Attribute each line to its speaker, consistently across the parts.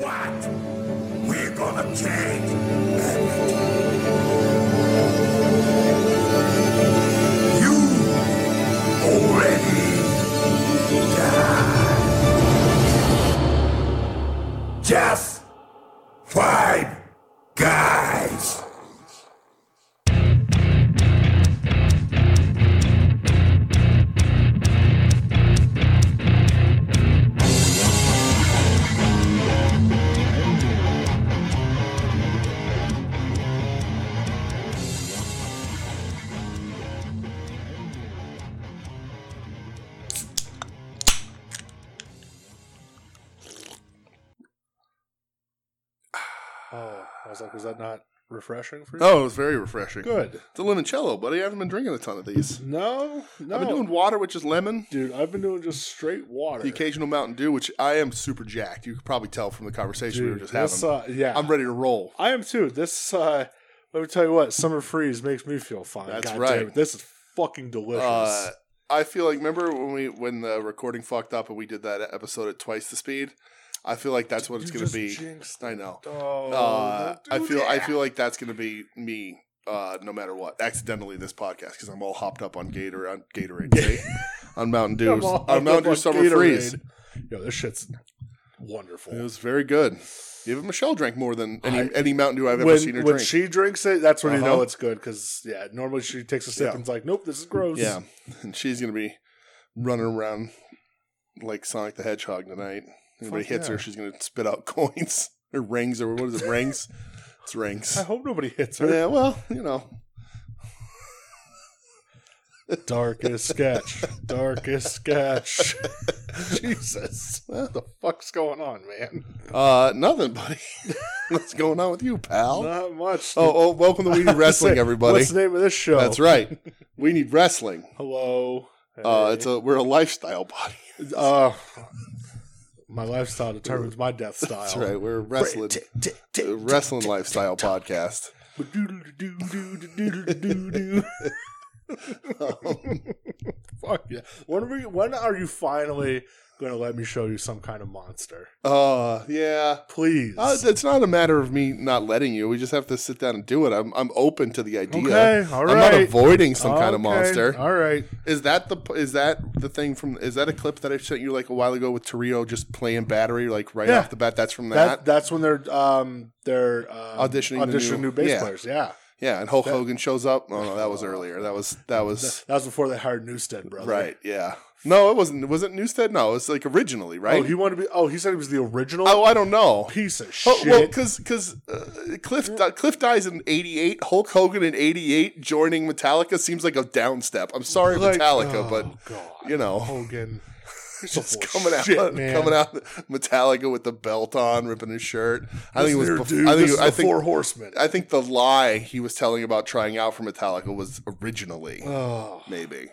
Speaker 1: what? We're gonna change everything. You already died. Just five guys.
Speaker 2: Oh, I was like, was that not refreshing for you?
Speaker 3: Oh, it was very refreshing.
Speaker 2: Good.
Speaker 3: It's a limoncello, buddy. I haven't been drinking a ton of these.
Speaker 2: No, no.
Speaker 3: I've been doing water, which is lemon.
Speaker 2: Dude, I've been doing just straight water.
Speaker 3: The occasional Mountain Dew, which I am super jacked. You could probably tell from the conversation we were
Speaker 2: Dude,
Speaker 3: just having.
Speaker 2: this, uh, yeah,
Speaker 3: I'm ready to roll.
Speaker 2: I am too. This, uh, let me tell you what, summer freeze makes me feel fine.
Speaker 3: That's
Speaker 2: God
Speaker 3: right.
Speaker 2: Damn it. This is fucking delicious.
Speaker 3: Uh, I feel like remember when we when the recording fucked up and we did that episode at twice the speed. I feel like that's what it's
Speaker 2: You
Speaker 3: going to
Speaker 2: just
Speaker 3: be.
Speaker 2: jinxed
Speaker 3: I know.
Speaker 2: Oh,
Speaker 3: Uh, I
Speaker 2: don't do
Speaker 3: feel I
Speaker 2: that.
Speaker 3: feel like that's going to be me. Uh, no matter what, accidentally this podcast because I'm all hopped up on Gator on Gatorade, see? on Mountain Dew,
Speaker 2: I'm all
Speaker 3: on Mountain
Speaker 2: hopped
Speaker 3: Dew
Speaker 2: up
Speaker 3: Summer
Speaker 2: on
Speaker 3: Freeze.
Speaker 2: Gatorade. Yo, this shit's wonderful.
Speaker 3: It was very good. Even Michelle drank more than any
Speaker 2: I-
Speaker 3: any Mountain Dew I've ever
Speaker 2: when
Speaker 3: seen her
Speaker 2: when
Speaker 3: drink.
Speaker 2: she drinks it, that's when you know
Speaker 3: Uh-huh.
Speaker 2: it's good. Because yeah, normally she takes a sip
Speaker 3: Yeah.
Speaker 2: and it's like, nope, this is gross.
Speaker 3: yeah, and she's gonna be running around like Sonic the Hedgehog tonight. Anybody
Speaker 2: Fuck
Speaker 3: hits her,
Speaker 2: yeah.
Speaker 3: she's gonna spit out coins or rings or what is it? Rings. it's rings.
Speaker 2: I hope nobody hits her.
Speaker 3: Yeah, well, you know,
Speaker 2: Darkest sketch. Darkest sketch. Jesus. What the fuck's going on, man?
Speaker 3: uh, nothing, buddy. What's going on with you, pal?
Speaker 2: Not much.
Speaker 3: Oh, oh, welcome to We Need Wrestling, everybody.
Speaker 2: What's the name of this show?
Speaker 3: That's right. We need wrestling.
Speaker 2: Hello.
Speaker 3: Uh,
Speaker 2: Hey.
Speaker 3: it's a we're a lifestyle body.
Speaker 2: Uh, my lifestyle determines my death style.
Speaker 3: That's right. We're a wrestling a wrestling lifestyle podcast.
Speaker 2: Fuck yeah. When are, we, when are you finally going to let me show you some kind of monster?
Speaker 3: Uh, yeah.
Speaker 2: Please.
Speaker 3: Uh, it's not a matter of me not letting you. We just have to sit down and do it. I'm I'm open to the idea.
Speaker 2: Okay, all
Speaker 3: I'm not
Speaker 2: right.
Speaker 3: avoiding some kind of
Speaker 2: Okay,
Speaker 3: monster.
Speaker 2: All right.
Speaker 3: Is that the is that the thing from? Is that a clip that I sent you like a while ago with Torrio just playing battery like right
Speaker 2: Yeah.
Speaker 3: off the bat? That's from that.
Speaker 2: That, that's when they're um they're um,
Speaker 3: Auditioning the
Speaker 2: auditioning
Speaker 3: new-
Speaker 2: new, bass
Speaker 3: yeah.
Speaker 2: players. Yeah,
Speaker 3: yeah, and Hulk Hogan shows up. Oh no, that was earlier. That was that was
Speaker 2: that was before they hired Newstead, brother.
Speaker 3: right. Yeah. No, it wasn't. Was it Newstead? No, it was like originally, right?
Speaker 2: Oh, he wanted to be. Oh, he said he was the original
Speaker 3: oh I don't know.
Speaker 2: piece of shit.
Speaker 3: Oh, well, because because uh, Cliff di- Cliff dies in '88, Hulk Hogan in '88, joining Metallica seems like a downstep. I'm sorry,
Speaker 2: Like,
Speaker 3: Metallica,
Speaker 2: oh,
Speaker 3: but
Speaker 2: God.
Speaker 3: you know,
Speaker 2: Hogan,
Speaker 3: just coming out,
Speaker 2: man.
Speaker 3: coming out, Metallica with the belt on, ripping his shirt. I think it was.
Speaker 2: Here,
Speaker 3: bef-
Speaker 2: dude,
Speaker 3: I think.
Speaker 2: this
Speaker 3: I
Speaker 2: is the Four
Speaker 3: think.
Speaker 2: Horsemen.
Speaker 3: I think the lie he was telling about trying out for Metallica was originally
Speaker 2: oh,
Speaker 3: maybe.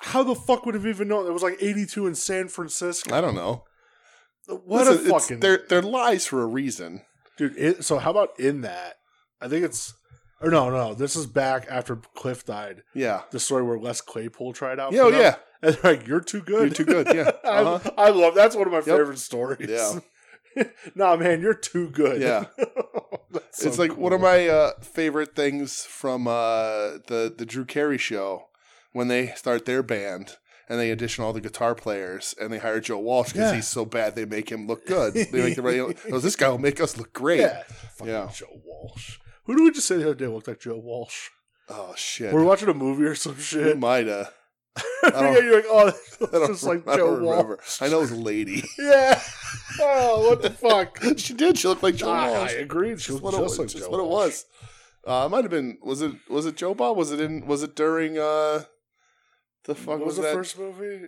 Speaker 2: how the fuck would have even known? It was like eighty-two in San Francisco.
Speaker 3: I don't know.
Speaker 2: What
Speaker 3: Listen,
Speaker 2: a
Speaker 3: it's-
Speaker 2: fucking
Speaker 3: they're they're lies for a reason.
Speaker 2: dude. It, so how about in that? I think it's or no, no. This is back after Cliff died.
Speaker 3: Yeah.
Speaker 2: The story where Les Claypool tried out.
Speaker 3: Yeah,
Speaker 2: for
Speaker 3: oh,
Speaker 2: them.
Speaker 3: yeah.
Speaker 2: And they're like, you're too good.
Speaker 3: You're too good, yeah. Uh-huh.
Speaker 2: I, I love that's one of my favorite stories.
Speaker 3: Yeah.
Speaker 2: nah, man, you're too good.
Speaker 3: Yeah.
Speaker 2: That's so
Speaker 3: it's like one
Speaker 2: cool.
Speaker 3: of my uh, favorite things from uh, the the Drew Carey show when they start their band and they audition all the guitar players and they hire Joe Walsh because
Speaker 2: Yeah.
Speaker 3: he's so bad they make him look good. They make everybody look- oh, this guy will make us look great.
Speaker 2: yeah. Fucking
Speaker 3: Yeah.
Speaker 2: Joe Walsh. Who did we just say the other day looked like Joe Walsh?
Speaker 3: Oh shit,
Speaker 2: We We're watching a movie or some
Speaker 3: we
Speaker 2: shit.
Speaker 3: might have.
Speaker 2: yeah, you're like, oh, that
Speaker 3: I
Speaker 2: looks
Speaker 3: don't,
Speaker 2: just like
Speaker 3: I
Speaker 2: Joe
Speaker 3: don't
Speaker 2: Walsh.
Speaker 3: remember. I know it was a lady.
Speaker 2: Yeah. Oh, what the fuck?
Speaker 3: she did. She looked like Joe
Speaker 2: I, I
Speaker 3: Walsh.
Speaker 2: agreed. She looked
Speaker 3: Just what,
Speaker 2: just,
Speaker 3: it was,
Speaker 2: like
Speaker 3: just
Speaker 2: Joe
Speaker 3: what it
Speaker 2: Walsh.
Speaker 3: was. Uh, it might have been. Was it? Was it Joe Bob? Was it in? Was it during? Uh, the
Speaker 2: What
Speaker 3: fuck
Speaker 2: was,
Speaker 3: was,
Speaker 2: the
Speaker 3: that?
Speaker 2: first movie?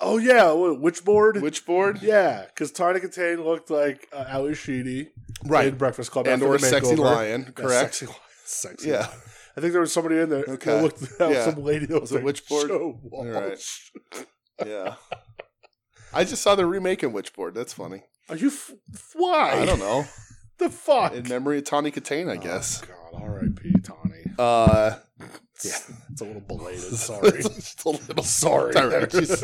Speaker 2: Oh yeah, what, Witchboard.
Speaker 3: Witchboard?
Speaker 2: Yeah, because Tawny Katane looked like uh, Ali Sheedy in Breakfast Club
Speaker 3: and
Speaker 2: after
Speaker 3: or
Speaker 2: the
Speaker 3: sexy
Speaker 2: makeover.
Speaker 3: lion,
Speaker 2: Yeah,
Speaker 3: correct?
Speaker 2: sexy lion. Sexy.
Speaker 3: Yeah,
Speaker 2: lion. I think there was somebody in there.
Speaker 3: Okay.
Speaker 2: that looked that was
Speaker 3: Yeah.
Speaker 2: some lady that was,
Speaker 3: it
Speaker 2: like,
Speaker 3: Witchboard?
Speaker 2: Joe
Speaker 3: All
Speaker 2: Walsh.
Speaker 3: right. yeah. I just saw the remake in Witchboard. That's funny.
Speaker 2: Are you f- why?
Speaker 3: I don't know.
Speaker 2: the fuck.
Speaker 3: In memory of Tawny Katane, I guess.
Speaker 2: Oh, God, R.I.P. Tawny.
Speaker 3: Uh,
Speaker 2: It's, it's a little belated. Sorry.
Speaker 3: Just a little sorry. There's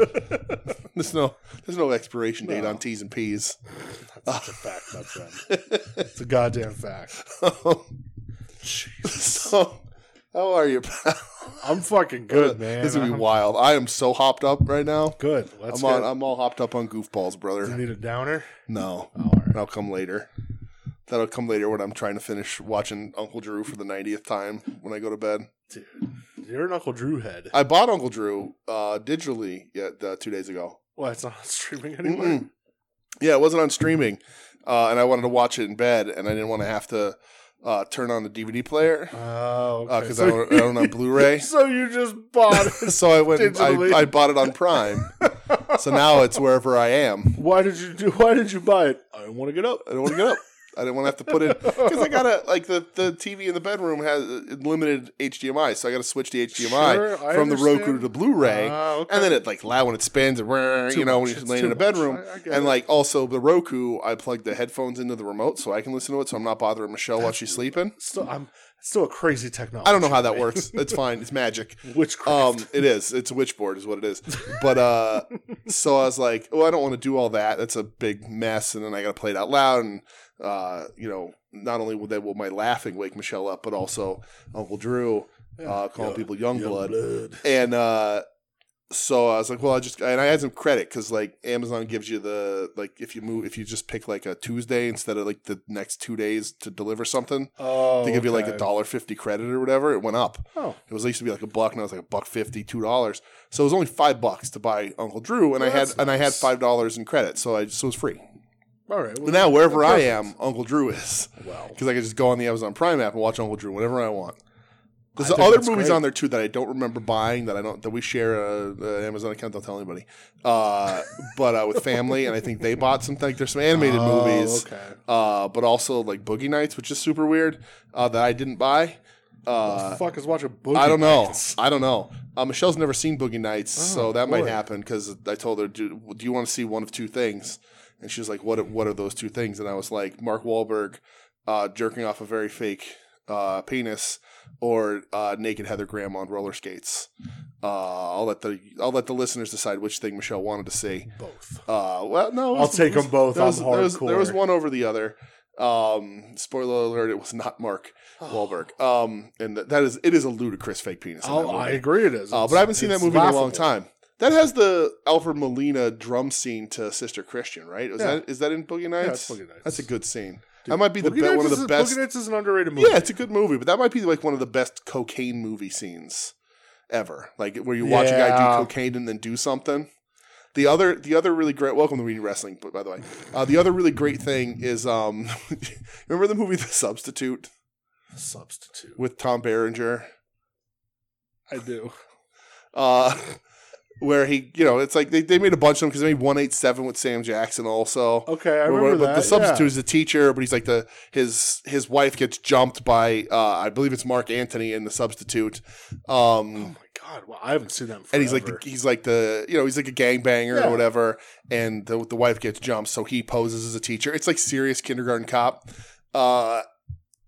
Speaker 3: there's no there's no expiration date
Speaker 2: No.
Speaker 3: on T's and P's. Um,
Speaker 2: That's a fact, my friend. It's a goddamn fact.
Speaker 3: so how are you, pal?
Speaker 2: I'm fucking good, man.
Speaker 3: This is gonna be
Speaker 2: I'm
Speaker 3: wild. I am so hopped up right now.
Speaker 2: good. Let's
Speaker 3: I'm on,
Speaker 2: get-
Speaker 3: I'm all hopped up on goofballs,
Speaker 2: you
Speaker 3: brother.
Speaker 2: need a downer?
Speaker 3: No,
Speaker 2: Oh, all right.
Speaker 3: that'll come later. That'll come later when I'm trying to finish watching Uncle Drew for the 90th time when I go to bed.
Speaker 2: You're an Uncle Drew head.
Speaker 3: I bought Uncle Drew uh, digitally yeah, uh, two days ago.
Speaker 2: Well, it's not streaming anymore.
Speaker 3: Mm-mm. Yeah, it wasn't on streaming, uh, and I wanted to watch it in bed, and I didn't want to have to uh, turn on the DVD player
Speaker 2: Oh, okay.
Speaker 3: because Uh, I, don't, I don't own Blu-ray.
Speaker 2: so you just bought it.
Speaker 3: so I went. and
Speaker 2: Digitally.
Speaker 3: I, I bought it on Prime. so now it's wherever I am.
Speaker 2: Why did you do? Why did you buy it? I don't want to get up.
Speaker 3: I don't want to get up. I didn't want to have to put in because I gotta like the, the TV in the bedroom has uh, limited HDMI, so I gotta switch the HDMI
Speaker 2: Sure, I
Speaker 3: from the Roku
Speaker 2: understand.
Speaker 3: to Blu-ray,
Speaker 2: Ah, okay.
Speaker 3: and then it like loud when it spins, and rah,
Speaker 2: Too
Speaker 3: you know
Speaker 2: much.
Speaker 3: when you're
Speaker 2: It's
Speaker 3: laying
Speaker 2: too
Speaker 3: in a
Speaker 2: much.
Speaker 3: bedroom,
Speaker 2: I- I get
Speaker 3: and
Speaker 2: it.
Speaker 3: like also the Roku, I plug the headphones into the remote so I can listen to it, so I'm not bothering Michelle while she's sleeping.
Speaker 2: Still, I'm it's still a crazy technology.
Speaker 3: I don't know how that works. It's fine. It's magic.
Speaker 2: Witchcraft.
Speaker 3: Um, it is. It's a witchboard, is what it is. But uh, so I was like, oh, I don't want to do all that. That's a big mess, and then I got to play it out loud, and uh, you know, not only will that will my laughing wake Michelle up, but also Uncle Drew uh, calling people young, blood. and uh, so I was like, well, I just and I had some credit because like Amazon gives you the like if you move if you just pick like a Tuesday instead of like the next two days to deliver something.
Speaker 2: Oh,
Speaker 3: They give you like a
Speaker 2: okay.
Speaker 3: dollar fifty credit or whatever. It went up.
Speaker 2: Oh,
Speaker 3: It was it used to be like a buck, now it's like a buck fifty, two dollars. So it was only five bucks to buy Uncle Drew, and I
Speaker 2: Well,
Speaker 3: had
Speaker 2: that's
Speaker 3: and I had
Speaker 2: nice.
Speaker 3: five dollars in credit, so I just, so it was free.
Speaker 2: all right. Well,
Speaker 3: But now wherever I am, Uncle Drew is
Speaker 2: Well,
Speaker 3: because I can just go on the Amazon Prime app and watch Uncle Drew whenever I want. There's
Speaker 2: I think
Speaker 3: other
Speaker 2: that's
Speaker 3: movies
Speaker 2: great.
Speaker 3: on there too that I don't remember buying that I don't that we share a, a Amazon account. Don't tell anybody, uh, but uh, with family, and I think they bought some. Like there's some animated
Speaker 2: Oh,
Speaker 3: movies
Speaker 2: Okay.
Speaker 3: uh, but also like Boogie Nights, which is super weird uh, that I didn't buy.
Speaker 2: What the
Speaker 3: Uh,
Speaker 2: fuck is watching Boogie
Speaker 3: I don't know.
Speaker 2: Nights?
Speaker 3: I don't know. Uh, Michelle's never seen Boogie Nights, so
Speaker 2: Oh,
Speaker 3: that might
Speaker 2: boy.
Speaker 3: happen because I told her, "Do, do you want to see one of two things?" And she was like, "What? What are those two things?" And I was like, "Mark Wahlberg uh, jerking off a very fake uh, penis, or uh, naked Heather Graham on roller skates." Uh, I'll let the I'll let the listeners decide which thing Michelle wanted to see.
Speaker 2: Both.
Speaker 3: Uh, well, no, it
Speaker 2: I'll
Speaker 3: was-
Speaker 2: take
Speaker 3: it was-
Speaker 2: them both.
Speaker 3: There was,
Speaker 2: I'm
Speaker 3: there, was,
Speaker 2: hardcore.
Speaker 3: there was one over the other. Um, spoiler alert: it was not Mark Wahlberg. Um, and th- that is it is a ludicrous fake penis. in that
Speaker 2: Oh,
Speaker 3: movie.
Speaker 2: I agree. It is.
Speaker 3: Uh, but I haven't seen that
Speaker 2: It's
Speaker 3: movie in a long
Speaker 2: laughable.
Speaker 3: time. That has the Alfred Molina drum scene to Sister Christian, right? Is
Speaker 2: Yeah.
Speaker 3: that is that in Boogie Nights?
Speaker 2: Yeah, it's Boogie Nights.
Speaker 3: That's a good scene. that might be the
Speaker 2: Boogie
Speaker 3: be-
Speaker 2: Nights
Speaker 3: one of
Speaker 2: is
Speaker 3: the
Speaker 2: a-
Speaker 3: best.
Speaker 2: Boogie Nights is an underrated movie.
Speaker 3: yeah, it's a good movie, but that might be like one of the best cocaine movie scenes ever. Like where you watch a guy
Speaker 2: Yeah.
Speaker 3: do cocaine and then do something. The other, the other really great. Welcome to Reading Wrestling, but by the way, uh, the other really great thing is, um, remember the movie The Substitute
Speaker 2: substitute.
Speaker 3: with Tom Berenger?
Speaker 2: I do.
Speaker 3: uh, where he, you know, it's like they, they made a bunch of them because they made one eight seven with Sam Jackson also.
Speaker 2: Okay, I
Speaker 3: Where- where-
Speaker 2: remember
Speaker 3: but
Speaker 2: that.
Speaker 3: the substitute
Speaker 2: yeah.
Speaker 3: is the teacher, but he's like the his his wife gets jumped by uh, I believe it's Mark Antony in the substitute,
Speaker 2: Oh
Speaker 3: um,
Speaker 2: my god! Well, I haven't seen that. In
Speaker 3: and he's like the,
Speaker 2: Oh, forever.
Speaker 3: he's like the you know he's like a gangbanger
Speaker 2: Yeah.
Speaker 3: or whatever, and the the wife gets jumped, so he poses as a teacher. It's like serious kindergarten cop, uh,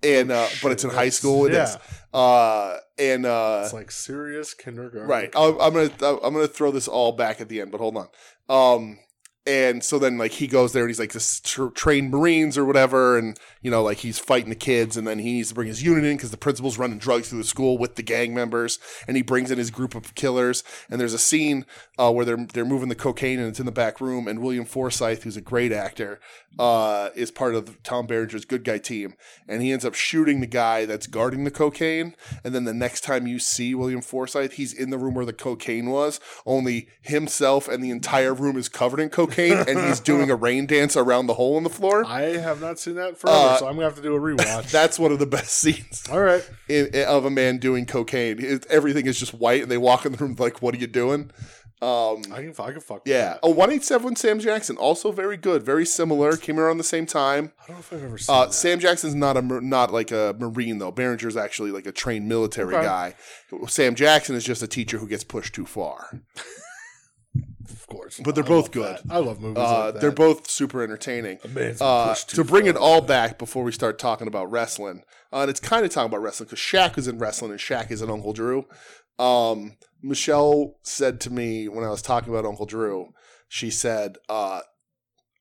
Speaker 3: and uh, but it's in
Speaker 2: Shit,
Speaker 3: high
Speaker 2: that's-
Speaker 3: school. It is,
Speaker 2: yeah.
Speaker 3: uh, and uh,
Speaker 2: It's like serious kindergarten.
Speaker 3: Right. I'll, I'm gonna I'm gonna throw this all back at the end, but hold on. Um, and so then like he goes there and he's like this tr- trained Marines or whatever, and you know like he's fighting the kids, and then he needs to bring his unit in because the principal's running drugs through the school with the gang members, and he brings in his group of killers, and there's a scene uh, where they're they're moving the cocaine and it's in the back room, and William Forsythe, who's a great actor, uh, is part of Tom Berenger's good guy team, and he ends up shooting the guy that's guarding the cocaine. And then the next time you see William Forsythe, he's in the room where the cocaine was. Only himself and the entire room is covered in cocaine, and he's doing a rain dance around the hole in the floor.
Speaker 2: I have not seen that in forever,
Speaker 3: Uh,
Speaker 2: so I'm gonna have to do a rewatch.
Speaker 3: That's one of the best scenes
Speaker 2: All right.
Speaker 3: in, of a man doing cocaine. It- everything is just white, and they walk in the room like, "What are you doing?" Um,
Speaker 2: I can. I can fuck. with
Speaker 3: yeah,
Speaker 2: that.
Speaker 3: a one eight seven Sam Jackson, also very good, very similar. Came around the same time.
Speaker 2: I don't know if I've ever seen
Speaker 3: Uh,
Speaker 2: that.
Speaker 3: Sam Jackson's not a mar- not like a marine though. Behringer's actually like a trained military
Speaker 2: Okay.
Speaker 3: guy. Sam Jackson is just a teacher who gets pushed too far.
Speaker 2: of course.
Speaker 3: But they're
Speaker 2: I
Speaker 3: both
Speaker 2: love
Speaker 3: good.
Speaker 2: that. I love movies.
Speaker 3: Uh,
Speaker 2: like that.
Speaker 3: they're both super entertaining.
Speaker 2: Amazing.
Speaker 3: Uh,
Speaker 2: Push
Speaker 3: to
Speaker 2: too
Speaker 3: bring
Speaker 2: far.
Speaker 3: it all back before we start talking about wrestling, uh, and it's kind of talking about wrestling because Shaq is in wrestling and Shaq is in Uncle Drew. Um, Michelle said to me when I was talking about Uncle Drew, she said, uh,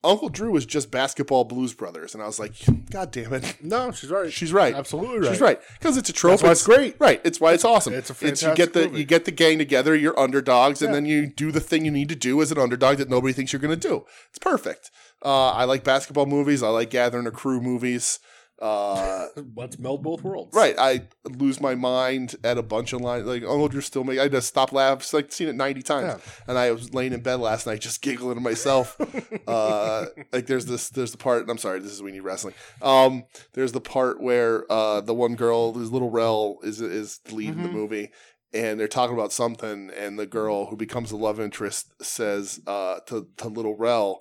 Speaker 3: "Uncle Drew is just basketball Blues Brothers," and I was like, "God damn it,
Speaker 2: No, she's right.
Speaker 3: she's right."
Speaker 2: absolutely right.
Speaker 3: She's right because it's a trope.
Speaker 2: That's why it's great.
Speaker 3: right? It's why it's awesome.
Speaker 2: it's a
Speaker 3: you
Speaker 2: fantastic
Speaker 3: get the
Speaker 2: movie.
Speaker 3: you get the gang together. You're underdogs, and then you do the thing you need to do as an underdog that nobody thinks you're going to do. It's perfect. Uh, I like basketball movies. I like gathering a crew movies. Uh,
Speaker 2: Let's meld both worlds.
Speaker 3: right. I lose my mind at a bunch of lines. Like Uncle Drew still make. I just stop laughs. Like seen it ninety times, and I was laying in bed last night just giggling to myself. uh, like there's this there's the part. and I'm sorry. This is we need wrestling. Um, there's the part where uh, the one girl, who's little Rel, is is the lead in the movie, and they're talking about something, and the girl who becomes the love interest says uh, to to little Rel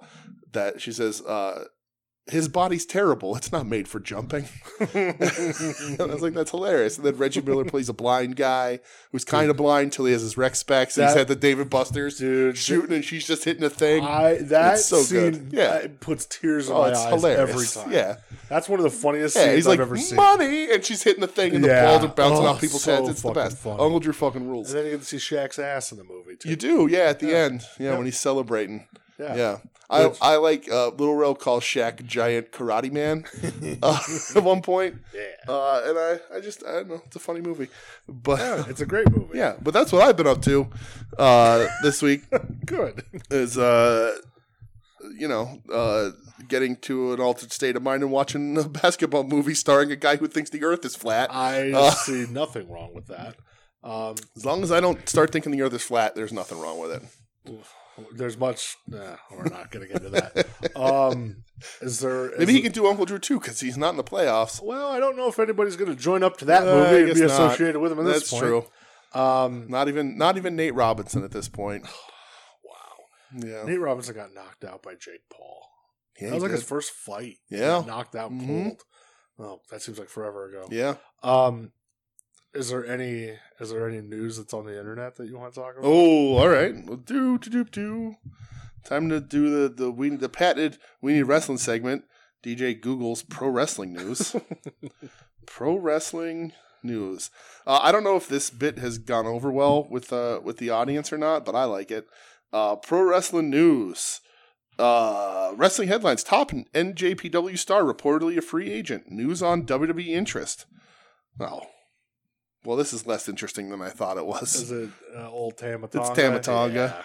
Speaker 3: that she says. Uh, his body's terrible. It's not made for jumping. and I was like, that's hilarious. And then Reggie Miller plays a blind guy who's kind of blind till he has his rec specs. and he's
Speaker 2: That-
Speaker 3: had the David Buster's
Speaker 2: Dude,
Speaker 3: shooting, and she's just hitting a thing.
Speaker 2: I that
Speaker 3: It's so
Speaker 2: scene
Speaker 3: good. Yeah.
Speaker 2: uh, puts tears in
Speaker 3: Oh,
Speaker 2: my
Speaker 3: it's
Speaker 2: eyes
Speaker 3: hilarious.
Speaker 2: every time.
Speaker 3: Yeah.
Speaker 2: that's one of the funniest
Speaker 3: Yeah,
Speaker 2: scenes
Speaker 3: he's
Speaker 2: I've
Speaker 3: like
Speaker 2: ever seen.
Speaker 3: money, and she's hitting the thing, and
Speaker 2: Yeah.
Speaker 3: the balls are bouncing
Speaker 2: Oh,
Speaker 3: off people's
Speaker 2: so
Speaker 3: heads. It's the
Speaker 2: fucking
Speaker 3: best.
Speaker 2: funny.
Speaker 3: Uncle Drew fucking rules.
Speaker 2: And then you get to see Shaq's ass in the movie too.
Speaker 3: You do, yeah, at the end, yeah, when he's celebrating. Yeah,
Speaker 2: Yeah.
Speaker 3: I,
Speaker 2: Which-
Speaker 3: I like uh, Little Rail calls Shaq Giant Karate Man uh, at one point.
Speaker 2: Yeah.
Speaker 3: uh, and I, I just I don't know, it's a funny movie, but yeah,
Speaker 2: it's a great movie.
Speaker 3: but that's what I've been up to uh, this week
Speaker 2: good.
Speaker 3: is uh, you know uh, getting to an altered state of mind and watching a basketball movie starring a guy who thinks the Earth is flat.
Speaker 2: I
Speaker 3: Uh.
Speaker 2: see nothing wrong with that. Um,
Speaker 3: as long as I don't start thinking the Earth is flat, there's nothing wrong with it.
Speaker 2: there's much. Nah, we're not going to get into that. Um, is there? is
Speaker 3: Maybe he can do Uncle Drew too because he's not in the playoffs.
Speaker 2: Well, I don't know if anybody's going to join up to that
Speaker 3: Uh, I
Speaker 2: movie and
Speaker 3: guess
Speaker 2: be
Speaker 3: not.
Speaker 2: associated with him at this
Speaker 3: That's
Speaker 2: point.
Speaker 3: true.
Speaker 2: Um,
Speaker 3: Not even not even Nate Robinson at this point. wow. Yeah.
Speaker 2: Nate Robinson got knocked out by Jake Paul.
Speaker 3: Yeah,
Speaker 2: that was
Speaker 3: he
Speaker 2: like his
Speaker 3: did.
Speaker 2: first fight. He
Speaker 3: Yeah.
Speaker 2: got knocked out
Speaker 3: Mhm.
Speaker 2: cold. Oh, that seems like forever ago.
Speaker 3: yeah.
Speaker 2: Um, is there any is there any news that's on the internet that you want to talk about?
Speaker 3: Oh, all right. Well, do do do do. Time to do the the we the patented we need wrestling segment. DJ Google's pro wrestling news. pro wrestling news. Uh, I don't know if this bit has gone over well with uh with the audience or not, but I like it. Uh, pro wrestling news. Uh, wrestling headlines. Top NJPW star reportedly a free agent. News on WWE interest. Oh, well, this is less interesting than I thought it was.
Speaker 2: Is it uh, old Tamatonga?
Speaker 3: It's Tamatonga.
Speaker 2: Yeah.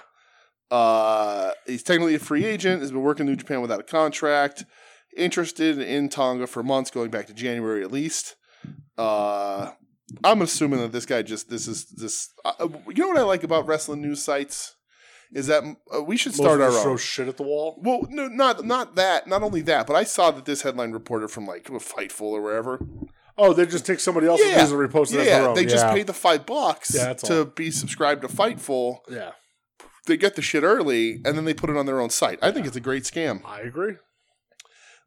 Speaker 3: Uh, he's technically a free agent. Has been working in New Japan without a contract. Interested in Tonga for months, going back to January at least. Uh, I'm assuming that this guy just this is this. Uh, you know what I like about wrestling news sites is that uh, we should
Speaker 2: Most of
Speaker 3: start our
Speaker 2: us throw
Speaker 3: own.
Speaker 2: shit at the wall.
Speaker 3: Well, no, not not that. Not only that, but I saw that this headline reporter from like Fightful or wherever.
Speaker 2: Oh, they just take somebody else's
Speaker 3: Yeah.
Speaker 2: news and repost it as their
Speaker 3: Yeah,
Speaker 2: own.
Speaker 3: they just
Speaker 2: yeah.
Speaker 3: paid the five bucks
Speaker 2: Yeah, that's
Speaker 3: to
Speaker 2: all.
Speaker 3: be subscribed to Fightful.
Speaker 2: Yeah,
Speaker 3: They get the shit early and then they put it on their own site. I think it's a great scam.
Speaker 2: I agree.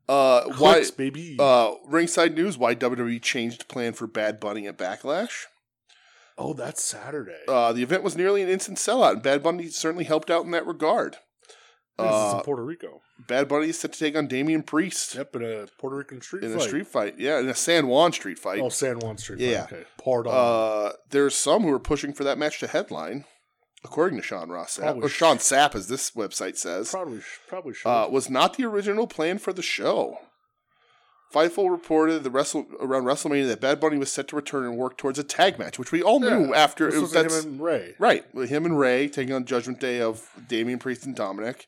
Speaker 3: Uh, why?
Speaker 2: Clicks, baby?
Speaker 3: Uh, ringside news: Why WWE changed plan for Bad Bunny at Backlash.
Speaker 2: oh, that's Saturday.
Speaker 3: Uh, the event was nearly an instant sellout, and Bad Bunny certainly helped out in that regard.
Speaker 2: this is
Speaker 3: Uh,
Speaker 2: in Puerto Rico.
Speaker 3: Bad Bunny is set to take on Damian Priest
Speaker 2: Yep, in a Puerto Rican street
Speaker 3: in
Speaker 2: fight.
Speaker 3: a street fight. Yeah, in a San Juan street fight.
Speaker 2: Oh, San Juan street
Speaker 3: Yeah.
Speaker 2: fight. Okay, pardon.
Speaker 3: Uh, there's some who are pushing for that match to headline, according to Sean Ross Sapp,
Speaker 2: Probably
Speaker 3: or
Speaker 2: sh-
Speaker 3: Sean Sapp, as this website says.
Speaker 2: probably, sh- probably should.
Speaker 3: uh, was not the original plan for the show. Fightful reported the wrestle around WrestleMania that Bad Bunny was set to return and work towards a tag match, which we all knew after
Speaker 2: this
Speaker 3: it was
Speaker 2: was
Speaker 3: that's
Speaker 2: him and Ray.
Speaker 3: right with him and Ray taking on Judgment Day of Damian Priest and Dominic.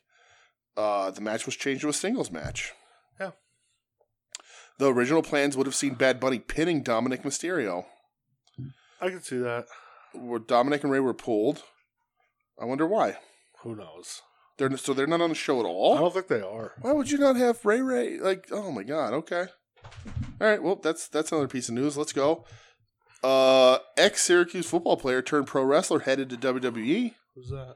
Speaker 3: Uh, the match was changed to a singles match.
Speaker 2: Yeah.
Speaker 3: The original plans would have seen Bad Bunny pinning Dominic Mysterio,
Speaker 2: I can see that.
Speaker 3: where Dominic and Ray were pulled. I wonder why.
Speaker 2: Who knows?
Speaker 3: They're so they're not on the show at
Speaker 2: I
Speaker 3: all.
Speaker 2: don't think they are.
Speaker 3: Why would you not have Ray Ray? Like, oh my god, okay. All right, well, that's that's another piece of news. Let's go. Uh, ex Syracuse football player turned pro wrestler headed to WWE.
Speaker 2: Who's that?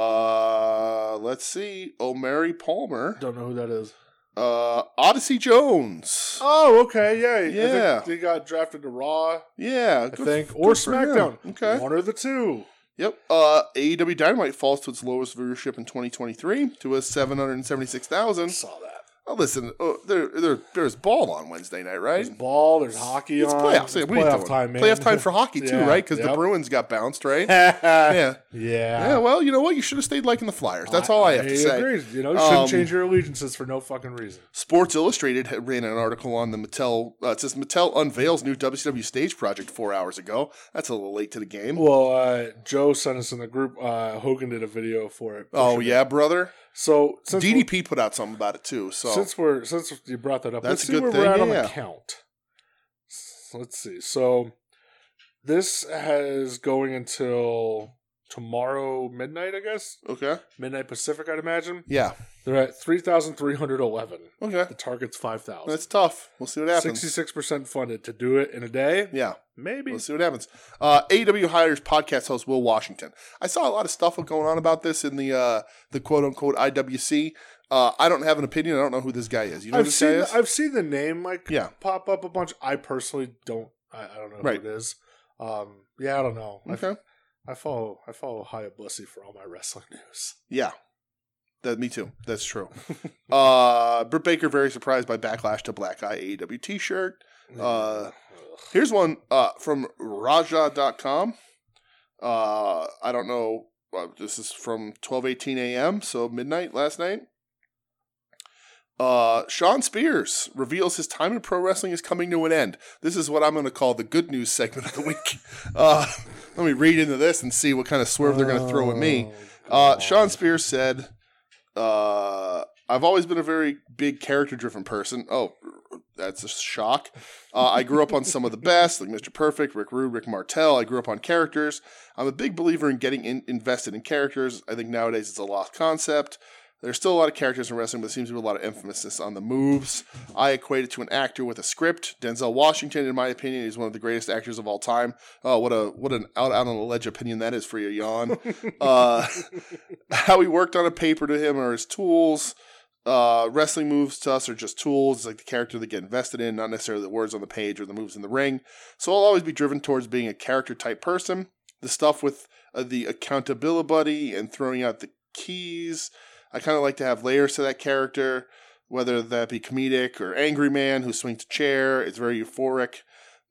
Speaker 3: Uh, let's see. O'Mary Palmer.
Speaker 2: Don't know who that is.
Speaker 3: Uh, Odyssey Jones.
Speaker 2: Oh, okay, yeah, I think
Speaker 3: Yeah.
Speaker 2: They got drafted to Raw,
Speaker 3: yeah,
Speaker 2: I
Speaker 3: good-
Speaker 2: think,
Speaker 3: good
Speaker 2: or
Speaker 3: for him.
Speaker 2: SmackDown.
Speaker 3: Okay.
Speaker 2: one or the two.
Speaker 3: Yep. Uh, AEW Dynamite falls to its lowest viewership in 2023 to a 776,000.
Speaker 2: Saw that.
Speaker 3: Oh, listen, oh, there, there, there's ball on Wednesday night, right?
Speaker 2: There's ball. There's hockey.
Speaker 3: It's
Speaker 2: on.
Speaker 3: playoffs. Yeah,
Speaker 2: It's
Speaker 3: what are you
Speaker 2: playoff
Speaker 3: doing?
Speaker 2: time, man.
Speaker 3: Playoff time for hockey, too,
Speaker 2: Yeah,
Speaker 3: right? Because the
Speaker 2: yep.
Speaker 3: Bruins got bounced, right?
Speaker 2: yeah.
Speaker 3: yeah. Yeah, well, you know what? You should have stayed liking the Flyers. That's all I have to say.
Speaker 2: Agree. You know, you shouldn't
Speaker 3: Um,
Speaker 2: change your allegiances for no fucking reason.
Speaker 3: Sports Illustrated had- ran an article on the Mattel. Uh, it says Mattel unveils new WCW stage project four hours ago. That's a little late to the game.
Speaker 2: Well, uh, Joe sent us in the group. Uh, Hogan did a video for it.
Speaker 3: oh yeah, brother.
Speaker 2: So since we're-
Speaker 3: DDP put out something about it too. So
Speaker 2: since we're since you brought that up,
Speaker 3: That's
Speaker 2: let's
Speaker 3: a
Speaker 2: see
Speaker 3: good
Speaker 2: where
Speaker 3: thing,
Speaker 2: we're at on
Speaker 3: yeah.
Speaker 2: the count. S- Let's see. So this has going until tomorrow midnight, I guess
Speaker 3: okay,
Speaker 2: midnight Pacific, I'd imagine.
Speaker 3: yeah,
Speaker 2: They're at three thousand three hundred eleven.
Speaker 3: okay.
Speaker 2: The target's five thousand.
Speaker 3: That's tough. We'll see what happens.
Speaker 2: Sixty-six percent funded to do it in a day,
Speaker 3: yeah,
Speaker 2: maybe.
Speaker 3: we'll see what happens. Uh, AEW hires podcast host Will Washington. I saw a lot of stuff going on about this in the uh, the quote unquote IWC. Uh, I don't have an opinion. I don't know who this guy is. You know who
Speaker 2: I've
Speaker 3: this
Speaker 2: seen
Speaker 3: guy
Speaker 2: the,
Speaker 3: is?
Speaker 2: I've seen the name like
Speaker 3: Yeah.
Speaker 2: pop up a bunch. I personally don't. I, I don't know
Speaker 3: Right.
Speaker 2: who it is. Um, yeah, I don't know. I-
Speaker 3: okay.
Speaker 2: I follow I follow Hayabusa for all my wrestling news.
Speaker 3: Yeah. That me too. That's true. uh Britt Baker very surprised by backlash to black eye AEW t shirt. Uh, Here's one uh from Raja.com. Uh I don't know uh, this is from twelve eighteen AM, so midnight last night. Uh, Sean Spears reveals his time in pro wrestling is coming to an end. This is what I'm going to call the good news segment of the week. Uh, let me read into this and see what kind of swerve they're going to throw at me. Uh, Sean Spears said, uh, I've always been a very big character driven person. Oh, that's a shock. Uh, I grew up on some of the best, like Mr. Perfect, Rick Rude, Rick Martel. I grew up on characters. I'm a big believer in getting in- invested in characters. I think nowadays it's a lost concept. There's still a lot of characters in wrestling, but there seems to be a lot of emphasis on the moves. I equate it to an actor with a script. Denzel Washington, in my opinion, is one of the greatest actors of all time. Oh, what a what an out out on a ledge opinion that is for you, yawn. Uh, how he worked on a paper to him are his tools. Uh, wrestling moves to us are just tools. It's like the character they get invested in, not necessarily the words on the page or the moves in the ring. So I'll always be driven towards being a character type person. The stuff with uh, the accountability and throwing out the keys. I kind of like to have layers to that character, whether that be comedic or angry man who swings a chair. It's very euphoric.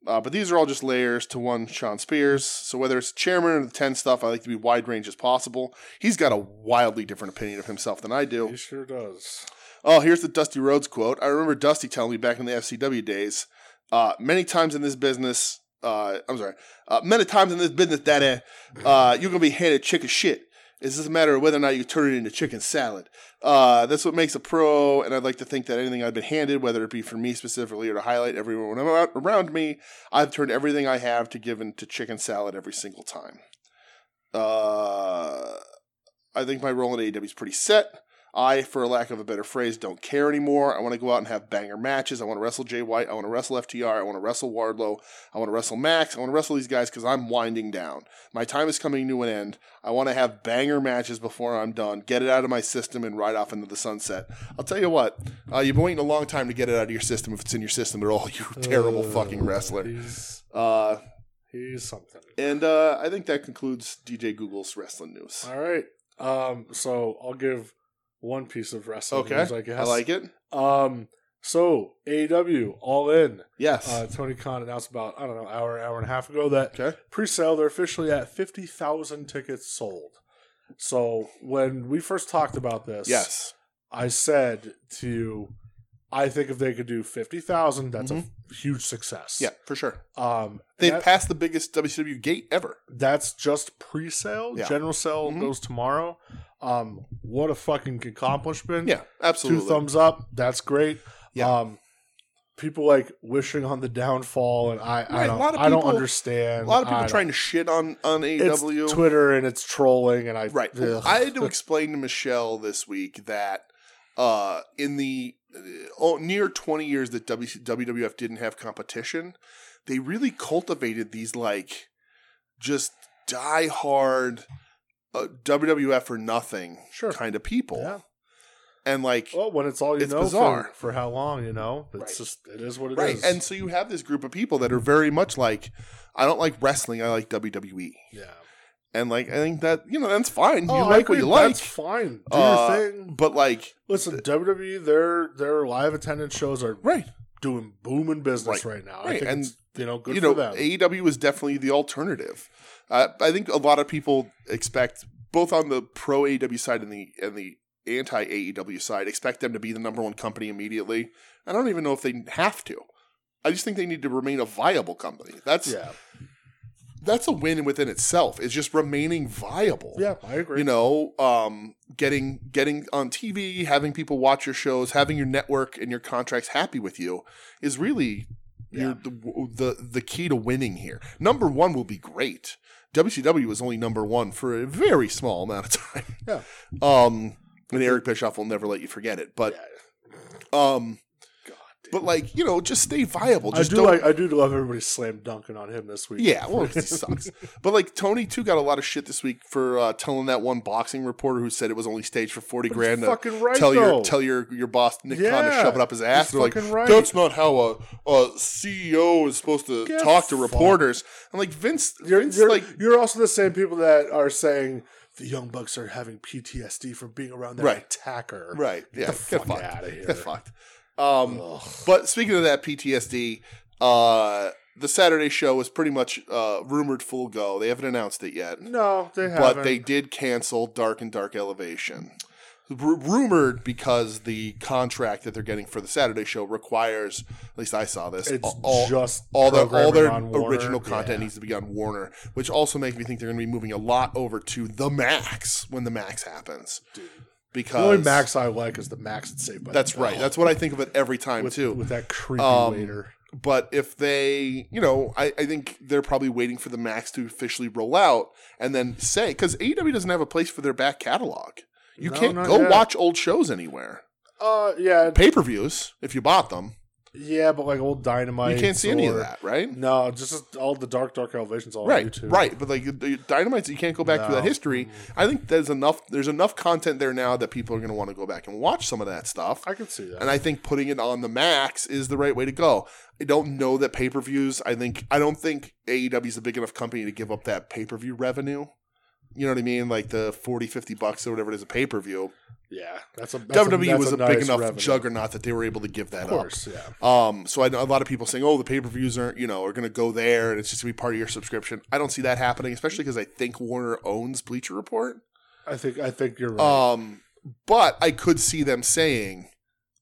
Speaker 3: Uh, but these are all just layers to one Sean Spears. So whether it's chairman or the 10 stuff, I like to be wide range as possible. He's got a wildly different opinion of himself than I
Speaker 2: He
Speaker 3: do.
Speaker 2: sure does.
Speaker 3: Oh, here's the Dusty Rhodes quote. I remember Dusty telling me back in the FCW days, uh, many times in this business, uh, I'm sorry, uh, many times in this business, Daddy, uh, you're going to be handed chicken shit. It's just a matter of whether or not you turn it into chicken salad. Uh, that's what makes a pro, and I'd like to think that anything I've been handed, whether it be for me specifically or to highlight everyone ar- around me, I've turned everything I have to give into chicken salad every single time. Uh, I think my role in AEW is pretty set. I, for lack of a better phrase, don't care anymore. I want to go out and have banger matches. I want to wrestle Jay White. I want to wrestle FTR. I want to wrestle Wardlow. I want to wrestle Max. I want to wrestle these guys because I'm winding down. My time is coming to an end. I want to have banger matches before I'm done. Get it out of my system and ride off into the sunset. I'll tell you what, uh, you've been waiting a long time to get it out of your system if it's in your system at all, you terrible
Speaker 2: Uh,
Speaker 3: fucking wrestler.
Speaker 2: He's
Speaker 3: Uh,
Speaker 2: he's something.
Speaker 3: and uh, I think that concludes DJ Google's wrestling news.
Speaker 2: All right. Um. So I'll give one piece of wrestling.
Speaker 3: Okay.
Speaker 2: news, I guess.
Speaker 3: I like it.
Speaker 2: Um. So AEW All In.
Speaker 3: Yes.
Speaker 2: Uh, Tony Khan announced about I don't know hour hour and a half ago that
Speaker 3: okay.
Speaker 2: pre-sale they're officially at fifty thousand tickets sold. So when we first talked about this,
Speaker 3: Yes.
Speaker 2: I said to you, I think if they could do 50,000, that's a huge success.
Speaker 3: Mm-hmm. Yeah, for sure.
Speaker 2: Um,
Speaker 3: They've
Speaker 2: that-
Speaker 3: passed the biggest WCW gate ever.
Speaker 2: that's just pre sale.
Speaker 3: Yeah.
Speaker 2: General sale
Speaker 3: Mhm.
Speaker 2: goes tomorrow. Um, what a fucking accomplishment.
Speaker 3: Yeah, absolutely.
Speaker 2: Two thumbs up. That's great.
Speaker 3: Yeah.
Speaker 2: Um, people like wishing on the downfall, and I, I,
Speaker 3: Right, a
Speaker 2: don't,
Speaker 3: lot of
Speaker 2: I don't
Speaker 3: people-
Speaker 2: understand.
Speaker 3: A lot of people
Speaker 2: I
Speaker 3: trying to shit on on
Speaker 2: don't- it's
Speaker 3: AEW.
Speaker 2: Twitter and it's trolling, and I.
Speaker 3: right.
Speaker 2: ugh.
Speaker 3: I had to explain to Michelle this week that uh, in the uh, oh, near 20 years that WC WWF didn't have competition, they really cultivated these like just die hard uh, WWF or nothing
Speaker 2: Sure.
Speaker 3: kind of people.
Speaker 2: Yeah.
Speaker 3: And like
Speaker 2: Well, when it's all you
Speaker 3: It's
Speaker 2: know
Speaker 3: bizarre.
Speaker 2: For, for how long, you know, it's
Speaker 3: Right.
Speaker 2: just, it is what it is.
Speaker 3: right. And so you have this group of people that are very much like I don't like wrestling, I like WWE.
Speaker 2: yeah.
Speaker 3: E. and like I think that you know that's fine.
Speaker 2: Oh,
Speaker 3: you
Speaker 2: I
Speaker 3: like
Speaker 2: agree.
Speaker 3: what you like,
Speaker 2: That's fine. Do
Speaker 3: Uh,
Speaker 2: your thing.
Speaker 3: but like
Speaker 2: Listen, WWE, their their live attendance shows are
Speaker 3: right,
Speaker 2: doing booming business right,
Speaker 3: Right.
Speaker 2: now. I
Speaker 3: Right,
Speaker 2: think
Speaker 3: and,
Speaker 2: it's, you know, good
Speaker 3: you
Speaker 2: for
Speaker 3: know,
Speaker 2: them.
Speaker 3: AEW is definitely the alternative. Uh, I think a lot of people expect both on the pro AEW side and the and the anti AEW side expect them to be the number one company immediately. I don't even know if they have to. I just think they need to remain a viable company. That's
Speaker 2: yeah,
Speaker 3: that's a win within itself. It's just remaining viable.
Speaker 2: yeah, I agree.
Speaker 3: you know um getting getting on tv having people watch your shows having your network and your contracts happy with you is really your, the, the the key to winning here number one will be great wcw was only number one for a very small amount of time
Speaker 2: Yeah.
Speaker 3: um and eric bischoff will never let you forget it but um
Speaker 2: God damn.
Speaker 3: but like you know just stay viable
Speaker 2: I
Speaker 3: just
Speaker 2: do
Speaker 3: not
Speaker 2: like I do love everybody slam dunking on him this week.
Speaker 3: yeah, well, 'cause he sucks. But like Tony too got a lot of shit this week for uh, telling that one boxing reporter who said it was only staged for forty grand. to
Speaker 2: fucking right,
Speaker 3: Tell
Speaker 2: though.
Speaker 3: your tell your your boss Nick Khan to
Speaker 2: Yeah,
Speaker 3: shove it up his ass.
Speaker 2: he's
Speaker 3: They're like,
Speaker 2: fucking right.
Speaker 3: that's not how a, a CEO is supposed to
Speaker 2: Get
Speaker 3: talk to
Speaker 2: fucked.
Speaker 3: reporters. I'm like Vince,
Speaker 2: You're,
Speaker 3: Vince
Speaker 2: you're,
Speaker 3: like
Speaker 2: you're also the same people that are saying the Young Bucks are having PTSD from being around that
Speaker 3: Right.
Speaker 2: attacker.
Speaker 3: right, yeah,
Speaker 2: the fuck
Speaker 3: fucked.
Speaker 2: outta here.
Speaker 3: Get fucked. Um,
Speaker 2: Ugh.
Speaker 3: But speaking of that PTSD, uh, the Saturday show was pretty much uh, rumored full go. They haven't announced it yet.
Speaker 2: No, they haven't.
Speaker 3: but they did cancel Dark and Dark Elevation. R- rumored because the contract that they're getting for the Saturday show requires, at least I saw this,
Speaker 2: it's
Speaker 3: all,
Speaker 2: just
Speaker 3: all, their, all their
Speaker 2: programming on
Speaker 3: original
Speaker 2: Warner.
Speaker 3: content
Speaker 2: Yeah.
Speaker 3: needs to be on Warner, which also makes me think they're going to be moving a lot over to the Max when the Max happens.
Speaker 2: The
Speaker 3: Because
Speaker 2: only Max I like is the Max that's saved by. the
Speaker 3: That's right.
Speaker 2: Bell.
Speaker 3: That's what I think of it every time,
Speaker 2: with,
Speaker 3: too.
Speaker 2: with that creepy
Speaker 3: Um,
Speaker 2: waiter.
Speaker 3: but if they, you know, I, I think they're probably waiting for the max to officially roll out and then say because AEW doesn't have a place for their back catalog. You
Speaker 2: No,
Speaker 3: can't
Speaker 2: not
Speaker 3: go
Speaker 2: yet.
Speaker 3: watch old shows anywhere.
Speaker 2: Uh, yeah,
Speaker 3: Pay per views if you bought them,
Speaker 2: yeah, but like old dynamite.
Speaker 3: you can't see any of that, right?
Speaker 2: No, just all the dark, dark elevations all
Speaker 3: Right,
Speaker 2: on Oh, YouTube.
Speaker 3: right. But like the dynamites, you can't go back to
Speaker 2: No.
Speaker 3: that history. I think there's enough. There's enough content there now that people are going to want to go back and watch some of that stuff.
Speaker 2: I can see that.
Speaker 3: and I think putting it on the max is the right way to go. I don't know that pay per views. I think I don't think AEW is a big enough company to give up that pay per view revenue. You know what I mean? Like the 40, 50 bucks or whatever it is a pay per view.
Speaker 2: yeah, that's a that's
Speaker 3: WWE
Speaker 2: that's
Speaker 3: E was a,
Speaker 2: nice
Speaker 3: big enough
Speaker 2: revenue.
Speaker 3: juggernaut that they were able to give that
Speaker 2: Of
Speaker 3: up.
Speaker 2: course, yeah.
Speaker 3: Um, so I know a lot of people saying, "Oh, the pay per views aren't you know are going to go there, and it's just going to be part of your subscription." I don't see that happening, especially because I think Warner owns Bleacher Report.
Speaker 2: I think I think you're right.
Speaker 3: Um, but I could see them saying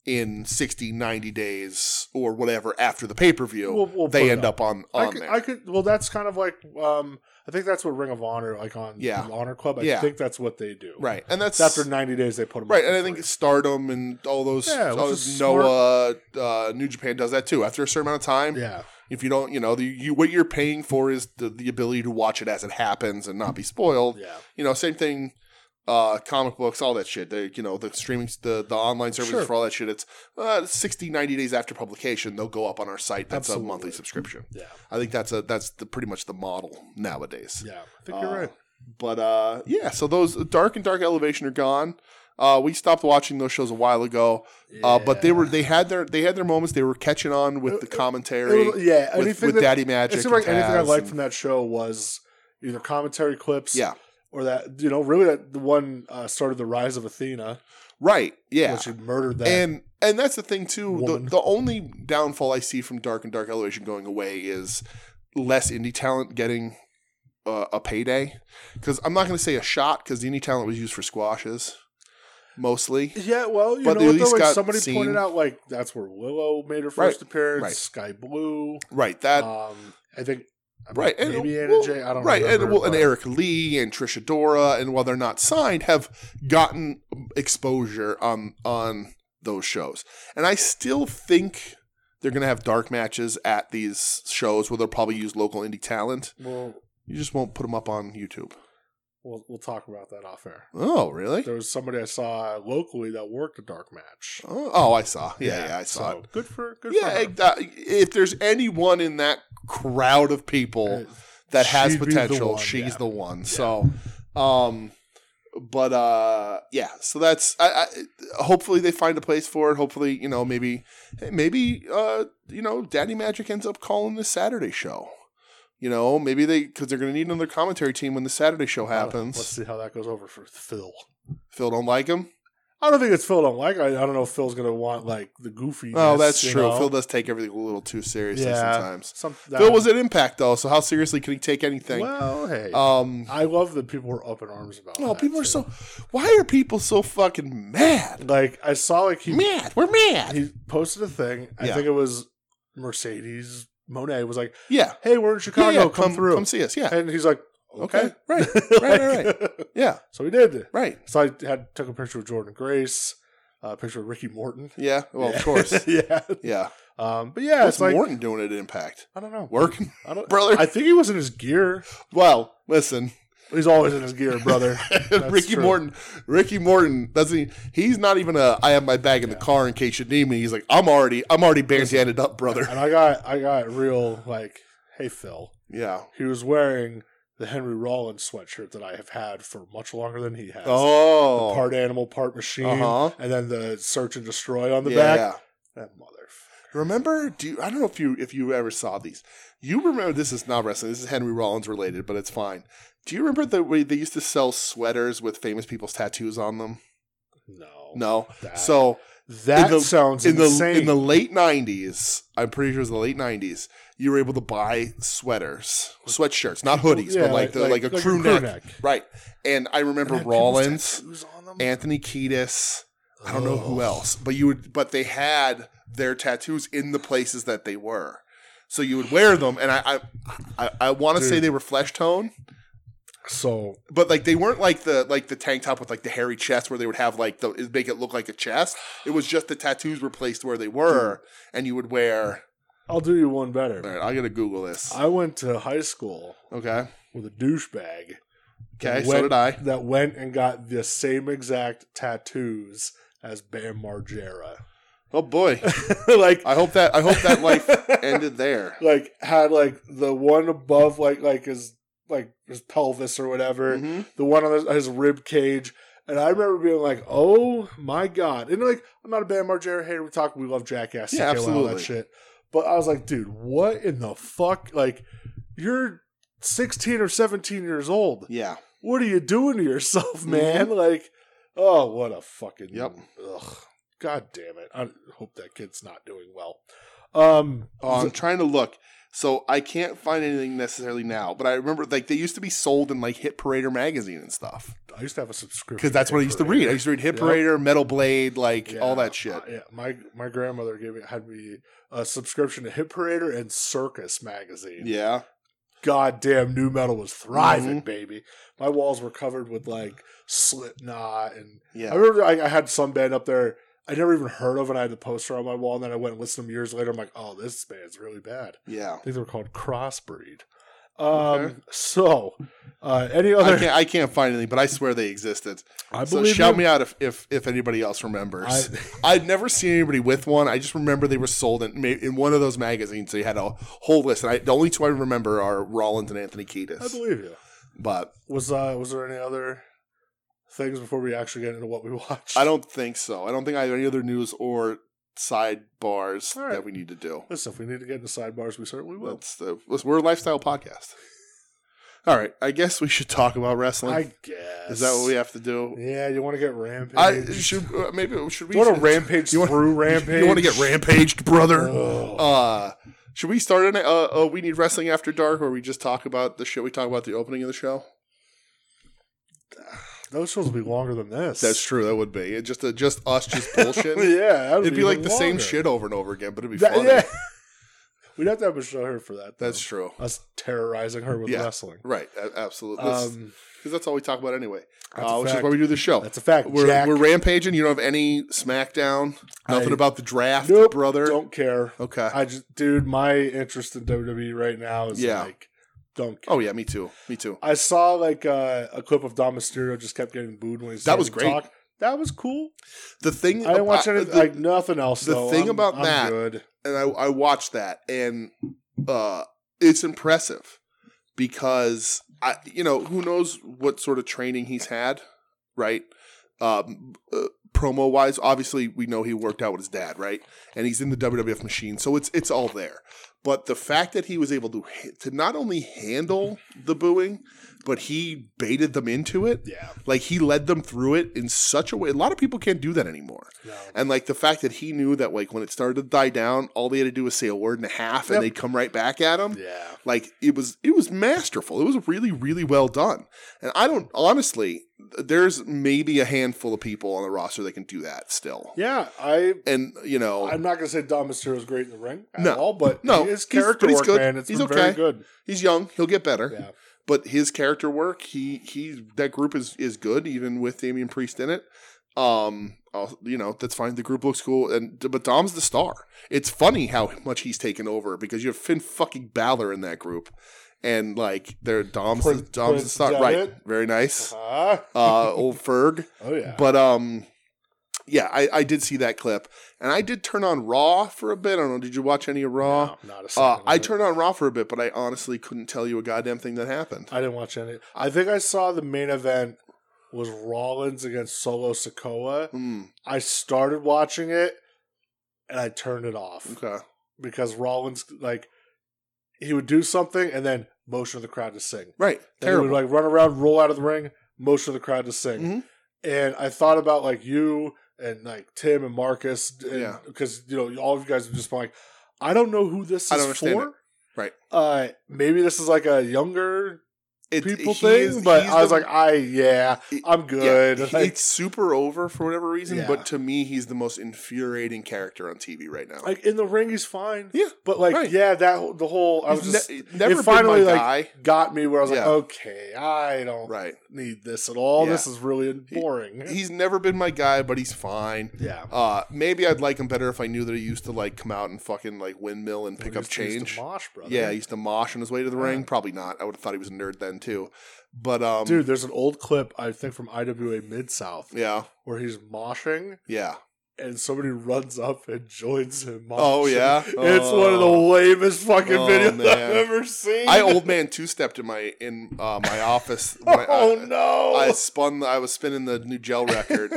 Speaker 3: in 60, 90 days or whatever after the pay per view,
Speaker 2: We'll- we'll put
Speaker 3: they
Speaker 2: it
Speaker 3: end up on, on
Speaker 2: I could,
Speaker 3: there.
Speaker 2: I could. Well, that's kind of like. Um, I think that's what Ring of Honor, like on
Speaker 3: Yeah.
Speaker 2: the Honor Club. I
Speaker 3: Yeah.
Speaker 2: think that's what they do.
Speaker 3: right. And that's
Speaker 2: After 90 days, they put them
Speaker 3: right. And I think Stardom and all those,
Speaker 2: Yeah,
Speaker 3: all
Speaker 2: which
Speaker 3: those
Speaker 2: is smart.
Speaker 3: Noah, uh, New Japan does that too. After a certain amount of time,
Speaker 2: yeah,
Speaker 3: if you don't, you know, the, you, what you're paying for is the, the ability to watch it as it happens and not be spoiled.
Speaker 2: yeah.
Speaker 3: You know, same thing. Uh, comic books, all that shit. They, you know, the streaming, the, the online services
Speaker 2: Sure.
Speaker 3: for all that shit. It's uh, 60, 90 days after publication, they'll go up on our site. That's
Speaker 2: Absolutely.
Speaker 3: a monthly subscription.
Speaker 2: Yeah,
Speaker 3: I think that's a that's the, pretty much the model nowadays.
Speaker 2: yeah. I think you're
Speaker 3: Uh,
Speaker 2: right.
Speaker 3: But uh, yeah, so those Dark and Dark Elevation are gone. Uh, we stopped watching those shows a while ago. Uh, but they were they had their they had their moments. They were catching on with the commentary.
Speaker 2: It was- yeah,
Speaker 3: with,
Speaker 2: anything
Speaker 3: with
Speaker 2: that,
Speaker 3: Daddy
Speaker 2: it
Speaker 3: Magic.
Speaker 2: seemed like
Speaker 3: and
Speaker 2: anything I
Speaker 3: Taz
Speaker 2: liked
Speaker 3: and-
Speaker 2: from that show was either commentary clips,
Speaker 3: Yeah,
Speaker 2: or that you know really that the one uh, started the rise of Athena,
Speaker 3: right. Yeah,
Speaker 2: when she murdered that.
Speaker 3: and and that's the thing too. The,
Speaker 2: Woman.
Speaker 3: the only downfall I see from Dark and Dark Elevation going away is less indie talent getting uh, a payday. Because I'm not going to say a shot because the indie talent was used for squashes mostly.
Speaker 2: yeah, well, you
Speaker 3: But
Speaker 2: know what
Speaker 3: at
Speaker 2: though,
Speaker 3: least
Speaker 2: like
Speaker 3: got
Speaker 2: somebody
Speaker 3: seen.
Speaker 2: pointed out, like that's where Willow made her first appearance.
Speaker 3: right.
Speaker 2: Sky Blue,
Speaker 3: Right. That.
Speaker 2: um, I think, I mean,
Speaker 3: right. And
Speaker 2: maybe Anna
Speaker 3: well,
Speaker 2: Jay, I don't
Speaker 3: right.
Speaker 2: remember,
Speaker 3: and well, and
Speaker 2: but-
Speaker 3: Eric Lee and Trisha Dora and while they're not signed, have gotten exposure on on those shows. And I still think. They're gonna have dark matches at these shows where they'll probably use local indie talent.
Speaker 2: Well,
Speaker 3: You just won't put them up on YouTube.
Speaker 2: we'll we'll talk about that off air.
Speaker 3: Oh, really?
Speaker 2: There was somebody I saw locally that worked a dark match.
Speaker 3: Oh, oh, I saw. Yeah, yeah, I saw
Speaker 2: so
Speaker 3: it.
Speaker 2: Good for good.
Speaker 3: Yeah,
Speaker 2: for her.
Speaker 3: I- uh, if there's anyone in that crowd of people
Speaker 2: Uh,
Speaker 3: that has
Speaker 2: she'd be the
Speaker 3: potential,
Speaker 2: one,
Speaker 3: she's
Speaker 2: yeah.
Speaker 3: the one. So, um, but uh, yeah. So that's. I, I hopefully they find a place for it. Hopefully, you know, maybe, maybe uh, you know, Daddy Magic ends up calling this Saturday show. You know, maybe they because they're going to need another commentary team when the Saturday show happens.
Speaker 2: Let's see how that goes over for Phil.
Speaker 3: Phil don't like him.
Speaker 2: I don't think it's Phil don't like. I, I don't know if Phil's gonna want like the goofy.
Speaker 3: Oh, that's true. Phil does take everything a little too seriously
Speaker 2: Yeah.
Speaker 3: sometimes.
Speaker 2: Some,
Speaker 3: Phil was at Impact though, so how seriously could he take anything?
Speaker 2: Well, hey,
Speaker 3: um,
Speaker 2: I love that people were up in arms about.
Speaker 3: no,
Speaker 2: that,
Speaker 3: people are
Speaker 2: too.
Speaker 3: so. Why are people so fucking mad?
Speaker 2: like. I saw like he
Speaker 3: Mad, we're mad.
Speaker 2: he posted a thing. I
Speaker 3: Yeah.
Speaker 2: think it was Mercedes Monet was like,
Speaker 3: Yeah,
Speaker 2: "Hey, we're in Chicago.
Speaker 3: Yeah, yeah,
Speaker 2: come, through."
Speaker 3: come see us. Yeah,
Speaker 2: and he's like, "Okay,
Speaker 3: Okay, right, right, right, yeah,
Speaker 2: so we did.
Speaker 3: right.
Speaker 2: So I had took a picture of Jordan Grace, uh, a picture of Ricky Morton.
Speaker 3: Yeah, well, of course.
Speaker 2: yeah.
Speaker 3: Yeah,
Speaker 2: Um, but yeah,
Speaker 3: what's
Speaker 2: it's like
Speaker 3: Morton doing at Impact?
Speaker 2: I don't know.
Speaker 3: Working,
Speaker 2: I don't,
Speaker 3: brother.
Speaker 2: I think he was in his gear.
Speaker 3: well, listen,
Speaker 2: He's always in his gear, brother.
Speaker 3: Ricky
Speaker 2: true.
Speaker 3: Morton. Ricky Morton doesn't. He's not even a. I have my bag in the car in case you need me. He's like, I'm already. I'm already bandanded up, brother.
Speaker 2: and I got I got real like, hey Phil,
Speaker 3: Yeah.
Speaker 2: he was wearing the Henry Rollins sweatshirt that I have had for much longer than he has.
Speaker 3: Oh.
Speaker 2: Part animal, part machine,
Speaker 3: Uh-huh.
Speaker 2: and then the search and destroy on the back. That mother.
Speaker 3: Remember? Do you, I don't know if you if you ever saw these. You remember? This is not wrestling. This is Henry Rollins related, but it's fine. Do you remember the way they used to sell sweaters with famous people's tattoos on them?
Speaker 2: No.
Speaker 3: No.
Speaker 2: That-
Speaker 3: So
Speaker 2: that
Speaker 3: in the-
Speaker 2: sounds
Speaker 3: in
Speaker 2: insane.
Speaker 3: the in the late nineties, I'm pretty sure it was the late nineties. You were able to buy sweaters, sweatshirts, not hoodies,
Speaker 2: Yeah,
Speaker 3: but like the, like, a crew, neck. right? And I remember
Speaker 2: And had people's
Speaker 3: Rollins,
Speaker 2: tattoos on them?
Speaker 3: Anthony Kiedis. I don't know who
Speaker 2: Um, Oh.
Speaker 3: else, but you would, but they had their tattoos in the places that they were. So you would wear them, and I, I, I, I want to say
Speaker 2: Dude.
Speaker 3: they were flesh tone,
Speaker 2: So
Speaker 3: but like they weren't like the like the tank top with like the hairy chest where they would have like the it'd make it look like a chest. It was just the tattoos were placed where they were,
Speaker 2: Hmm.
Speaker 3: and you would wear.
Speaker 2: I'll do you one better.
Speaker 3: All right, I gotta Google this.
Speaker 2: I went to high school
Speaker 3: Okay,
Speaker 2: with a douchebag.
Speaker 3: okay,
Speaker 2: that
Speaker 3: so
Speaker 2: went-
Speaker 3: did I.
Speaker 2: That went and got the same exact tattoos as Bam Margera.
Speaker 3: Oh boy,
Speaker 2: like
Speaker 3: I hope that I hope that life ended there.
Speaker 2: like had like the one above like like his like his pelvis or whatever,
Speaker 3: Mhm.
Speaker 2: the one on his, his rib cage. And I remember being like, "Oh my god!" And like, I'm not a Bam Margera hater. We talk, we love Jackass,
Speaker 3: Yeah,
Speaker 2: TKO, all that
Speaker 3: absolutely.
Speaker 2: shit. But I was like, "Dude, what in the fuck? Like, you're 16 or 17 years old.
Speaker 3: Yeah,
Speaker 2: what are you doing to yourself, man? Like, oh, what a fucking
Speaker 3: Mm-hmm. Yep.
Speaker 2: Ugh, God damn it! I hope that kid's not doing well. Um,
Speaker 3: Oh, I'm trying to look. So I can't find anything necessarily now, but I remember like they used to be sold in like Hit Parader magazine and stuff
Speaker 2: I used to have a subscription
Speaker 3: because that's what I used to read. I used to read Hit
Speaker 2: Yep.
Speaker 3: Parader, Metal Blade, like all that shit.
Speaker 2: Uh, yeah, my my grandmother gave me had me a subscription to Hit Parader and Circus magazine.
Speaker 3: yeah,
Speaker 2: Goddamn, new metal was thriving,
Speaker 3: Mhm.
Speaker 2: baby. My walls were covered with like Slipknot and I
Speaker 3: yeah.
Speaker 2: remember I, I had some band up there I never even heard of, and I had the poster on my wall, and then I went and listened to them years later. I'm like, oh, this band's really bad.
Speaker 3: Yeah,
Speaker 2: I think they were called Crossbreed. Um,
Speaker 3: Okay.
Speaker 2: So, uh, any
Speaker 3: I
Speaker 2: other?
Speaker 3: can't. I can't find anything, but I swear they existed.
Speaker 2: I,
Speaker 3: So shout me out if, if if anybody else remembers. I, would never seen anybody with one. I just remember they were sold in ma- in one of those magazines. They had a whole list, and I, the only two I remember are Rollins and Anthony
Speaker 2: I
Speaker 3: Kiedis.
Speaker 2: believe you.
Speaker 3: But
Speaker 2: Was uh, was there any other things before we actually get into what we watched?
Speaker 3: I don't think so. I don't think I have any other news or sidebars
Speaker 2: All right.
Speaker 3: that we need to do.
Speaker 2: Listen, if we need to get into sidebars, we certainly will.
Speaker 3: That's the listen, we're a lifestyle podcast. All right, I guess we should talk about wrestling.
Speaker 2: I guess.
Speaker 3: Is that what we have to do?
Speaker 2: Yeah, you want to get rampage?
Speaker 3: I should uh, maybe should we
Speaker 2: you want to rampage
Speaker 3: You wanna-
Speaker 2: through rampage? Oh.
Speaker 3: You want to get rampaged, brother?
Speaker 2: Ugh.
Speaker 3: Uh, should we start an uh, uh, We Need Wrestling After Dark where we just talk about the shit we talk about the opening of the show?
Speaker 2: Those shows will be longer than this.
Speaker 3: That's true. That would be. It just uh, just us just bullshit.
Speaker 2: yeah,
Speaker 3: It'd be like the same shit over and over again, but it'd be
Speaker 2: That-
Speaker 3: funny.
Speaker 2: yeah. We'd have to have a show her for that. though.
Speaker 3: That's true.
Speaker 2: us terrorizing her with
Speaker 3: Yeah.
Speaker 2: wrestling.
Speaker 3: Right. A- absolutely. Because
Speaker 2: Um,
Speaker 3: that's all we talk about anyway.
Speaker 2: that's a
Speaker 3: Uh, which is
Speaker 2: fact.
Speaker 3: why we do the show.
Speaker 2: that's a fact.
Speaker 3: we're,
Speaker 2: Jack,
Speaker 3: we're rampaging. You don't have any SmackDown. Nothing
Speaker 2: I-
Speaker 3: about the draft,
Speaker 2: Nope,
Speaker 3: brother.
Speaker 2: don't care.
Speaker 3: Okay.
Speaker 2: I just, dude, my interest in WWE right now is
Speaker 3: Yeah.
Speaker 2: like, don't care.
Speaker 3: oh yeah, me too. Me too.
Speaker 2: I saw like uh, a clip of Dom Mysterio just kept getting booed when he started
Speaker 3: was
Speaker 2: to
Speaker 3: great.
Speaker 2: Talk. That was cool.
Speaker 3: The thing
Speaker 2: I didn't watch
Speaker 3: about-
Speaker 2: anything
Speaker 3: the-
Speaker 2: like nothing else.
Speaker 3: the
Speaker 2: though.
Speaker 3: thing
Speaker 2: I'm-
Speaker 3: about
Speaker 2: I'm
Speaker 3: that-
Speaker 2: good.
Speaker 3: and I, I watched that and uh it's impressive because I you know who knows what sort of training he's had right um promo wise obviously we know he worked out with his dad right and he's in the WWF machine so it's it's all there But the fact that he was able to ha- to not only handle the booing, but he baited them into it.
Speaker 2: Yeah.
Speaker 3: Like he led them through it in such a way. A lot of people can't do that anymore.
Speaker 2: No.
Speaker 3: And like the fact that he knew that like when it started to die down, all they had to do was say a word and a half,
Speaker 2: Yep.
Speaker 3: and they'd come right back at him.
Speaker 2: Yeah.
Speaker 3: Like it was, it was masterful. It was really, really well done. And I don't honestly, there's maybe a handful of people on the roster that can do that still.
Speaker 2: Yeah. I
Speaker 3: And you know,
Speaker 2: I'm not gonna say Dom Mysterio is great in the ring at
Speaker 3: No.
Speaker 2: all, but
Speaker 3: No.
Speaker 2: his
Speaker 3: He's-
Speaker 2: character
Speaker 3: but he's
Speaker 2: work,
Speaker 3: good.
Speaker 2: man, it's
Speaker 3: He's
Speaker 2: been
Speaker 3: okay.
Speaker 2: very good.
Speaker 3: he's young; he'll get better.
Speaker 2: Yeah.
Speaker 3: But his character work, he he, that group is is good, even with Damian Priest in it. Um, I'll- you know, that's fine. The group looks cool, and but Dom's the star. It's funny how much he's taken over because you have Finn fucking Balor in that group, and like they're Dom's the,
Speaker 2: Prince-
Speaker 3: Dom's the
Speaker 2: Prince
Speaker 3: star. Right,
Speaker 2: Devitt.
Speaker 3: very nice.
Speaker 2: Ah.
Speaker 3: Uh, old Ferg.
Speaker 2: oh yeah.
Speaker 3: But um, yeah, I, I did see that clip, and I did turn on Raw for a bit. I don't know. Did you watch any of Raw?
Speaker 2: No, not a
Speaker 3: Uh,
Speaker 2: second
Speaker 3: I
Speaker 2: of it.
Speaker 3: turned on Raw for a bit, but I honestly couldn't tell you a goddamn thing that happened.
Speaker 2: I didn't watch any. I think I saw the main event was Rollins against Solo Sokoa.
Speaker 3: Hmm.
Speaker 2: I started watching it and I turned it off
Speaker 3: okay.
Speaker 2: because Rollins like he would do something and then motion of the crowd to sing.
Speaker 3: Right.
Speaker 2: Then he
Speaker 3: Terrible.
Speaker 2: would like run around, roll out of the ring, motion of the crowd to sing.
Speaker 3: Mhm.
Speaker 2: And I thought about like you and like Tim and Marcus,
Speaker 3: Yeah.
Speaker 2: because you know all of you guys have just been like, I don't know who this is
Speaker 3: I don't understand
Speaker 2: for.
Speaker 3: it. Right.
Speaker 2: Uh, maybe this is like a younger
Speaker 3: It-
Speaker 2: people
Speaker 3: he
Speaker 2: thing,
Speaker 3: is-
Speaker 2: but
Speaker 3: he's
Speaker 2: I was
Speaker 3: the-
Speaker 2: like, I yeah,
Speaker 3: He-
Speaker 2: I'm
Speaker 3: yeah,
Speaker 2: good.
Speaker 3: he-
Speaker 2: Like,
Speaker 3: it's super over for whatever reason,
Speaker 2: Yeah.
Speaker 3: but to me, he's the most infuriating character on TV right now.
Speaker 2: like in the ring, he's fine.
Speaker 3: Yeah,
Speaker 2: but like
Speaker 3: right.
Speaker 2: yeah, that whole- the whole I was
Speaker 3: He's
Speaker 2: just
Speaker 3: ne- never been
Speaker 2: finally,
Speaker 3: my
Speaker 2: like-
Speaker 3: guy.
Speaker 2: got me where I was like,
Speaker 3: Yeah.
Speaker 2: okay, I don't
Speaker 3: Right.
Speaker 2: need this at all.
Speaker 3: Yeah.
Speaker 2: This is really boring.
Speaker 3: He's never been my guy, but he's fine.
Speaker 2: yeah,
Speaker 3: Uh, maybe I'd like him better if I knew that he used to like come out and fucking like windmill and pick
Speaker 2: He's-
Speaker 3: up
Speaker 2: he's the
Speaker 3: change.
Speaker 2: mosh, brother.
Speaker 3: Yeah, he used to mosh on his way to the ring. Probably not. I would have thought he was a nerd then too. But um,
Speaker 2: dude. There's an old clip I think from IWA Mid South
Speaker 3: yeah,
Speaker 2: where he's moshing
Speaker 3: yeah.
Speaker 2: and somebody runs up and joins him. Moshing.
Speaker 3: Oh, yeah?
Speaker 2: it's one of the
Speaker 3: Oh.
Speaker 2: lamest fucking
Speaker 3: Oh,
Speaker 2: videos I've
Speaker 3: man.
Speaker 2: ever seen.
Speaker 3: I old man two stepped in my in uh, my office. When I-
Speaker 2: oh no!
Speaker 3: I spun. I was spinning the new gel record,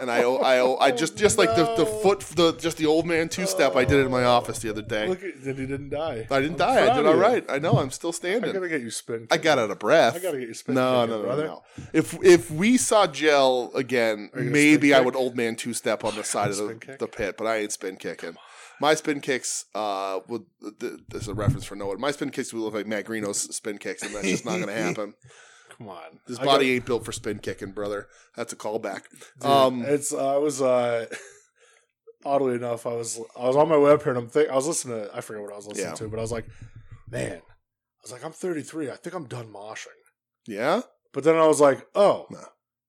Speaker 3: and I, I, I just, just like the, the
Speaker 2: Oh, no.
Speaker 3: foot, the just the old man two step. I did it in my office the other day.
Speaker 2: Look, at, then he didn't die.
Speaker 3: I didn't
Speaker 2: I'm
Speaker 3: die. I
Speaker 2: proud
Speaker 3: did
Speaker 2: of
Speaker 3: all
Speaker 2: you.
Speaker 3: right. I know. I'm still
Speaker 2: I
Speaker 3: standing.
Speaker 2: gotta get you spin.
Speaker 3: I got out of breath.
Speaker 2: I gotta get you spin.
Speaker 3: no,
Speaker 2: kicking,
Speaker 3: no, no, no,
Speaker 2: brother.
Speaker 3: no. If if we saw gel again,
Speaker 2: Are you gonna
Speaker 3: maybe
Speaker 2: spin
Speaker 3: I
Speaker 2: kick?
Speaker 3: would old man two step on the side of
Speaker 2: spin
Speaker 3: the,
Speaker 2: kick?
Speaker 3: the pit, but I ain't spin kicking. My spin kicks, uh, would th- this is a reference for no one. My spin kicks would look like Matt Greeno's spin kicks, and that's just not going to happen.
Speaker 2: Come on,
Speaker 3: This
Speaker 2: I
Speaker 3: body ain't built for spin kicking, brother. That's a callback.
Speaker 2: got-
Speaker 3: um,
Speaker 2: dude, it's I was uh, oddly enough, I was I was on my way up here and I'm think I was listening to I forget what I was listening
Speaker 3: Yeah.
Speaker 2: to, but I was like, man, I was like I'm 33. I think I'm done moshing.
Speaker 3: yeah,
Speaker 2: But then I was like, oh,
Speaker 3: No.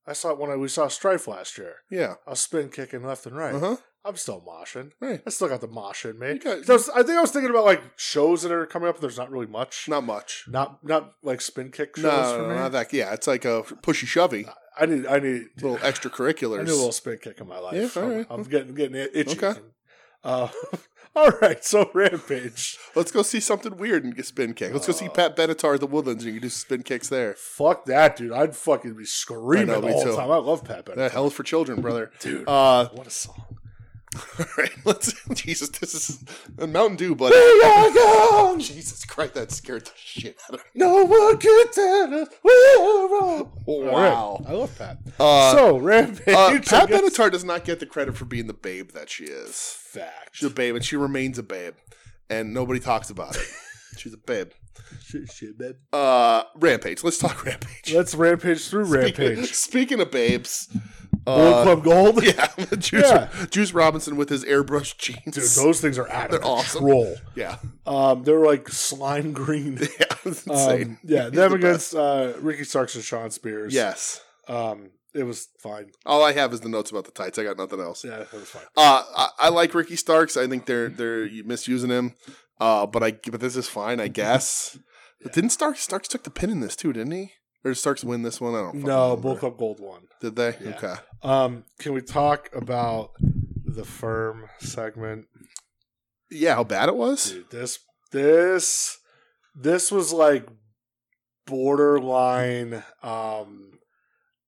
Speaker 2: I saw it when I, we saw Strife last year.
Speaker 3: yeah,
Speaker 2: I was spin kicking left and right.
Speaker 3: uh huh.
Speaker 2: I'm still moshing.
Speaker 3: Right.
Speaker 2: I still got the mosh in me.
Speaker 3: You got-
Speaker 2: So I was- I think I was thinking about like shows that are coming up. There's not really much.
Speaker 3: Not much.
Speaker 2: Not not like spin kick
Speaker 3: No,
Speaker 2: shows
Speaker 3: no,
Speaker 2: for
Speaker 3: no,
Speaker 2: me.
Speaker 3: not that. Yeah, it's like a pushy shovey,
Speaker 2: I need I need
Speaker 3: little
Speaker 2: I
Speaker 3: extracurriculars.
Speaker 2: need a little spin kick in my life.
Speaker 3: Yeah, all
Speaker 2: I'm,
Speaker 3: right.
Speaker 2: I'm getting getting it- itchy.
Speaker 3: Okay.
Speaker 2: Uh, all right. So rampage.
Speaker 3: Let's go see something weird and get spin kick. Let's go see Pat Benatar at the Woodlands and you can do spin kicks there.
Speaker 2: Fuck that, dude. I'd fucking be screaming
Speaker 3: I know, me
Speaker 2: all
Speaker 3: too.
Speaker 2: the time. I love Pat Benatar.
Speaker 3: That hell's for children, brother.
Speaker 2: Dude.
Speaker 3: Uh,
Speaker 2: what a song.
Speaker 3: all right, let's. Jesus, this is a Mountain Dew, buddy. Jesus Christ, that scared the shit out of me.
Speaker 2: No one could tell us we're wrong.
Speaker 3: Wow.
Speaker 2: I love Pat.
Speaker 3: Uh,
Speaker 2: so rampage.
Speaker 3: Uh, Pat
Speaker 2: against-
Speaker 3: Benatar does not get the credit for being the babe that she is.
Speaker 2: fact.
Speaker 3: She's a babe, and she remains a babe, and nobody talks about it. She's a babe.
Speaker 2: Shit, shit, man.
Speaker 3: Uh, Rampage. Let's talk Rampage.
Speaker 2: Let's rampage through
Speaker 3: Speaking,
Speaker 2: rampage.
Speaker 3: speaking of babes,
Speaker 2: Gold
Speaker 3: uh,
Speaker 2: Club Gold.
Speaker 3: yeah, Juice,
Speaker 2: Yeah.
Speaker 3: Juice Robinson with his airbrush jeans.
Speaker 2: Dude, those things are out of
Speaker 3: They're awesome.
Speaker 2: control.
Speaker 3: yeah,
Speaker 2: Um, they're like slime green.
Speaker 3: yeah, it's insane.
Speaker 2: Um, yeah,
Speaker 3: He's
Speaker 2: them
Speaker 3: the
Speaker 2: against uh, Ricky Starks and Sean Spears.
Speaker 3: yes.
Speaker 2: um, it was fine.
Speaker 3: All I have is the notes about the tights. I got nothing else.
Speaker 2: Yeah, it was fine.
Speaker 3: Uh, I, I like Ricky Starks. I think they're they're misusing him. Uh, but I but this is fine, I guess. But didn't Starks Starks took the pin in this too? Didn't he? Or did Starks win this one? I don't. fucking
Speaker 2: No,
Speaker 3: remember.
Speaker 2: Bull Club Gold won.
Speaker 3: Did they?
Speaker 2: Yeah.
Speaker 3: Okay.
Speaker 2: Um, can we talk about the firm segment?
Speaker 3: Yeah, how bad it was.
Speaker 2: Dude, this this this was like borderline um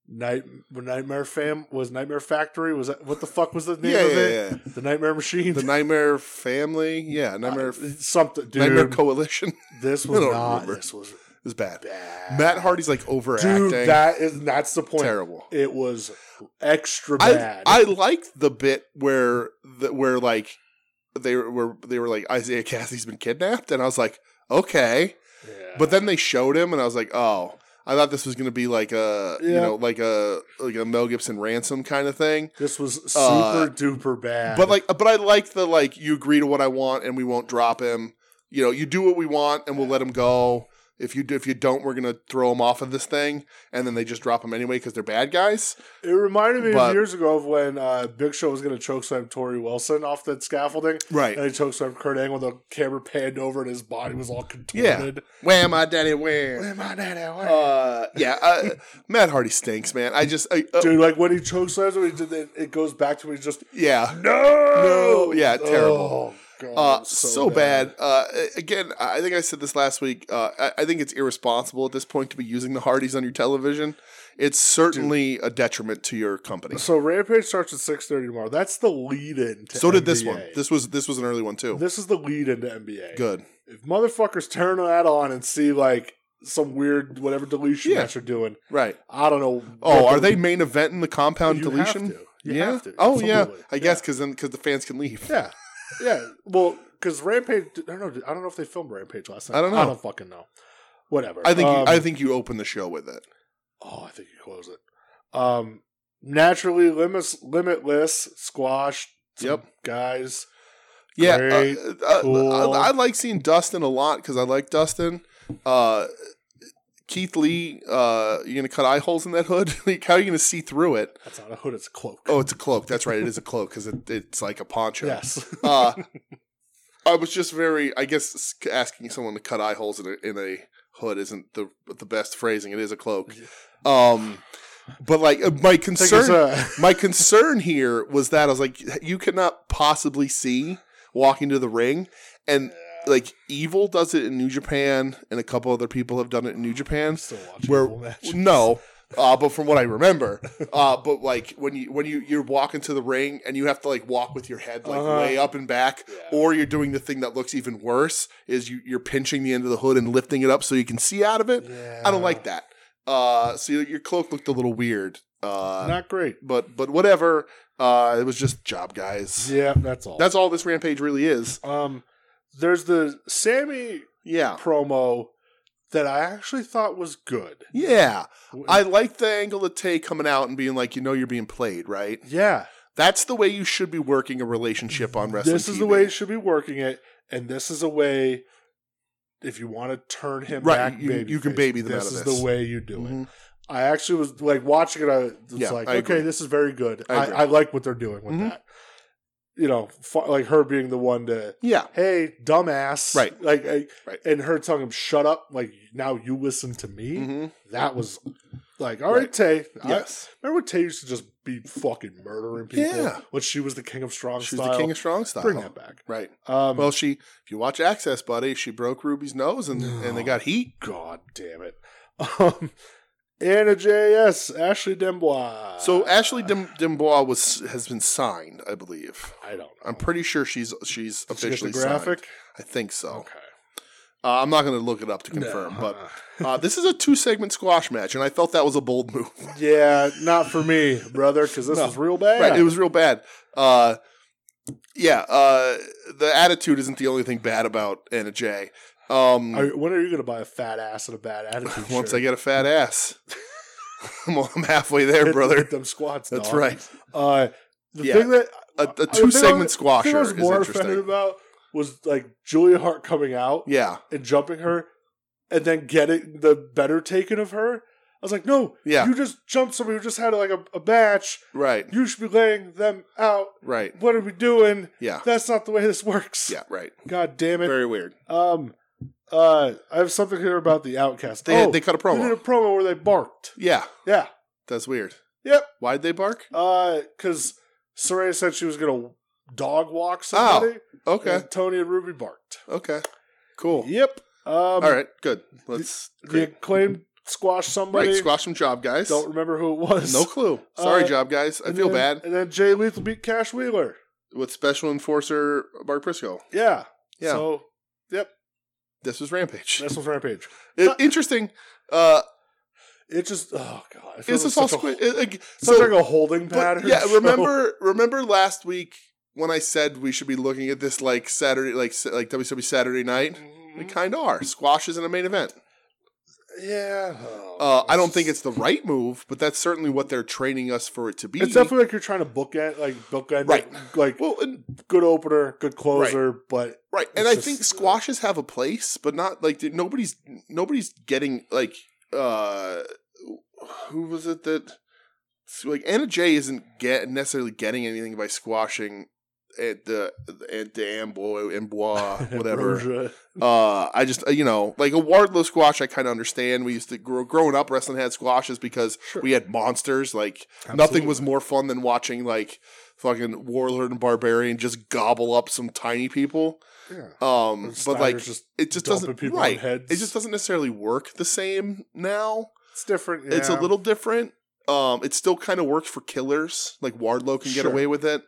Speaker 2: Night Nightmare Fam was Nightmare Factory was that, what the fuck was the name
Speaker 3: Yeah,
Speaker 2: of
Speaker 3: yeah,
Speaker 2: it?
Speaker 3: yeah.
Speaker 2: The Nightmare Machine.
Speaker 3: The Nightmare Family, yeah, Nightmare
Speaker 2: something, dude.
Speaker 3: Nightmare Coalition
Speaker 2: this
Speaker 3: I
Speaker 2: was
Speaker 3: don't
Speaker 2: not.
Speaker 3: remember.
Speaker 2: This was
Speaker 3: is bad.
Speaker 2: bad.
Speaker 3: Matt Hardy's like overacting.
Speaker 2: dude, that is that's the point.
Speaker 3: terrible.
Speaker 2: It was extra
Speaker 3: I
Speaker 2: bad.
Speaker 3: I liked the bit where the, where like they were they were like Isaiah Cassidy's been kidnapped, and I was like, okay.
Speaker 2: Yeah.
Speaker 3: But then they showed him, and I was like, oh, I thought this was going to be like a you
Speaker 2: Yeah.
Speaker 3: know like a like a Mel Gibson ransom kind of thing.
Speaker 2: this was super
Speaker 3: Uh,
Speaker 2: duper bad.
Speaker 3: But like, but I like the like you agree to what I want, and we won't drop him. You know, you do what we want, and we'll let him go. If you do, if you don't, we're gonna throw him off of this thing, and then they just drop him anyway because they're bad guys.
Speaker 2: it reminded me
Speaker 3: but-
Speaker 2: of years ago of when uh, Big Show was going to chokeslam Tori Wilson off that scaffolding,
Speaker 3: Right?
Speaker 2: and he chokeslammed Kurt Angle. The camera panned over, and his body was all contorted.
Speaker 3: Wham, my daddy, wham.
Speaker 2: Am I not at work?
Speaker 3: Uh, yeah, uh, Matt Hardy stinks, man. I just, I, uh,
Speaker 2: Dude, like when he chokeslams him, he did that, it goes back to me just
Speaker 3: yeah,
Speaker 2: no,
Speaker 3: No, yeah,
Speaker 2: Oh,
Speaker 3: terrible.
Speaker 2: God,
Speaker 3: uh,
Speaker 2: it was
Speaker 3: so, bad. Uh, again, I think I said this last week. Uh, I, I think it's irresponsible at this point to be using the Hardys on your television. It's certainly a detriment to your company.
Speaker 2: So Rampage starts at six thirty tomorrow. That's the lead in. To
Speaker 3: So did this
Speaker 2: NBA.
Speaker 3: one. This was this was an early one too.
Speaker 2: this is the lead into NBA.
Speaker 3: Good.
Speaker 2: If motherfuckers turn that on and see like some weird whatever deletion
Speaker 3: Yeah.
Speaker 2: match you're doing,
Speaker 3: Right.
Speaker 2: I don't know.
Speaker 3: Oh,
Speaker 2: what
Speaker 3: are
Speaker 2: the-
Speaker 3: they main event in the compound
Speaker 2: You
Speaker 3: deletion?
Speaker 2: Have to. You
Speaker 3: yeah.
Speaker 2: Have to.
Speaker 3: Oh yeah.
Speaker 2: Absolutely.
Speaker 3: I guess because then because the fans can leave.
Speaker 2: Yeah. Yeah. Well, because Rampage. I don't know. I don't know if they filmed Rampage last night.
Speaker 3: I don't know.
Speaker 2: I don't fucking know. Whatever.
Speaker 3: I think you,
Speaker 2: Um,
Speaker 3: I think you open the show with it.
Speaker 2: Oh, I think you close it. Um, naturally, limits, limitless, squash. some
Speaker 3: Yep.
Speaker 2: guys.
Speaker 3: Yeah, uh,
Speaker 2: Great,
Speaker 3: uh, uh,
Speaker 2: cool.
Speaker 3: I, I like seeing Dustin a lot because I like Dustin. Uh, Keith Lee, uh, you gonna cut eye holes in that hood? like, how are you gonna see through it?
Speaker 2: That's not a hood. It's a cloak.
Speaker 3: Oh, it's a cloak. That's right. It is a cloak because it, it's like a poncho.
Speaker 2: yes.
Speaker 3: Uh, I was just very, I guess, s- asking someone to cut eye holes in a, in a hood isn't the the best phrasing. It is a cloak. Um, but like uh, my
Speaker 2: Take us,
Speaker 3: concern,
Speaker 2: uh,
Speaker 3: my concern here was that I was like, you cannot possibly see walking to the ring, and like Evil does it in New Japan, and a couple other people have done it in New Japan.
Speaker 2: I'm still watching
Speaker 3: Where-
Speaker 2: the full match.
Speaker 3: No, uh, but from what I remember, uh, but like when you when you you're walking to the ring and you have to like walk with your head like
Speaker 2: Uh-huh.
Speaker 3: way up and back,
Speaker 2: Yeah.
Speaker 3: or you're doing the thing that looks even worse is you you're pinching the end of the hood and lifting it up so you can see out of it.
Speaker 2: Yeah.
Speaker 3: I don't like that. Uh, so your, your cloak looked a little weird. Uh,
Speaker 2: Not great.
Speaker 3: but but whatever. Uh, it was just job guys.
Speaker 2: Yeah, that's all.
Speaker 3: That's all this rampage really is.
Speaker 2: um. There's the Sammy
Speaker 3: Yeah.
Speaker 2: promo that I actually thought was good.
Speaker 3: Yeah. I like the angle of Tay coming out and being like, you know, you're being played, right?
Speaker 2: yeah.
Speaker 3: That's the way you should be working a relationship on wrestling.
Speaker 2: this is the
Speaker 3: TV.
Speaker 2: way it should be working it, and this is a way. If you want to turn him
Speaker 3: Right,
Speaker 2: back,
Speaker 3: you- you can
Speaker 2: babyface,
Speaker 3: baby them
Speaker 2: This
Speaker 3: out of
Speaker 2: is
Speaker 3: this.
Speaker 2: the way you do it.
Speaker 3: Mhm.
Speaker 2: I actually was like watching it. I was
Speaker 3: Yeah,
Speaker 2: like,
Speaker 3: I agree.
Speaker 2: okay, this is very good.
Speaker 3: I
Speaker 2: I, I,
Speaker 3: agree.
Speaker 2: like what they're doing with
Speaker 3: Mhm.
Speaker 2: that. You know, fu- like her being the one to,
Speaker 3: Yeah.
Speaker 2: hey, dumbass,
Speaker 3: Right.
Speaker 2: Like, I,
Speaker 3: Right.
Speaker 2: and her telling him, shut up. Like now you listen to me.
Speaker 3: Mhm.
Speaker 2: That was like, all right,
Speaker 3: Right.
Speaker 2: Tay. I-
Speaker 3: Yes.
Speaker 2: remember when Tay used to just be fucking murdering people?
Speaker 3: Yeah.
Speaker 2: when she was the king of strong
Speaker 3: She's
Speaker 2: style.
Speaker 3: the king of strong style.
Speaker 2: Bring that back.
Speaker 3: Right.
Speaker 2: Um,
Speaker 3: Well, she, if you watch Access, buddy, she broke Ruby's nose and, and they got heat.
Speaker 2: God damn it. Um, Anna JS, Ashley Dembois.
Speaker 3: So Ashley Dim- Dimbois was has been signed, I believe.
Speaker 2: I don't know.
Speaker 3: I'm pretty sure she's she's
Speaker 2: Did you get
Speaker 3: officially
Speaker 2: the graphic.
Speaker 3: signed. I think so.
Speaker 2: Okay.
Speaker 3: Uh, I'm not going to look it up to confirm,
Speaker 2: No.
Speaker 3: but uh, this is a two segment squash match, and I felt that was a bold move.
Speaker 2: yeah, not for me, brother, because this
Speaker 3: No.
Speaker 2: was real bad.
Speaker 3: Right, it was real bad. Uh, yeah, uh, the attitude isn't the only thing bad about Anna Jay. Um,
Speaker 2: Are, when are you going to buy a fat ass and a bad attitude?
Speaker 3: once I
Speaker 2: shirt?
Speaker 3: get a fat ass, I'm, I'm halfway there,
Speaker 2: Hit-
Speaker 3: brother.
Speaker 2: hit them squats.
Speaker 3: That's
Speaker 2: dog.
Speaker 3: right.
Speaker 2: Uh, the
Speaker 3: Yeah.
Speaker 2: thing that
Speaker 3: A,
Speaker 2: the
Speaker 3: a
Speaker 2: thing I
Speaker 3: two
Speaker 2: was-
Speaker 3: segment
Speaker 2: the thing I
Speaker 3: squasher
Speaker 2: was
Speaker 3: is
Speaker 2: more offended
Speaker 3: interesting.
Speaker 2: about was like Julia Hart coming out
Speaker 3: Yeah,
Speaker 2: and jumping her, and then getting the better taken of her. I was like, no,
Speaker 3: yeah,
Speaker 2: you just jumped somebody who just had like a, a match.
Speaker 3: right,
Speaker 2: You should be laying them out.
Speaker 3: right,
Speaker 2: What are we doing?
Speaker 3: yeah,
Speaker 2: That's not the way this works.
Speaker 3: yeah, right.
Speaker 2: God damn it.
Speaker 3: Very weird.
Speaker 2: Um, uh, I have something here about the Outcast.
Speaker 3: They
Speaker 2: oh,
Speaker 3: they
Speaker 2: they,
Speaker 3: cut a
Speaker 2: did a
Speaker 3: promo.
Speaker 2: promo where they barked.
Speaker 3: Yeah,
Speaker 2: Yeah.
Speaker 3: that's weird.
Speaker 2: Yep.
Speaker 3: Why'd they bark?
Speaker 2: Uh, because Soraya said she was gonna dog walk somebody.
Speaker 3: Oh, Okay,
Speaker 2: And Tony and Ruby barked.
Speaker 3: okay, cool.
Speaker 2: Yep. Um,
Speaker 3: All right, good. Let's.
Speaker 2: The acclaimed squash somebody.
Speaker 3: Right, squash some job guys.
Speaker 2: Don't remember who it was.
Speaker 3: No clue. Sorry,
Speaker 2: Uh,
Speaker 3: job guys. I
Speaker 2: And
Speaker 3: feel
Speaker 2: then-
Speaker 3: bad
Speaker 2: And then Jay Lethal beat Cash Wheeler.
Speaker 3: with special enforcer Mark Briscoe.
Speaker 2: Yeah.
Speaker 3: Yeah,
Speaker 2: So
Speaker 3: this was Rampage.
Speaker 2: this was Rampage.
Speaker 3: It- interesting. Uh,
Speaker 2: It just oh god. I feel
Speaker 3: it's just all
Speaker 2: such a-
Speaker 3: squid. it- it-
Speaker 2: such
Speaker 3: so-
Speaker 2: like a holding
Speaker 3: but,
Speaker 2: pattern.
Speaker 3: yeah,
Speaker 2: show.
Speaker 3: remember remember last week when I said we should be looking at this like Saturday, like like WWE Saturday night. We
Speaker 2: Mhm.
Speaker 3: kind of are. Squash isn't a main event.
Speaker 2: Yeah.
Speaker 3: Uh, I don't think it's the right move, but that's certainly what they're training us for it to be.
Speaker 2: It's definitely like you're trying to bookend, like bookend,
Speaker 3: Right.
Speaker 2: like, like
Speaker 3: well, and,
Speaker 2: good opener, good closer, but
Speaker 3: right, and
Speaker 2: It's
Speaker 3: I
Speaker 2: just-
Speaker 3: think squashes have a place, but not like dude, nobody's nobody's getting like uh, who was it that like Anna Jay isn't get necessarily getting anything by squashing at the at the Amboy Ambois whatever.
Speaker 2: Ambrosia.
Speaker 3: Uh, I just uh, you know like a Wardlow squash. I kind of understand. We used to grow, growing up wrestling had squashes because
Speaker 2: Sure.
Speaker 3: we had monsters. Like nothing was more fun than watching like fucking Warlord and Barbarian just gobble up some tiny people.
Speaker 2: Yeah.
Speaker 3: Um,
Speaker 2: And
Speaker 3: but like
Speaker 2: Snyder's just
Speaker 3: it just
Speaker 2: dumping
Speaker 3: doesn't
Speaker 2: people on
Speaker 3: right.
Speaker 2: heads.
Speaker 3: It just doesn't necessarily work the same now.
Speaker 2: it's different.
Speaker 3: It's a
Speaker 2: yeah.
Speaker 3: little different. Um, it still kind of works for killers. Like Wardlow can get
Speaker 2: Sure.
Speaker 3: away with it.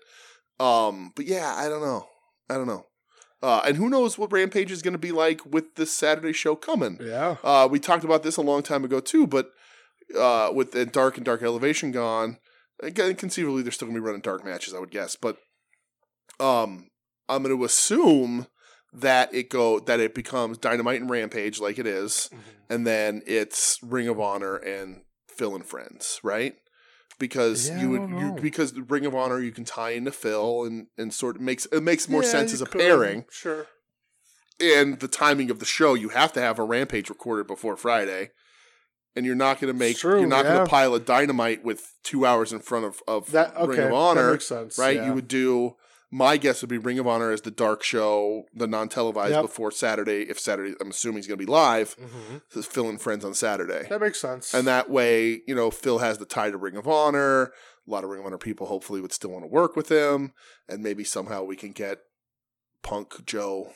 Speaker 3: Um, but yeah, I don't know. I don't know. Uh, and who knows what Rampage is going to be like with this Saturday show coming?
Speaker 2: yeah.
Speaker 3: Uh, we talked about this a long time ago too, but uh, with the Dark and Dark Elevation gone, again, conceivably they're still going to be running dark matches, I would guess. But um, I'm going to assume that it go that it becomes Dynamite and Rampage like it is,
Speaker 2: Mm-hmm.
Speaker 3: and then it's Ring of Honor and Phil and Friends, right? Because
Speaker 2: Yeah, I
Speaker 3: you would
Speaker 2: don't
Speaker 3: you,
Speaker 2: know.
Speaker 3: because the Ring of Honor you can tie into Phil and and sort of makes it makes more
Speaker 2: Yeah,
Speaker 3: sense
Speaker 2: you
Speaker 3: as a
Speaker 2: could.
Speaker 3: pairing
Speaker 2: Sure.
Speaker 3: and the timing of the show, you have to have a rampage recorded before Friday, and you're not going to make
Speaker 2: It's true,
Speaker 3: you're not
Speaker 2: yeah.
Speaker 3: going to pile a dynamite with two hours in front of of
Speaker 2: That okay.
Speaker 3: Ring of
Speaker 2: that
Speaker 3: Honor,
Speaker 2: makes sense.
Speaker 3: right?
Speaker 2: yeah.
Speaker 3: You would do. My guess would be Ring of Honor as the dark show, the non televised
Speaker 2: Yep.
Speaker 3: before Saturday. If Saturday, I'm assuming he's going to be live.
Speaker 2: Mhm.
Speaker 3: so Phil and friends on Saturday,
Speaker 2: That makes sense.
Speaker 3: and that way, you know, Phil has the tie to Ring of Honor. A lot of Ring of Honor people hopefully would still want to work with him, and maybe somehow we can get Punk Joe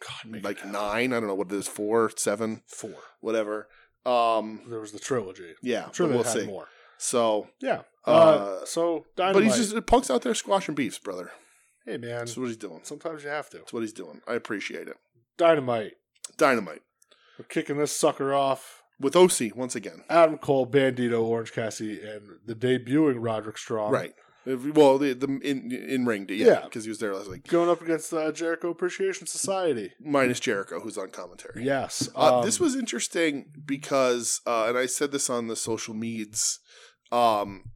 Speaker 2: God, make it
Speaker 3: like
Speaker 2: happen.
Speaker 3: nine. I don't know what it is, four, seven,
Speaker 2: four.
Speaker 3: whatever. Um,
Speaker 2: There was the trilogy.
Speaker 3: yeah,
Speaker 2: I'm sure
Speaker 3: but
Speaker 2: they
Speaker 3: we'll
Speaker 2: had
Speaker 3: see.
Speaker 2: more.
Speaker 3: So,
Speaker 2: Yeah. Uh,
Speaker 3: Uh,
Speaker 2: so
Speaker 3: but
Speaker 2: Dynamite.
Speaker 3: he's just Punk's out there squashing beefs, brother.
Speaker 2: hey man.
Speaker 3: That's what he's doing. That's
Speaker 2: Sometimes you have to.
Speaker 3: what he's doing. I appreciate it.
Speaker 2: Dynamite.
Speaker 3: Dynamite
Speaker 2: We're kicking this sucker off.
Speaker 3: with OC once again.
Speaker 2: Adam Cole, Bandito, Orange Cassidy, and the debuting Roderick Strong.
Speaker 3: right. If- Well, the, the in in ring, yeah,
Speaker 2: Uh-huh. Yeah.
Speaker 3: because he was there last week.
Speaker 2: Going up against the Jericho Appreciation Society.
Speaker 3: Minus Jericho, who's on commentary.
Speaker 2: Yes.
Speaker 3: Uh,
Speaker 2: um,
Speaker 3: this was interesting because, uh, and I said this on the social meds. Um,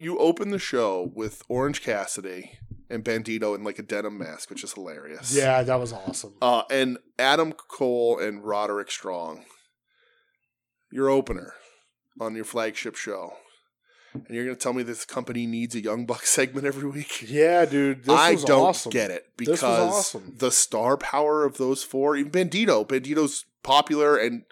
Speaker 3: you open the show with Orange Cassidy and Bandito in like a denim mask, which is hilarious.
Speaker 2: Yeah, that was awesome.
Speaker 3: Uh, and Adam Cole and Roderick Strong, your opener on your flagship show, and you're going to tell me this company needs a Young Buck segment every week?
Speaker 2: yeah, dude. This
Speaker 3: I
Speaker 2: was
Speaker 3: don't
Speaker 2: awesome.
Speaker 3: get it
Speaker 2: This was
Speaker 3: because
Speaker 2: awesome.
Speaker 3: the star power of those four, even Bandito, Bandito's popular and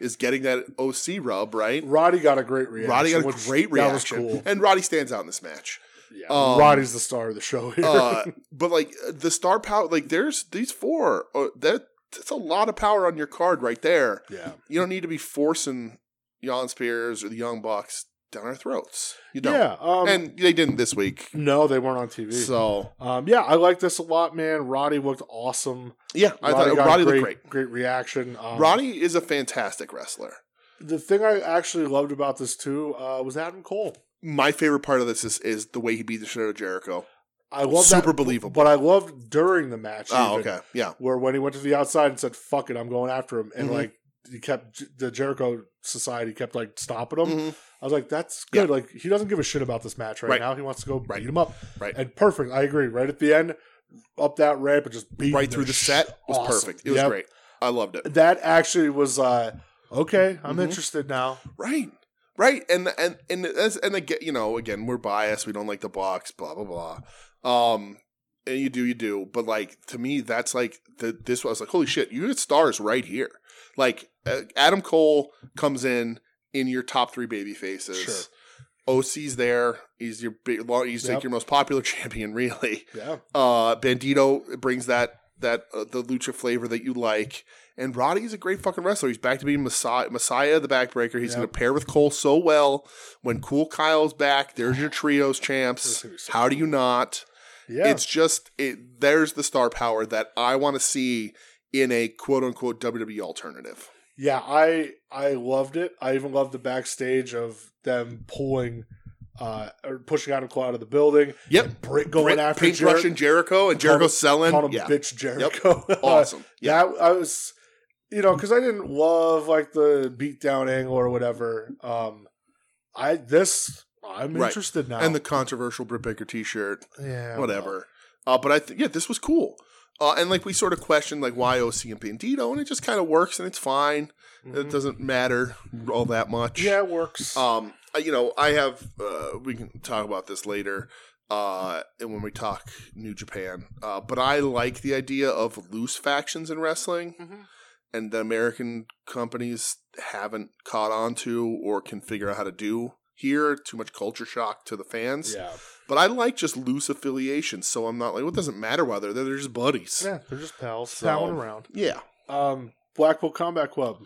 Speaker 3: is getting that OC rub, right?
Speaker 2: Roddy got a great reaction.
Speaker 3: Roddy got a
Speaker 2: which-
Speaker 3: great reaction,
Speaker 2: That was cool.
Speaker 3: and Roddy stands out in this match.
Speaker 2: Yeah,
Speaker 3: Um,
Speaker 2: Roddy's the star of the show here.
Speaker 3: Uh, but like the star power, like there's these four. Uh, that that's a lot of power on your card right there.
Speaker 2: yeah,
Speaker 3: You don't need to be forcing Jan Spears or the Young Bucks down our throats. You don't.
Speaker 2: yeah. Um,
Speaker 3: and they didn't this week.
Speaker 2: no, they weren't on TV.
Speaker 3: So
Speaker 2: um, yeah, I like this a lot, man. Roddy looked awesome.
Speaker 3: yeah, I
Speaker 2: Roddy
Speaker 3: thought
Speaker 2: got a
Speaker 3: Roddy
Speaker 2: great,
Speaker 3: looked great.
Speaker 2: Great reaction. Um,
Speaker 3: Roddy is a fantastic wrestler.
Speaker 2: The thing I actually loved about this too uh, was Adam Cole.
Speaker 3: my favorite part of this is, is the way he beat the shit out of Jericho.
Speaker 2: I love
Speaker 3: Super
Speaker 2: that,
Speaker 3: believable.
Speaker 2: but I loved during the match.
Speaker 3: Oh,
Speaker 2: even,
Speaker 3: okay. Yeah.
Speaker 2: Where when he went to the outside and said "fuck it," I'm going after him, and
Speaker 3: Mhm.
Speaker 2: like he kept the Jericho Society kept like stopping him.
Speaker 3: Mhm.
Speaker 2: I was like, "That's good." Like he doesn't give a shit about this match right,
Speaker 3: Right.
Speaker 2: now. He wants to go
Speaker 3: Right.
Speaker 2: beat him up.
Speaker 3: Right.
Speaker 2: and perfect. I agree. Right at the end, up that ramp and just beat
Speaker 3: Right through the set was perfect. It was great. I loved it.
Speaker 2: That actually was uh, okay. I'm
Speaker 3: Mhm.
Speaker 2: interested now.
Speaker 3: Right. Right. And and and as and again, you know, again, we're biased. We don't like the box. Blah blah blah. Um, and you do, you do. But like to me, that's like the, this. was like, holy shit, you get stars right here. Like uh, Adam Cole comes in in your top three baby faces.
Speaker 2: Sure.
Speaker 3: OC's there. He's your big. He's
Speaker 2: Yep.
Speaker 3: like your most popular champion, really.
Speaker 2: Yeah,
Speaker 3: uh Bandito brings that that uh, the lucha flavor that you like. And Roddy's a great fucking wrestler. He's back to being Messiah, Messiah the Backbreaker. He's
Speaker 2: Yep.
Speaker 3: going to pair with Cole so well. When Cool Kyle's back, there's your trios
Speaker 2: This
Speaker 3: champs.
Speaker 2: is so
Speaker 3: How do you not?
Speaker 2: Yeah.
Speaker 3: It's just it. There's the star power that I want to see in a quote unquote WWE E alternative.
Speaker 2: yeah, I I loved it. I even loved the backstage of them pulling uh or pushing Adam Cole out of the building,
Speaker 3: Yep.
Speaker 2: break, going
Speaker 3: Paint-
Speaker 2: after
Speaker 3: paintbrush
Speaker 2: Jericho,
Speaker 3: and Jericho and
Speaker 2: Call
Speaker 3: Jericho
Speaker 2: him- called
Speaker 3: selling.
Speaker 2: him
Speaker 3: Yeah,
Speaker 2: bitch Jericho.
Speaker 3: awesome. Yeah,
Speaker 2: Yeah, I, I was, you know, because I didn't love like the beatdown angle or whatever. Um, I this I'm
Speaker 3: Right.
Speaker 2: interested now.
Speaker 3: and the controversial Britt Baker T-shirt,
Speaker 2: yeah,
Speaker 3: whatever. Uh, but I think yeah, this was cool. Uh, and like we sort of questioned like why OC and Bandito, and it just kind of works and it's fine. It
Speaker 2: Mhm.
Speaker 3: doesn't matter all that much.
Speaker 2: yeah, it works.
Speaker 3: Um, I- you know, I have. Uh, we can talk about this later, uh, and when we talk New Japan. Uh, but I like the idea of loose factions in wrestling,
Speaker 2: Mhm.
Speaker 3: and the American companies haven't caught on to or can figure out how to do here. Too much culture shock to the fans.
Speaker 2: yeah,
Speaker 3: But I like just loose affiliations, so I'm not like, well, it doesn't matter why they're there. They're just buddies.
Speaker 2: yeah, they're just pals
Speaker 3: So-
Speaker 2: palling around.
Speaker 3: yeah.
Speaker 2: Um, Blackpool Combat Club.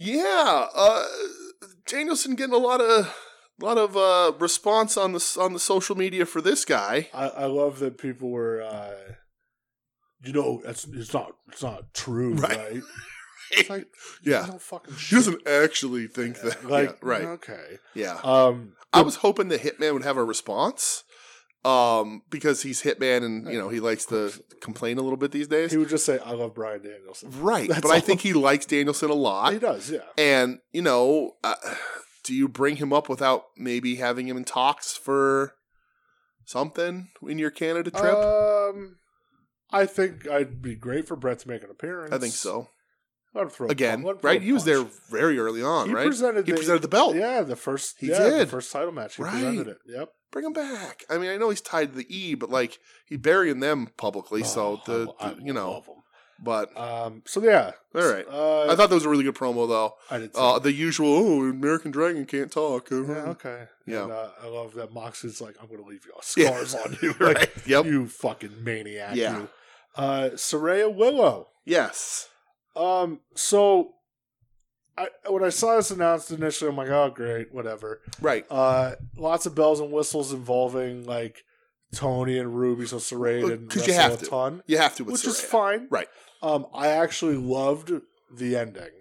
Speaker 3: Yeah, uh, Danielson getting a lot of lot of uh, response on the on the social media for this guy.
Speaker 2: I, I love that people were, uh, you know, it's it's not it's not true,
Speaker 3: Right.
Speaker 2: right? It's like
Speaker 3: Yeah,
Speaker 2: no fucking
Speaker 3: he
Speaker 2: shit.
Speaker 3: doesn't actually think that.
Speaker 2: like
Speaker 3: yeah, Uh-huh. Uh, right?
Speaker 2: okay.
Speaker 3: Yeah,
Speaker 2: Um,
Speaker 3: I was hoping the Hitman would have a response, um, because he's Hitman and you know he likes to complain a little bit these days.
Speaker 2: he would just say, "I love Brian Danielson."
Speaker 3: Right,
Speaker 2: That's
Speaker 3: but I
Speaker 2: all.
Speaker 3: think he likes Danielson a lot.
Speaker 2: He does, yeah.
Speaker 3: And, you know, uh, do you bring him up without maybe having him in talks for something in your Canada trip?
Speaker 2: Um, I think I'd be great for Brett to make an appearance.
Speaker 3: I think so.
Speaker 2: I'd throw a
Speaker 3: Again,
Speaker 2: punch- I'd throw
Speaker 3: right?
Speaker 2: a
Speaker 3: He was
Speaker 2: punch.
Speaker 3: there very early on,
Speaker 2: He
Speaker 3: right?
Speaker 2: presented.
Speaker 3: he
Speaker 2: the,
Speaker 3: presented the belt.
Speaker 2: Yeah, the first.
Speaker 3: He
Speaker 2: yeah, The
Speaker 3: did.
Speaker 2: first title match. He
Speaker 3: Right.
Speaker 2: presented it. Yep.
Speaker 3: Bring him back. I mean, I know he's tied to the E, but like he's burying them publicly,
Speaker 2: Oh,
Speaker 3: so the,
Speaker 2: I-
Speaker 3: the- you
Speaker 2: I
Speaker 3: know.
Speaker 2: love him.
Speaker 3: But
Speaker 2: Um. So yeah.
Speaker 3: All right.
Speaker 2: Uh,
Speaker 3: I thought that was a really good promo, though.
Speaker 2: I did. Too.
Speaker 3: Uh, the usual, oh, American Dragon can't talk.
Speaker 2: yeah. Okay.
Speaker 3: yeah.
Speaker 2: And, uh, I love that Moxie's like, I'm gonna leave you
Speaker 3: Yeah.
Speaker 2: scars on you, like
Speaker 3: right. Yep.
Speaker 2: you fucking maniac.
Speaker 3: Yeah.
Speaker 2: You. Uh, Saraya Willow.
Speaker 3: yes.
Speaker 2: Um, so I when I saw this announced initially, I'm like, oh great, whatever.
Speaker 3: Right.
Speaker 2: Uh lots of bells and whistles involving like Tony and Ruby, so Serray
Speaker 3: Well,
Speaker 2: didn't
Speaker 3: 'cause
Speaker 2: wrestle
Speaker 3: you have
Speaker 2: a
Speaker 3: to,
Speaker 2: ton.
Speaker 3: You have to with
Speaker 2: Which is
Speaker 3: Saraya.
Speaker 2: fine.
Speaker 3: Right.
Speaker 2: Um, I actually loved the ending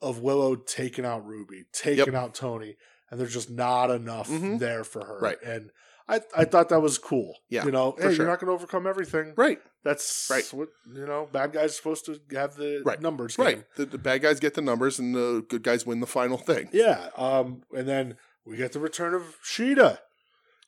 Speaker 2: of Willow taking out Ruby, taking out Tony, and there's just not enough
Speaker 3: Mhm.
Speaker 2: there for her.
Speaker 3: Right.
Speaker 2: And I I thought that was cool.
Speaker 3: Yeah,
Speaker 2: You know, hey,
Speaker 3: sure.
Speaker 2: you're not gonna overcome everything.
Speaker 3: Right.
Speaker 2: That's
Speaker 3: Right.
Speaker 2: what you know, bad guys supposed to have the
Speaker 3: Right.
Speaker 2: numbers game.
Speaker 3: Right. The, the bad guys get the numbers and the good guys win the final thing.
Speaker 2: Yeah. Um, and then we get the return of Sheeta.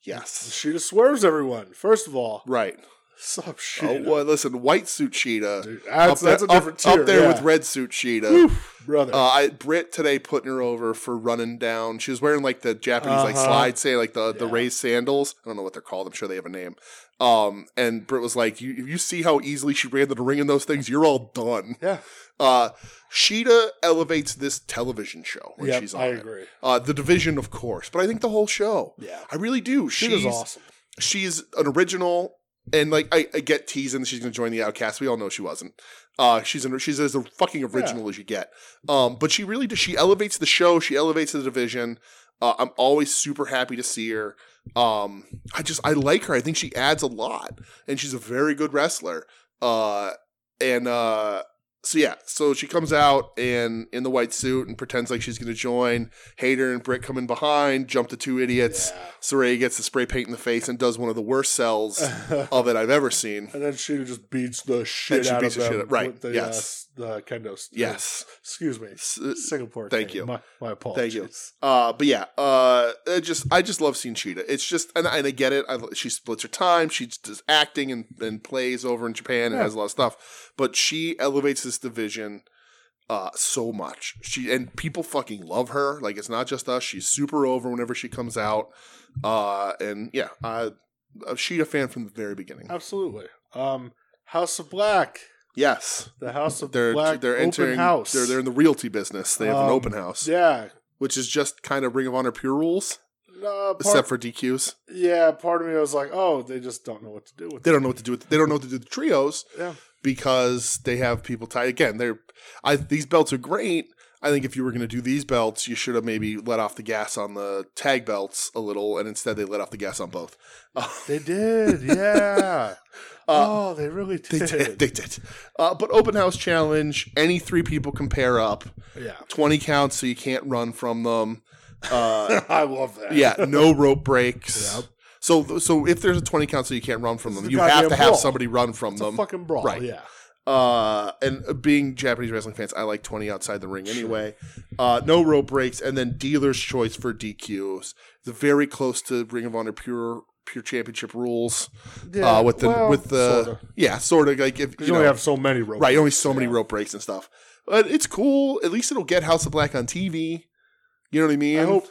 Speaker 3: Yes.
Speaker 2: Sheeta swerves everyone. First of all,
Speaker 3: Right.
Speaker 2: sup
Speaker 3: Oh,
Speaker 2: Sheeta.
Speaker 3: well, listen, white suit Sheeta.
Speaker 2: Dude, that's,
Speaker 3: up
Speaker 2: that's
Speaker 3: there,
Speaker 2: a different
Speaker 3: up,
Speaker 2: tier.
Speaker 3: up there
Speaker 2: yeah.
Speaker 3: with red suit Sheeta.
Speaker 2: Oof, brother.
Speaker 3: Uh, I Brit today putting her over for running down. She was wearing like the Japanese like
Speaker 2: Uh-huh.
Speaker 3: slide say like the, the
Speaker 2: Yeah.
Speaker 3: raised sandals. I don't know what they're called. I'm sure they have a name. Um, and Brit was like, you, if you see how easily she ran to the ring in those things, you're all done.
Speaker 2: yeah.
Speaker 3: Uh, Sheeta elevates this television show when
Speaker 2: Yeah.
Speaker 3: she's on
Speaker 2: I
Speaker 3: it.
Speaker 2: agree.
Speaker 3: Uh, the division, of course, but I think the whole show.
Speaker 2: Yeah.
Speaker 3: I really do.
Speaker 2: Sheeta's
Speaker 3: she's
Speaker 2: awesome.
Speaker 3: she's an original and like I, I get teasing that she's gonna join the outcast. We all know she wasn't. Uh she's an, she's as fucking original as you get. Um but she really does she elevates the show, she elevates the division. Uh, I'm always super happy to see her. Um I just I like her. I think she adds a lot and she's a very good wrestler. Uh and uh so yeah, so she comes out and in the white suit and pretends like she's gonna join. Hater and Britt coming behind, jump the two idiots. Saray gets the spray paint in the face and does one of the worst sells
Speaker 2: Yeah.
Speaker 3: of it I've ever seen.
Speaker 2: and then Sheeta just beats the shit
Speaker 3: she
Speaker 2: out
Speaker 3: beats
Speaker 2: of
Speaker 3: the shit
Speaker 2: them.
Speaker 3: out- right,
Speaker 2: with The,
Speaker 3: yes.
Speaker 2: Uh, s- the kendo. stick.
Speaker 3: Yes.
Speaker 2: Excuse me.
Speaker 3: S-
Speaker 2: Singapore.
Speaker 3: Thank
Speaker 2: King.
Speaker 3: you.
Speaker 2: My, my apologies.
Speaker 3: you. Uh, but yeah, uh, it just I just love seeing Cheetah. It's just and, and I get it. I, she splits her time. She does acting and, and plays over in Japan and
Speaker 2: Yeah.
Speaker 3: has a lot of stuff. But she elevates this division uh, so much. She and people fucking love her. Like it's not just us. She's super over whenever she comes out. Uh, and yeah, I, a Cheetah fan from the very beginning.
Speaker 2: Uh, Absolutely. Um, House of Black.
Speaker 3: Yes,
Speaker 2: The House of
Speaker 3: they're
Speaker 2: Black.
Speaker 3: they're
Speaker 2: open
Speaker 3: entering.
Speaker 2: house.
Speaker 3: They're they're in the realty business. They have an
Speaker 2: Um,
Speaker 3: open house.
Speaker 2: yeah.
Speaker 3: which is just kind of Ring of Honor pure rules.
Speaker 2: No, Uh, part,
Speaker 3: except for DQs.
Speaker 2: yeah, part of me was like, oh, they just don't know what to do with
Speaker 3: They
Speaker 2: it.
Speaker 3: don't know what to do. With, they don't know what to do with the trios
Speaker 2: Yeah.
Speaker 3: because they have people tied. Again, they're I these belts are great. I think if you were going to do these belts, you should have maybe let off the gas on the tag belts a little, and instead they let off the gas on both.
Speaker 2: They did, yeah. oh, they really
Speaker 3: Uh, They
Speaker 2: did.
Speaker 3: did. They did. Uh, but open house challenge, any three people can pair up.
Speaker 2: Yeah,
Speaker 3: 20 counts, so you can't run from them. Uh,
Speaker 2: I love that.
Speaker 3: yeah, no rope breaks.
Speaker 2: Yep.
Speaker 3: So, so if there's a 20 count, so you can't run from
Speaker 2: This
Speaker 3: them,
Speaker 2: is a
Speaker 3: you have to
Speaker 2: goddamn
Speaker 3: have
Speaker 2: brawl.
Speaker 3: somebody run from
Speaker 2: it's a
Speaker 3: them.
Speaker 2: fucking brawl.
Speaker 3: um, Right.
Speaker 2: Yeah,
Speaker 3: uh, and uh, being Japanese wrestling fans, I like 20 outside the ring anyway. Uh, no rope breaks, and then dealer's choice for DQs. It's very close to Ring of Honor pure pure championship rules.
Speaker 2: Yeah,
Speaker 3: uh, with the
Speaker 2: well,
Speaker 3: with the
Speaker 2: sorta.
Speaker 3: yeah, sort of like if
Speaker 2: 'Cause
Speaker 3: you,
Speaker 2: you,
Speaker 3: know,
Speaker 2: only have so many ropes.
Speaker 3: Right, you only so many rope breaks and stuff. But it's cool. At least it'll get House of Black on TV. You know what I mean?
Speaker 2: I hope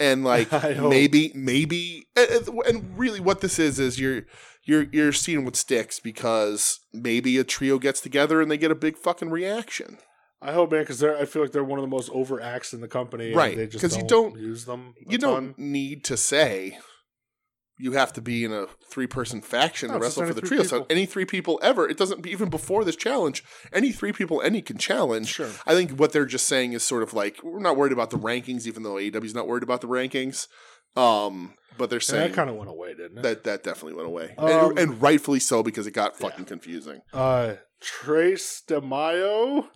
Speaker 3: And like
Speaker 2: I hope.
Speaker 3: maybe, maybe, and- and- and really, what this is is you're you're you're seeing what sticks because maybe a trio gets together and they get a big fucking reaction.
Speaker 2: I hope, man, because I feel like they're one of the most over acts in the company. and
Speaker 3: Right,
Speaker 2: they just
Speaker 3: 'cause
Speaker 2: don't,
Speaker 3: you don't-
Speaker 2: use them. a
Speaker 3: You
Speaker 2: ton.
Speaker 3: don't need to say you have to be in a three person faction
Speaker 2: No,
Speaker 3: to
Speaker 2: it's just
Speaker 3: wrestle for
Speaker 2: any
Speaker 3: the
Speaker 2: three
Speaker 3: trio. So
Speaker 2: people.
Speaker 3: any three people ever, it doesn't even before this challenge, any three people any can challenge.
Speaker 2: Sure.
Speaker 3: I think what they're just saying is sort of like we're not worried about the rankings, even though AEW's not worried about the rankings. Um, but they're
Speaker 2: And
Speaker 3: saying
Speaker 2: that kind of went away, didn't it?
Speaker 3: that that definitely went away,
Speaker 2: Um,
Speaker 3: and, and rightfully so because it got fucking confusing.
Speaker 2: uh, Trace DeMaio.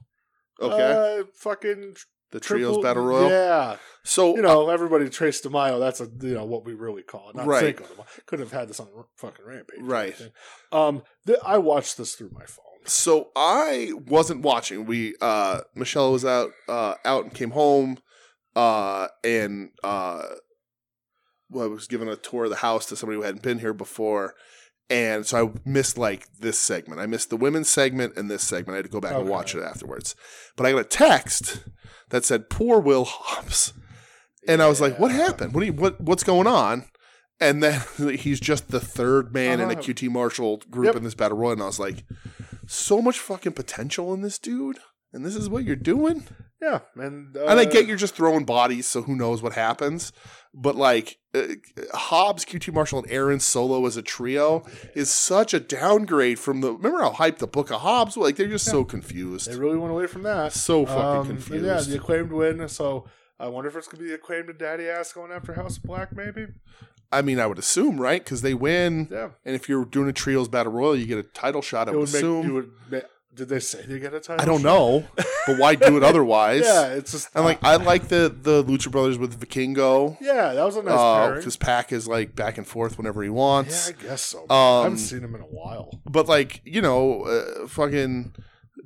Speaker 3: Okay,
Speaker 2: Uh, fucking
Speaker 3: the
Speaker 2: triple,
Speaker 3: trios battle royal.
Speaker 2: Yeah.
Speaker 3: So
Speaker 2: You know, everybody Trace DeMaio. That's a you know what we really call it. Not
Speaker 3: Right.
Speaker 2: Cinco de Mayo. Could have had this on R- fucking Rampage. or
Speaker 3: Right.
Speaker 2: anything. Um, th- I watched this through my phone.
Speaker 3: so I wasn't watching. We uh Michelle was out uh out and came home uh and uh well, I was giving a tour of the house to somebody who hadn't been here before and so I missed like this segment. I missed the women's segment and this segment. I had to go back and
Speaker 2: Okay.
Speaker 3: watch it afterwards. But I got a text that said poor Will Hobbs. And I was like, "What
Speaker 2: Yeah.
Speaker 3: happened? What do you, what what's going on?" And then he's just the third man in a
Speaker 2: Uh-huh.
Speaker 3: QT Marshall group
Speaker 2: Yep.
Speaker 3: in this battle royal, and I was like, so much fucking potential in this dude, and this is what you're doing.
Speaker 2: Yeah, and uh,
Speaker 3: and I get you're just throwing bodies, so who knows what happens. But like uh, Hobbs, QT Marshall, and Aaron solo as a trio is such a downgrade from the. Remember how hyped the Book of Hobbs? was? Like they're just so confused,
Speaker 2: They really went away from that.
Speaker 3: so fucking
Speaker 2: Um, and
Speaker 3: confused.
Speaker 2: Yeah, the acclaimed win. So I wonder if it's gonna be the acclaimed and Daddy Ass going after House of Black. Maybe.
Speaker 3: I mean, I would assume right because they win,
Speaker 2: Yeah.
Speaker 3: and if you're doing a trios battle royal, you get a title shot. I
Speaker 2: It
Speaker 3: would
Speaker 2: would make
Speaker 3: assume.
Speaker 2: you would. ma- Did they say they get a title?
Speaker 3: I don't
Speaker 2: shot?
Speaker 3: know, but why do it otherwise?
Speaker 2: Yeah, it's just.
Speaker 3: And like I like the the Lucha Brothers with Vikingo.
Speaker 2: yeah, that was a nice pairing.
Speaker 3: because Pac is like back and forth whenever he
Speaker 2: Yeah,
Speaker 3: wants.
Speaker 2: I guess so.
Speaker 3: Um,
Speaker 2: I haven't seen him in a while.
Speaker 3: But like you know, uh, fucking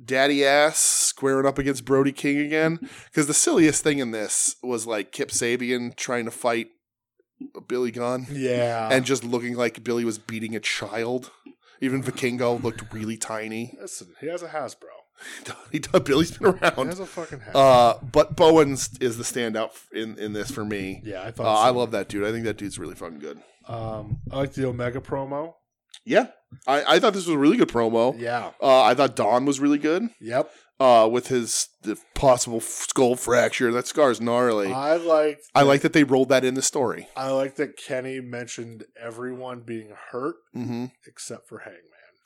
Speaker 3: daddy ass squaring up against Brody King again. Because the silliest thing in this was like Kip Sabian trying to fight Billy Gunn
Speaker 2: Yeah,
Speaker 3: and just looking like Billy was beating a child. Even Vikingo looked really tiny.
Speaker 2: listen, he has a Hasbro.
Speaker 3: He Billy's been
Speaker 2: He
Speaker 3: around.
Speaker 2: has a fucking Hasbro.
Speaker 3: Uh, but Bowens is the standout in in this for me.
Speaker 2: yeah, I
Speaker 3: Uh,
Speaker 2: thought.
Speaker 3: I
Speaker 2: so.
Speaker 3: love that dude. I think that dude's really fucking good.
Speaker 2: Um, I like the Omega promo.
Speaker 3: Yeah, I, I thought this was a really good promo.
Speaker 2: Yeah.
Speaker 3: Uh, I thought Don was really good
Speaker 2: Yep.
Speaker 3: uh, with his the possible f- skull fracture. That scar is gnarly.
Speaker 2: I liked.
Speaker 3: I like that they rolled that in the story.
Speaker 2: I like that Kenny mentioned everyone being hurt
Speaker 3: hmm
Speaker 2: except for Hangman.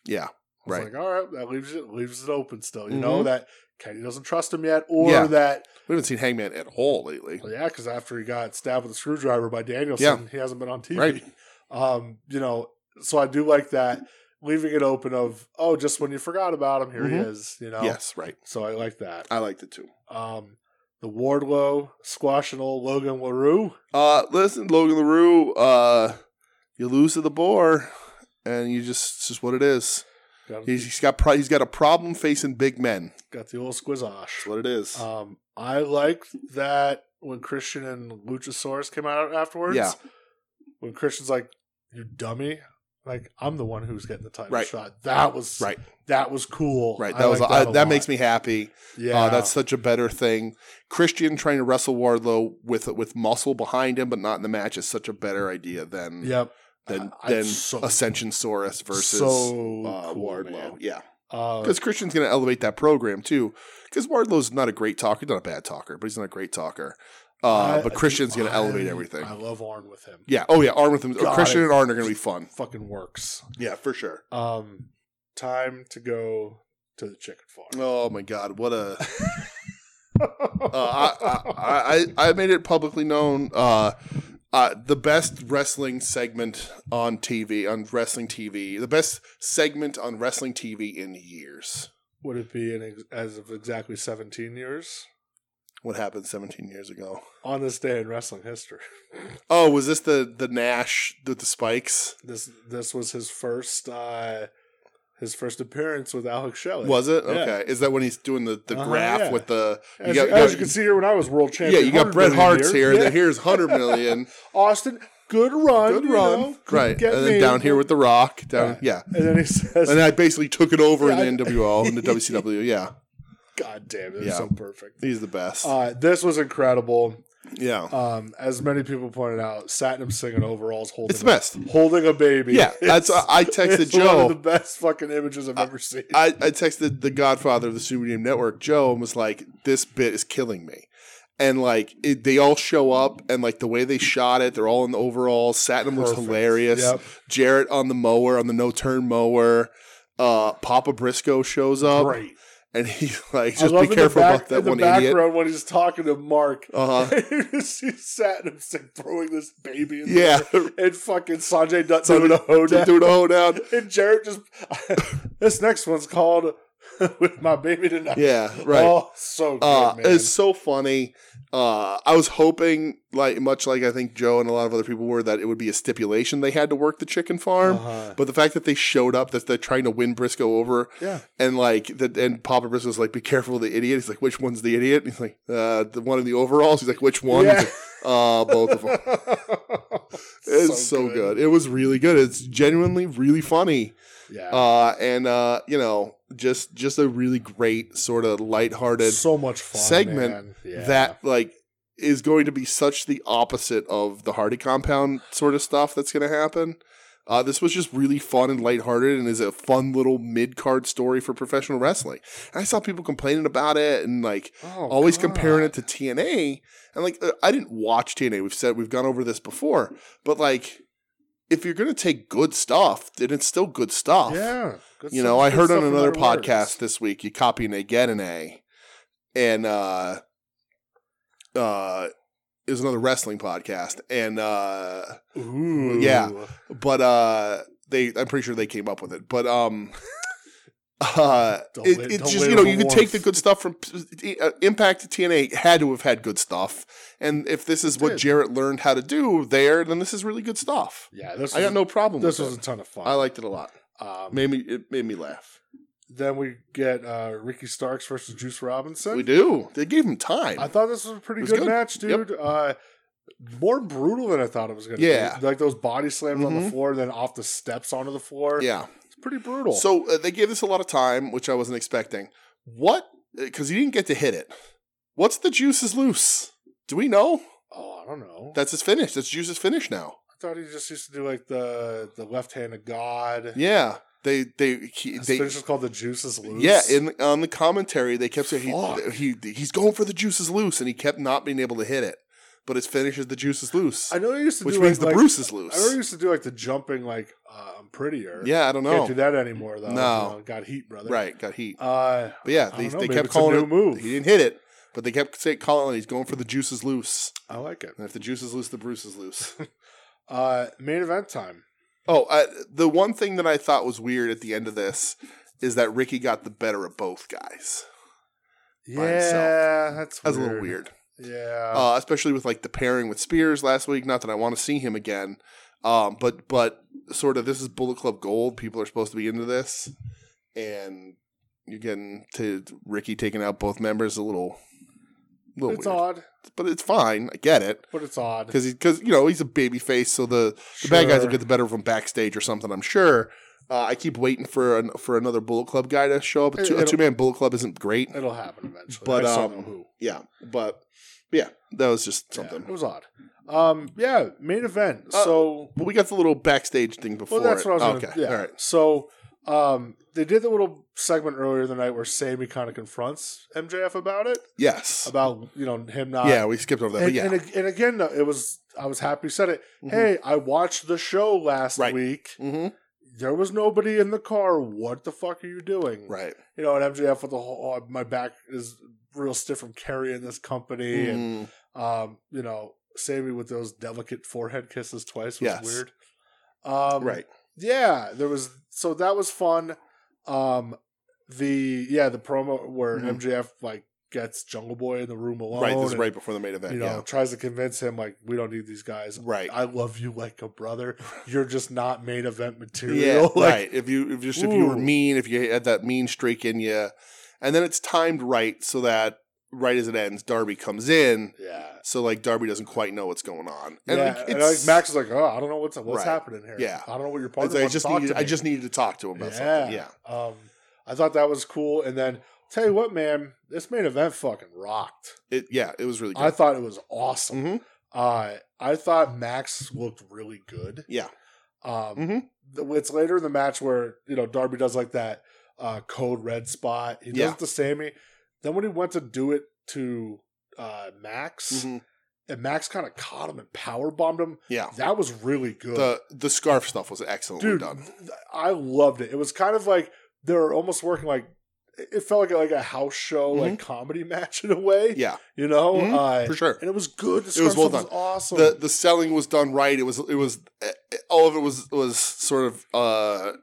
Speaker 3: Yeah,
Speaker 2: I was
Speaker 3: right.
Speaker 2: like, all right, that leaves it leaves it open still. You
Speaker 3: Mhm.
Speaker 2: know that Kenny doesn't trust him yet, or
Speaker 3: Yeah.
Speaker 2: that
Speaker 3: we haven't seen Hangman at all lately.
Speaker 2: well, yeah, because after he got stabbed with a screwdriver by Danielson, he hasn't been on TV.
Speaker 3: Right.
Speaker 2: Um, you know, so I do like that leaving it open of oh, just when you forgot about him, here he
Speaker 3: Mhm.
Speaker 2: is. You know.
Speaker 3: Yes, right.
Speaker 2: So I like that.
Speaker 3: I liked it too.
Speaker 2: Um, the Wardlow squashing old Logan Larue.
Speaker 3: Uh, listen, Logan Larue, uh, you lose to the boar, and you just it's just what it is.
Speaker 2: Got,
Speaker 3: He's, he's got pro- he's got a problem facing big men.
Speaker 2: got the old squizosh.
Speaker 3: That's what it is.
Speaker 2: Um, I liked that when Christian and Luchasaurus came out afterwards.
Speaker 3: Yeah.
Speaker 2: When Christian's like, "You dummy." Like I'm the one who's getting the title
Speaker 3: Right.
Speaker 2: shot. That was
Speaker 3: right,
Speaker 2: That was cool.
Speaker 3: right.
Speaker 2: I
Speaker 3: That was
Speaker 2: liked
Speaker 3: I,
Speaker 2: a
Speaker 3: that
Speaker 2: lot.
Speaker 3: makes me happy.
Speaker 2: Yeah,
Speaker 3: Uh, that's such a better thing. Christian trying to wrestle Wardlow with with muscle behind him, but not in the match, is such a better idea than
Speaker 2: yep.
Speaker 3: than
Speaker 2: I-
Speaker 3: than
Speaker 2: I'm so-
Speaker 3: Ascension Saurus versus
Speaker 2: so
Speaker 3: uh,
Speaker 2: cool,
Speaker 3: Wardlow.
Speaker 2: man.
Speaker 3: Yeah,
Speaker 2: Uh,
Speaker 3: because Christian's going to elevate that program too. Because Wardlow's not a great talker, not a bad talker, but he's not a great talker. Uh,
Speaker 2: I-
Speaker 3: but Christian's going to
Speaker 2: I-
Speaker 3: elevate everything.
Speaker 2: I love Arn with him.
Speaker 3: yeah. Oh yeah. Arn with him.
Speaker 2: God,
Speaker 3: Christian
Speaker 2: I-
Speaker 3: and Arn are going to be fun.
Speaker 2: Fucking works.
Speaker 3: Yeah, for sure.
Speaker 2: Um, time to go to the chicken farm.
Speaker 3: Oh my God! What a uh, I, I I I made it publicly known. Uh, uh, the best wrestling segment on TV on wrestling TV. The best segment on wrestling TV in years.
Speaker 2: Would it be in ex- as of exactly 17 years?
Speaker 3: What happened 17 years ago?
Speaker 2: On this day in wrestling history,
Speaker 3: Oh, was this the the Nash the, the spikes?
Speaker 2: this this was his first uh, his first appearance with Alex Shelley.
Speaker 3: Was it
Speaker 2: Yeah.
Speaker 3: okay? Is that when he's doing the the
Speaker 2: Uh-huh,
Speaker 3: graph
Speaker 2: yeah.
Speaker 3: with the you
Speaker 2: As,
Speaker 3: got-
Speaker 2: you,
Speaker 3: you
Speaker 2: as
Speaker 3: got-
Speaker 2: you can see here, when I was world
Speaker 3: yeah
Speaker 2: champion,
Speaker 3: you got
Speaker 2: 100
Speaker 3: Bret
Speaker 2: million
Speaker 3: Hart's
Speaker 2: year.
Speaker 3: here.
Speaker 2: Yeah.
Speaker 3: Then here's hundred million.
Speaker 2: Austin, good run,
Speaker 3: Good
Speaker 2: you
Speaker 3: run,
Speaker 2: know, couldn't
Speaker 3: right? And
Speaker 2: get
Speaker 3: then
Speaker 2: me.
Speaker 3: down here with the Rock. Down yeah.
Speaker 2: and then he says,
Speaker 3: And I basically took it over
Speaker 2: Yeah, I-
Speaker 3: in the NWO and the WCW. Yeah,
Speaker 2: "God damn, it was
Speaker 3: Yeah.
Speaker 2: so perfect."
Speaker 3: he's the best.
Speaker 2: Uh, this was incredible.
Speaker 3: yeah,
Speaker 2: Um, as many people pointed out, Satnam singing overalls holding
Speaker 3: it's the best.
Speaker 2: A, holding a baby.
Speaker 3: Yeah, that's.
Speaker 2: It's-
Speaker 3: I texted
Speaker 2: it's One of the
Speaker 3: Joe.
Speaker 2: best fucking images I've ever seen.
Speaker 3: I, I texted the Godfather of the Super Game Network, Joe, and was like, "This bit is killing me." And like it, they all show up, and like the way they shot it, they're all in the overalls. Satnam looks
Speaker 2: Perfect.
Speaker 3: hilarious.
Speaker 2: Yep.
Speaker 3: Jarrett on the mower, on the no turn mower. Uh, Papa Briscoe shows up,
Speaker 2: Great.
Speaker 3: and he's like,
Speaker 2: I
Speaker 3: "Just
Speaker 2: love in
Speaker 3: be
Speaker 2: the
Speaker 3: careful
Speaker 2: back-
Speaker 3: about that
Speaker 2: in the
Speaker 3: one idiot."
Speaker 2: background when he's talking to Mark.
Speaker 3: Uh huh.
Speaker 2: you just see Satnam Singh throwing this baby. In the
Speaker 3: Yeah,
Speaker 2: air, and fucking Sanjay Dutt
Speaker 3: Sanjay
Speaker 2: doing a hoedown.
Speaker 3: doing a hoedown.
Speaker 2: and Jarrett just this next one's called "With My Baby Tonight."
Speaker 3: Yeah, right.
Speaker 2: Oh, so good,
Speaker 3: Uh,
Speaker 2: man.
Speaker 3: it's so funny. Uh, I was hoping, like much like I think Joe and a lot of other people were, that it would be a stipulation they had to work the chicken farm.
Speaker 2: Uh-huh.
Speaker 3: But the fact that they showed up, that they're trying to win Briscoe over,
Speaker 2: Yeah.
Speaker 3: and like that, and Papa Briscoe's like, "Be careful of the idiot." He's like, "Which one's the idiot?" And he's like, uh, "The one in the overalls." He's like, "Which one?"
Speaker 2: Yeah.
Speaker 3: He's like, uh, both of them. It's so, good. It was really good. It's genuinely really funny.
Speaker 2: Yeah.
Speaker 3: Uh, and uh, you know, just just a really great sort of lighthearted
Speaker 2: so much fun
Speaker 3: segment
Speaker 2: man. Yeah.
Speaker 3: that like is going to be such the opposite of the Hardy compound sort of stuff that's going to happen. Uh, this was just really fun and lighthearted and is a fun little mid card story for professional wrestling. And I saw people complaining about it and like
Speaker 2: Oh,
Speaker 3: always
Speaker 2: God.
Speaker 3: comparing it to TNA. And like, uh, I didn't watch TNA. We've said we've gone over this before, but like, if you're going to take good stuff, then it's still good stuff.
Speaker 2: Yeah. Good
Speaker 3: You
Speaker 2: stuff-
Speaker 3: know, I
Speaker 2: good
Speaker 3: heard
Speaker 2: stuff
Speaker 3: on
Speaker 2: no
Speaker 3: another
Speaker 2: matter what it
Speaker 3: podcast
Speaker 2: is.
Speaker 3: this week, you copy and they get an A. And uh uh it was another wrestling podcast. And uh
Speaker 2: Ooh.
Speaker 3: Yeah. but uh they I'm pretty sure they came up with it. But um uh
Speaker 2: Don't
Speaker 3: it,
Speaker 2: let-
Speaker 3: it's
Speaker 2: don't
Speaker 3: just
Speaker 2: let
Speaker 3: you know
Speaker 2: it
Speaker 3: you can
Speaker 2: warm.
Speaker 3: take the good stuff from uh, Impact TNA had to have had good stuff. And if this is
Speaker 2: It
Speaker 3: what
Speaker 2: did.
Speaker 3: Jarrett learned how to do there, then this is really good stuff.
Speaker 2: Yeah. This
Speaker 3: I got
Speaker 2: was,
Speaker 3: no problem
Speaker 2: This
Speaker 3: with
Speaker 2: was a
Speaker 3: it.
Speaker 2: ton of fun.
Speaker 3: I liked it a lot.
Speaker 2: Um,
Speaker 3: Made me it made me laugh.
Speaker 2: then we get uh, Ricky Starks versus Juice Robinson.
Speaker 3: We do. They gave him time.
Speaker 2: I thought this was a pretty
Speaker 3: It was
Speaker 2: good,
Speaker 3: good.
Speaker 2: match, dude. Uh, more brutal than I thought it was going to
Speaker 3: Yeah.
Speaker 2: be. Like those body slams on
Speaker 3: Mhm.
Speaker 2: the floor, then off the steps onto the floor.
Speaker 3: yeah.
Speaker 2: It's pretty brutal.
Speaker 3: So uh, they gave this a lot of time, which I wasn't expecting. What? Because you didn't get to hit it. What's the juice is loose? Do we know?
Speaker 2: oh, I don't know.
Speaker 3: That's his finish. That's juice's finish now.
Speaker 2: I thought he just used to do like the the left hand of God.
Speaker 3: Yeah. They they he,
Speaker 2: His
Speaker 3: they.
Speaker 2: finish is called the juice is loose.
Speaker 3: Yeah, in the, on the commentary they kept saying
Speaker 2: Fuck.
Speaker 3: he, he he's going for the juice is loose, and he kept not being able to hit it. But his finish is the juice is loose,
Speaker 2: I know he used to
Speaker 3: which
Speaker 2: do
Speaker 3: means
Speaker 2: like,
Speaker 3: the Bruce is
Speaker 2: like, I know he
Speaker 3: loose.
Speaker 2: used to do like the jumping like uh, I'm prettier.
Speaker 3: Yeah, I don't
Speaker 2: can't do
Speaker 3: know.
Speaker 2: that anymore though.
Speaker 3: No.
Speaker 2: You know, got heat, brother.
Speaker 3: Right, got heat.
Speaker 2: Uh,
Speaker 3: But yeah,
Speaker 2: I
Speaker 3: they,
Speaker 2: don't know,
Speaker 3: they
Speaker 2: maybe
Speaker 3: kept
Speaker 2: it's a
Speaker 3: calling
Speaker 2: new
Speaker 3: it.
Speaker 2: move.
Speaker 3: He didn't hit it, but they kept say, calling it. He's going for the juice is loose.
Speaker 2: I like it.
Speaker 3: And if the juice is loose, the Bruce is loose.
Speaker 2: Uh, main event time.
Speaker 3: oh, I, the one thing that I thought was weird at the end of this is that Ricky got the better of both guys. By himself.
Speaker 2: Yeah, that's
Speaker 3: That's a little weird,
Speaker 2: Yeah,
Speaker 3: uh, especially with like the pairing with Spears last week. Not that I want to see him again, um, but but sort of this is Bullet Club Gold. People are supposed to be into this, and you're getting to Ricky taking out both members. A little, little
Speaker 2: it's
Speaker 3: weird,
Speaker 2: odd,
Speaker 3: but it's fine. I get it.
Speaker 2: but it's odd.
Speaker 3: because because you know he's a baby face, so the, the bad guys will
Speaker 2: Sure.
Speaker 3: get the better of him backstage or something. I'm sure. Uh, I keep waiting for an, for another Bullet Club guy to show up. A
Speaker 2: It-
Speaker 3: two,
Speaker 2: it'll-
Speaker 3: man Bullet Club isn't great.
Speaker 2: It'll happen eventually. I
Speaker 3: But,
Speaker 2: just don't
Speaker 3: um,
Speaker 2: know who.
Speaker 3: Yeah, but yeah, that was just something.
Speaker 2: Yeah, it was odd. Um, yeah, main event.
Speaker 3: Uh,
Speaker 2: so
Speaker 3: but we got the little backstage thing before.
Speaker 2: well, that's
Speaker 3: it.
Speaker 2: what I was.
Speaker 3: okay,
Speaker 2: gonna, yeah.
Speaker 3: all right.
Speaker 2: So Um, they did the little segment earlier the night where Sammy kind of confronts MJF about it,
Speaker 3: Yes.
Speaker 2: about you know him not.
Speaker 3: yeah, we skipped over that.
Speaker 2: and,
Speaker 3: but yeah.
Speaker 2: and, ag- and again, though, it was I was happy you said it.
Speaker 3: Mhm.
Speaker 2: Hey, I watched the show last
Speaker 3: Right.
Speaker 2: week.
Speaker 3: Mhm.
Speaker 2: There was nobody in the car. What the fuck are you doing?
Speaker 3: Right.
Speaker 2: You know, and MJF with the whole oh, my back is real stiff from carrying this company, and
Speaker 3: Mhm.
Speaker 2: um, you know, Sammy with those delicate forehead kisses twice was
Speaker 3: Yes.
Speaker 2: weird. Um,
Speaker 3: Right.
Speaker 2: yeah there was so that was fun um the yeah the promo where
Speaker 3: Mhm.
Speaker 2: mjf like gets jungle boy in the room alone
Speaker 3: Right. This is
Speaker 2: and,
Speaker 3: right before the main event.
Speaker 2: you know
Speaker 3: yeah.
Speaker 2: tries to convince him like we don't need these guys
Speaker 3: Right.
Speaker 2: i love you like a brother you're just not main event
Speaker 3: Yeah,
Speaker 2: material like
Speaker 3: right. If you if just if you were
Speaker 2: Ooh.
Speaker 3: mean, if you had that mean streak in you, and then it's timed right so that right as it ends, Darby comes in.
Speaker 2: yeah
Speaker 3: So like Darby doesn't quite know what's going on, and
Speaker 2: yeah,
Speaker 3: like,
Speaker 2: and like
Speaker 3: it's-
Speaker 2: Max is like, oh, I don't know what's what's
Speaker 3: Right.
Speaker 2: happening here.
Speaker 3: Yeah.
Speaker 2: I don't know what your
Speaker 3: it's
Speaker 2: partner
Speaker 3: like, I
Speaker 2: wants
Speaker 3: just
Speaker 2: to talk
Speaker 3: needed
Speaker 2: to
Speaker 3: I
Speaker 2: me."
Speaker 3: just needed to talk to him about something. Yeah,
Speaker 2: Um, I thought that was cool. And then tell you what, man, this main event fucking rocked.
Speaker 3: it yeah, it was really good.
Speaker 2: I thought it was awesome.
Speaker 3: Mhm.
Speaker 2: Uh, I thought Max looked really good.
Speaker 3: Yeah.
Speaker 2: Um,
Speaker 3: Mhm.
Speaker 2: the- it's later in the match where you know Darby does like that uh, code red spot. He does
Speaker 3: Yeah.
Speaker 2: it to Sammy. Then when he went to do it to uh, Max,
Speaker 3: Mhm.
Speaker 2: and Max kind of caught him and power bombed him.
Speaker 3: Yeah,
Speaker 2: That was really good,
Speaker 3: the the scarf stuff was excellently
Speaker 2: dude.
Speaker 3: done.
Speaker 2: th- I loved it. It was kind of like they were almost working like it felt like a, like a house show, like comedy match in a way.
Speaker 3: Mm-hmm. Yeah,
Speaker 2: You know,
Speaker 3: Mhm,
Speaker 2: uh,
Speaker 3: for sure.
Speaker 2: and it was good. The
Speaker 3: It was
Speaker 2: scarf
Speaker 3: well
Speaker 2: stuff
Speaker 3: done.
Speaker 2: awesome.
Speaker 3: the the selling was done right. It was it was eh, eh, all of it was was sort of uh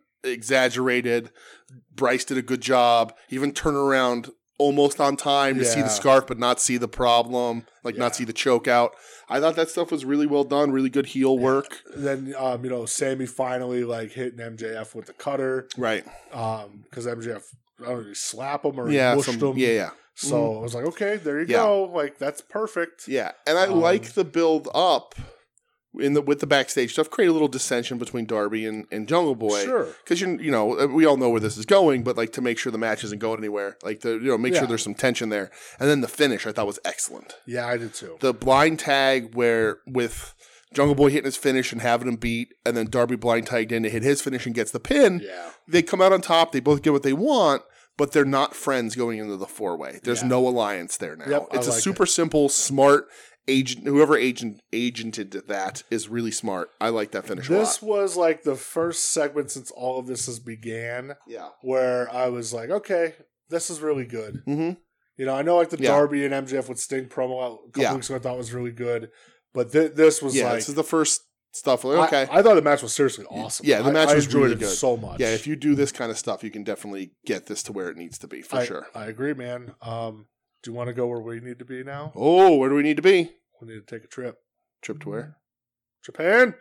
Speaker 3: exaggerated. Bryce did a good job. He Even turn around almost on time to see
Speaker 2: Yeah.
Speaker 3: the scarf, but not see the problem, like
Speaker 2: Yeah.
Speaker 3: not see the choke out. I thought that stuff was really well done. Really good heel work.
Speaker 2: then um, you know Sammy finally like hitting MJF with the cutter um,
Speaker 3: Right.
Speaker 2: because MJF I don't know, he slap him or
Speaker 3: Yeah.
Speaker 2: he
Speaker 3: some-
Speaker 2: pushed him.
Speaker 3: yeah. Yeah.
Speaker 2: So I was like, okay, there you
Speaker 3: Yeah.
Speaker 2: go. Like that's perfect.
Speaker 3: Yeah. And I
Speaker 2: Um,
Speaker 3: like the build up in the with the backstage stuff. Create a little dissension between Darby and, and Jungle Boy.
Speaker 2: Sure.
Speaker 3: because you you know uh, we all know where this is going, but like to make sure the match isn't going anywhere, like to you know make
Speaker 2: Yeah.
Speaker 3: sure there's some tension there, and then the finish I thought was excellent.
Speaker 2: Yeah, I did too.
Speaker 3: The blind tag where with Jungle Boy hitting his finish and having him beat, and then Darby blind tagged in to hit his finish and gets the pin.
Speaker 2: yeah.
Speaker 3: They come out on top. They both get what they want, but they're not friends going into the four way. There's
Speaker 2: Yeah.
Speaker 3: no alliance there now.
Speaker 2: Yep, I
Speaker 3: it's a
Speaker 2: like
Speaker 3: super simple, smart agent. Whoever agent agented that is really smart. I like that finish
Speaker 2: This
Speaker 3: a lot.
Speaker 2: was like the first segment since all of this has began
Speaker 3: Yeah.
Speaker 2: where I was like, okay, this is really good.
Speaker 3: Mm-hmm.
Speaker 2: You know, I know like the
Speaker 3: Yeah.
Speaker 2: Darby and MJF with Sting promo out a couple
Speaker 3: Yeah.
Speaker 2: weeks ago I thought was really good, but th- this was
Speaker 3: Yeah.
Speaker 2: like
Speaker 3: this is the first stuff. Like,
Speaker 2: I-
Speaker 3: okay.
Speaker 2: I, thought the match was seriously awesome.
Speaker 3: Yeah, the
Speaker 2: I-
Speaker 3: match
Speaker 2: I
Speaker 3: was
Speaker 2: enjoyed
Speaker 3: really
Speaker 2: it
Speaker 3: good.
Speaker 2: so much.
Speaker 3: Yeah, if you do this kind of stuff, you can definitely get this to where it needs to be for
Speaker 2: I,
Speaker 3: sure.
Speaker 2: I agree, man. Um, do you want to go where we need to be now?
Speaker 3: Oh, where do we need to be?
Speaker 2: We need to take a trip.
Speaker 3: Trip to where?
Speaker 2: Japan.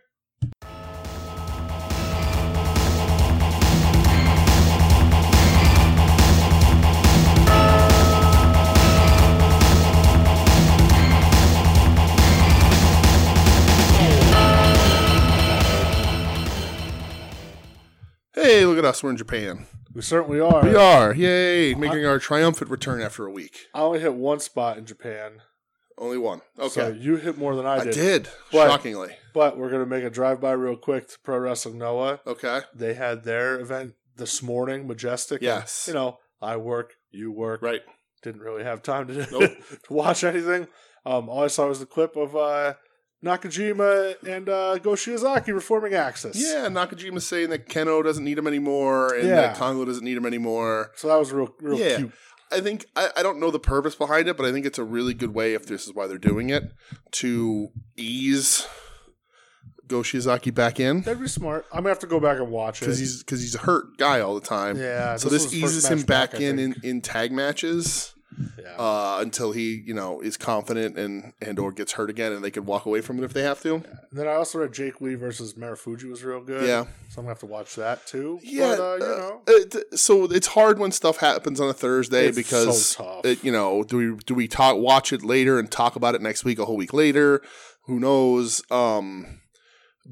Speaker 3: Hey, look at us. We're in Japan.
Speaker 2: We certainly are.
Speaker 3: We are. Yay. Making our triumphant return after a week.
Speaker 2: I only hit one spot in Japan.
Speaker 3: Only one. Okay.
Speaker 2: So you hit more than I
Speaker 3: I
Speaker 2: did.
Speaker 3: did.
Speaker 2: But-
Speaker 3: Shockingly.
Speaker 2: But we're gonna make a drive by real quick to Pro Wrestling Noah.
Speaker 3: Okay.
Speaker 2: They had their event this morning, Majestic.
Speaker 3: Yes.
Speaker 2: you know, I work, you work.
Speaker 3: Right.
Speaker 2: Didn't really have time to,
Speaker 3: Nope.
Speaker 2: to watch anything. Um, all I saw was the clip of uh, Nakajima and uh, Go Shiozaki reforming Axis.
Speaker 3: Yeah, Nakajima's saying that Keno doesn't need him anymore and
Speaker 2: Yeah.
Speaker 3: that Congo doesn't need him anymore.
Speaker 2: So that was real, real
Speaker 3: Yeah.
Speaker 2: cute.
Speaker 3: I think I, I don't know the purpose behind it, but I think it's a really good way if this is why they're doing it to ease Goshizaki back in.
Speaker 2: That'd be smart. I'm gonna have to go back and watch it.
Speaker 3: because he's because he's a hurt guy all the time.
Speaker 2: yeah.
Speaker 3: So this,
Speaker 2: was his first
Speaker 3: eases him
Speaker 2: match
Speaker 3: back,
Speaker 2: I
Speaker 3: in,
Speaker 2: think.
Speaker 3: in in tag matches
Speaker 2: yeah.
Speaker 3: uh, until he you know is confident and and or gets hurt again, and they can walk away from it if they have to.
Speaker 2: and then I also read Jake Lee versus Marufuji was real good.
Speaker 3: Yeah.
Speaker 2: So I'm gonna have to watch that too.
Speaker 3: Yeah,
Speaker 2: But, uh, you
Speaker 3: uh,
Speaker 2: know.
Speaker 3: it- so it's hard when stuff happens on a Thursday
Speaker 2: It's
Speaker 3: because
Speaker 2: so tough.
Speaker 3: it, you know do we do we talk watch it later and talk about it next week a whole week later? Who knows? Um,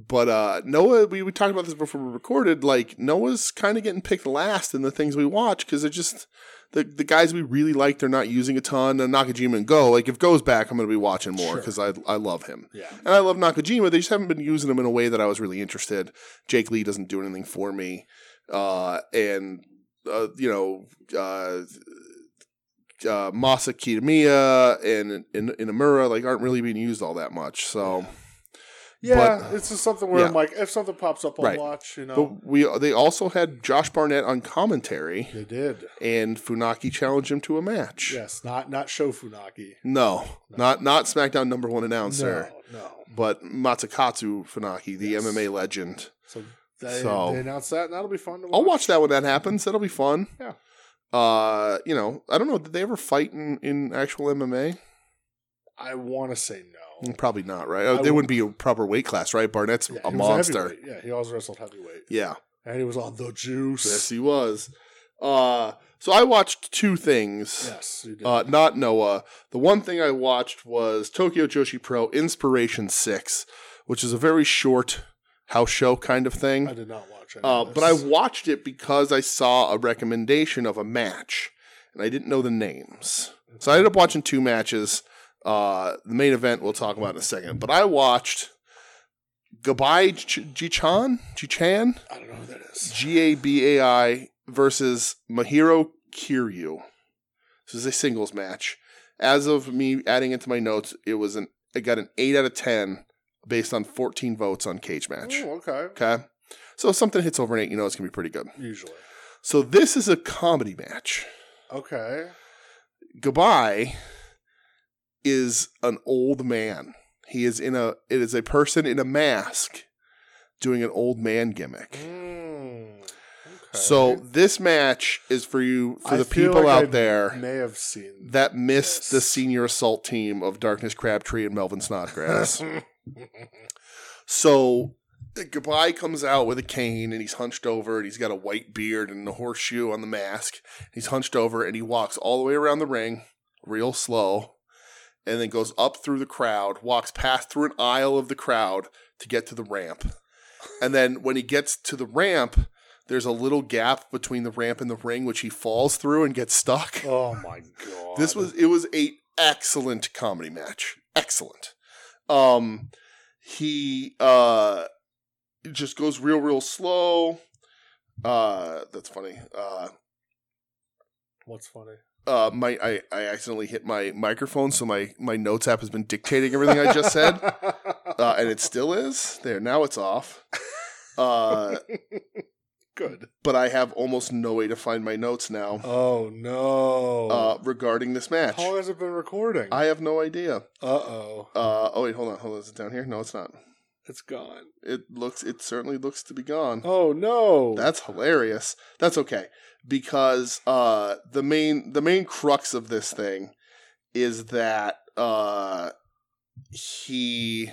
Speaker 3: but uh, Noah, we, we talked about this before we recorded. Like Noah's kind of getting picked last in the things we watch because they're just the the guys we really like. They're not using a ton. And Nakajima and Go, like if Go's back, I'm going to be watching more
Speaker 2: Sure.
Speaker 3: because I I love him.
Speaker 2: yeah.
Speaker 3: And I love Nakajima. They just haven't been using him in a way that I was really interested. Jake Lee doesn't do anything for me. uh, and uh, you know uh, uh, Masa Kitamiya and, and Inamura like aren't really being used all that much. So,
Speaker 2: Yeah,
Speaker 3: But-
Speaker 2: it's just something where
Speaker 3: uh, yeah.
Speaker 2: I'm like, if something pops up, I'll
Speaker 3: Right.
Speaker 2: watch. You know,
Speaker 3: but we they also had Josh Barnett on commentary,
Speaker 2: they did.
Speaker 3: and Funaki challenged him to a match.
Speaker 2: Yes, not not show Funaki.
Speaker 3: No, not not SmackDown number one announcer,
Speaker 2: No, no.
Speaker 3: but Matsukatsu Funaki, the
Speaker 2: Yes.
Speaker 3: MMA legend.
Speaker 2: So they,
Speaker 3: So-
Speaker 2: they announced that, and that'll be fun to watch.
Speaker 3: I'll watch that when that happens. That'll be fun.
Speaker 2: Yeah.
Speaker 3: Uh, you know, I don't know. Did they ever fight in, in actual MMA?
Speaker 2: I want to say no.
Speaker 3: Probably not, right?
Speaker 2: I
Speaker 3: Uh, there wouldn't be a proper weight class, right? Barnett's
Speaker 2: Yeah,
Speaker 3: a
Speaker 2: he was
Speaker 3: monster.
Speaker 2: heavyweight. yeah, he always wrestled heavyweight,
Speaker 3: yeah.
Speaker 2: and he was on the juice.
Speaker 3: Yes, he was. Uh, so I watched two things.
Speaker 2: Yes, he did.
Speaker 3: Uh, not Noah. The one thing I watched was Tokyo Joshi Pro Inspiration Six, which is a very short house show kind of
Speaker 2: I
Speaker 3: thing.
Speaker 2: did not watch it.
Speaker 3: Uh, but I watched it because I saw a recommendation of a match, and I didn't know the names, so I ended up watching two matches. Uh, the main event we'll talk about in a second, but I watched Gabai Ch- Jichan Jichan
Speaker 2: I don't know who that is.
Speaker 3: G A B A I versus Mahiro Kiryu. This is a singles match. As of me adding it to my notes, it was an it got an eight out of ten based on fourteen votes on Cage Match.
Speaker 2: Oh, okay.
Speaker 3: Okay, so if something hits over an eight, you know it's gonna be pretty good.
Speaker 2: Usually.
Speaker 3: So this is a comedy match.
Speaker 2: Okay.
Speaker 3: Goodbye is an old man. He is in a it is a person in a mask doing an old man gimmick.
Speaker 2: Mm, okay.
Speaker 3: So this match is for you for
Speaker 2: I
Speaker 3: the
Speaker 2: feel
Speaker 3: people
Speaker 2: like
Speaker 3: out
Speaker 2: I
Speaker 3: there
Speaker 2: may have seen
Speaker 3: that missed the
Speaker 2: Yes.
Speaker 3: senior assault team of Darkness Crabtree and Melvin Snodgrass.
Speaker 2: that.
Speaker 3: so Goodbye comes out with a cane and he's hunched over and he's got a white beard and a horseshoe on the mask. He's hunched over and he walks all the way around the ring real slow and then goes up through the crowd, walks past through an aisle of the crowd to get to the ramp. And then when he gets to the ramp, there's a little gap between the ramp and the ring, which he falls through and gets stuck.
Speaker 2: oh my god.
Speaker 3: This was it was a excellent comedy match. Excellent. Um he uh it just goes real real slow. Uh that's funny. Uh
Speaker 2: what's funny.
Speaker 3: uh my I, I accidentally hit my microphone so my my notes app has been dictating everything I just said. Uh and it still is. There now it's off. Uh
Speaker 2: good.
Speaker 3: but I have almost no way to find my notes now
Speaker 2: Oh no.
Speaker 3: uh regarding this match.
Speaker 2: How long has it been recording?
Speaker 3: I have no idea.
Speaker 2: uh oh.
Speaker 3: Uh oh wait, hold on, hold on, is it down here? No, it's not.
Speaker 2: It's gone.
Speaker 3: it looks it certainly looks to be gone.
Speaker 2: Oh no.
Speaker 3: That's hilarious. That's okay because uh the main the main crux of this thing is that uh he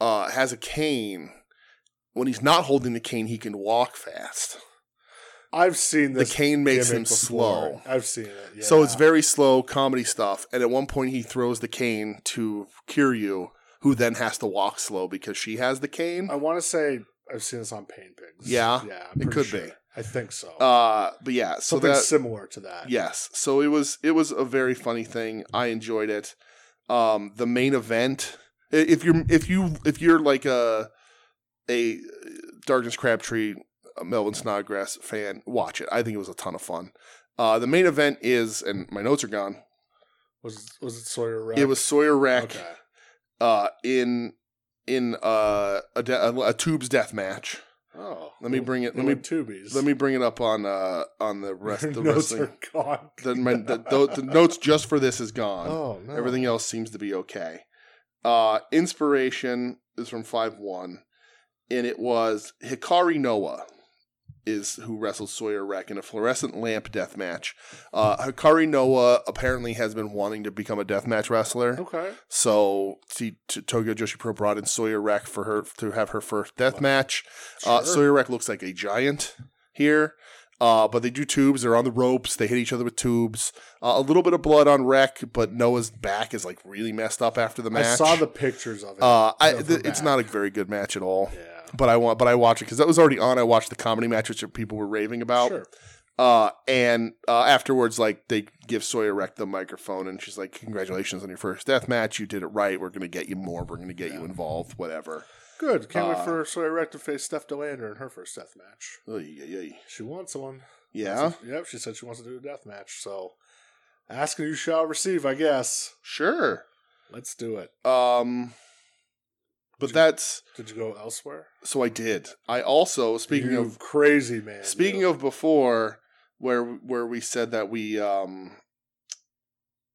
Speaker 3: uh has a cane. When he's not holding the cane, he can walk fast.
Speaker 2: I've seen
Speaker 3: The
Speaker 2: this.
Speaker 3: cane makes him
Speaker 2: gimmick
Speaker 3: slow.
Speaker 2: before. I've seen it. Yeah.
Speaker 3: So it's very slow comedy stuff. And at one point, he throws the cane to Kiryu, who then has to walk slow because she has the cane.
Speaker 2: I want to say I've seen this on Pain Pigs.
Speaker 3: Yeah?
Speaker 2: Yeah.
Speaker 3: It could be.
Speaker 2: I think so.
Speaker 3: Uh, but yeah, so
Speaker 2: Oh. Something
Speaker 3: that,
Speaker 2: similar to that.
Speaker 3: Yes. So it was it was a very funny thing. I enjoyed it. Um the main event i- if you're if you if you're like a a Darkness Crabtree a Melvin Snodgrass fan, watch it. I think it was a ton of fun. Uh the main event is and my notes are gone.
Speaker 2: Was was it Sawyer Rack?
Speaker 3: It was Sawyer Rack
Speaker 2: Okay.
Speaker 3: uh in in uh a, de- a, a tubes death match.
Speaker 2: Oh.
Speaker 3: Let me
Speaker 2: well,
Speaker 3: bring it-
Speaker 2: they
Speaker 3: let me-
Speaker 2: went tubies.
Speaker 3: Let me bring it up on uh on the rest
Speaker 2: Your
Speaker 3: the
Speaker 2: notes
Speaker 3: wrestling.
Speaker 2: are gone.
Speaker 3: The, my, the, the, the notes just for this is gone.
Speaker 2: Oh no.
Speaker 3: Everything else seems to be okay. Uh, inspiration is from five one, and it was Hikari Noah is who wrestled Sawyer Wreck in a fluorescent lamp death match. Uh, Hikari Noah apparently has been wanting to become a deathmatch wrestler,
Speaker 2: Okay.
Speaker 3: so see, t- Tokyo Joshi Pro brought in Sawyer Wreck for her to have her first death match. Uh,
Speaker 2: Sure.
Speaker 3: Sawyer Wreck looks like a giant here, uh, but they do tubes. They're on the ropes. They hit each other with tubes. Uh, a little bit of blood on Wreck, but Noah's back is like really messed up after the match.
Speaker 2: I saw the pictures of it.
Speaker 3: Uh, I,
Speaker 2: of her
Speaker 3: th- it's
Speaker 2: back.
Speaker 3: not a very good match at all.
Speaker 2: yeah.
Speaker 3: But I want, but I watch it because that was already on. I watched the comedy match which people were raving about.
Speaker 2: Sure.
Speaker 3: Uh, and uh, afterwards, like they give Sawyer Wreck the microphone, and she's like, "Congratulations on your first death match. You did it right. We're gonna get you more. We're gonna get you involved. Whatever."
Speaker 2: Good. Can't wait
Speaker 3: Uh,
Speaker 2: for Sawyer Wreck to face Steph Delander in her first death match.
Speaker 3: Oy, oy, oy.
Speaker 2: She wants one.
Speaker 3: Yeah,
Speaker 2: She- Yep. She said she wants to do a death match. So, ask and you shall receive. I guess.
Speaker 3: sure.
Speaker 2: Let's do it.
Speaker 3: Um, but that's
Speaker 2: Did you go elsewhere?
Speaker 3: so. I did. I also speaking
Speaker 2: You
Speaker 3: of
Speaker 2: crazy man.
Speaker 3: Speaking
Speaker 2: you.
Speaker 3: of before, where where we said that we um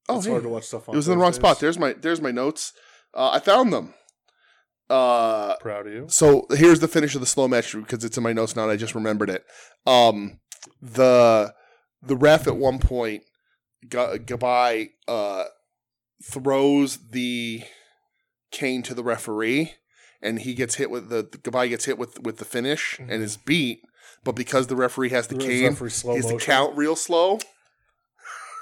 Speaker 3: oh
Speaker 2: it's
Speaker 3: hey,
Speaker 2: hard to watch stuff. on
Speaker 3: it was in the wrong
Speaker 2: Thursdays.
Speaker 3: spot. There's my there's my notes. Uh, I found them. Uh,
Speaker 2: Proud of you.
Speaker 3: so here's the finish of the slow match because it's in my notes now. and I just remembered it. Um, the the ref at one point, Ga- Gabai uh throws the cane to the referee, and he gets hit with the Gabai gets hit with with the finish and is beat. But because the referee has the
Speaker 2: Mm-hmm. There was
Speaker 3: cane,
Speaker 2: referee slow
Speaker 3: is the
Speaker 2: motion.
Speaker 3: count real slow.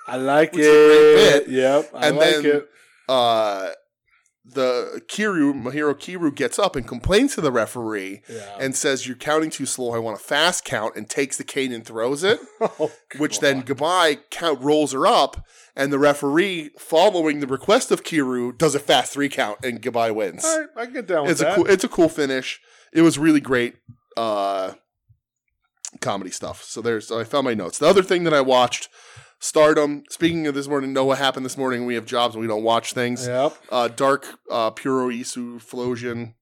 Speaker 2: I like
Speaker 3: Which is a
Speaker 2: it.
Speaker 3: great
Speaker 2: Yep. I
Speaker 3: And
Speaker 2: like
Speaker 3: then-
Speaker 2: it.
Speaker 3: Uh, the Kiru Mahiro Kiru gets up and complains to the referee
Speaker 2: Yeah.
Speaker 3: and says, "You're counting too slow. I want a fast count." And takes the cane and throws it,
Speaker 2: Oh,
Speaker 3: which
Speaker 2: God.
Speaker 3: then goodbye count rolls her up, and the referee, following the request of Kiru, does a fast three count, and goodbye wins.
Speaker 2: All right, I can get down with
Speaker 3: it's
Speaker 2: that.
Speaker 3: a cool, it's a cool finish. It was really great. Uh, comedy stuff. So there's I found my notes. The other thing that I watched, Stardom. Speaking of this morning, know what happened this morning. We have jobs and we don't watch things.
Speaker 2: Yep.
Speaker 3: Uh, Dark uh, Puro Isu Flosian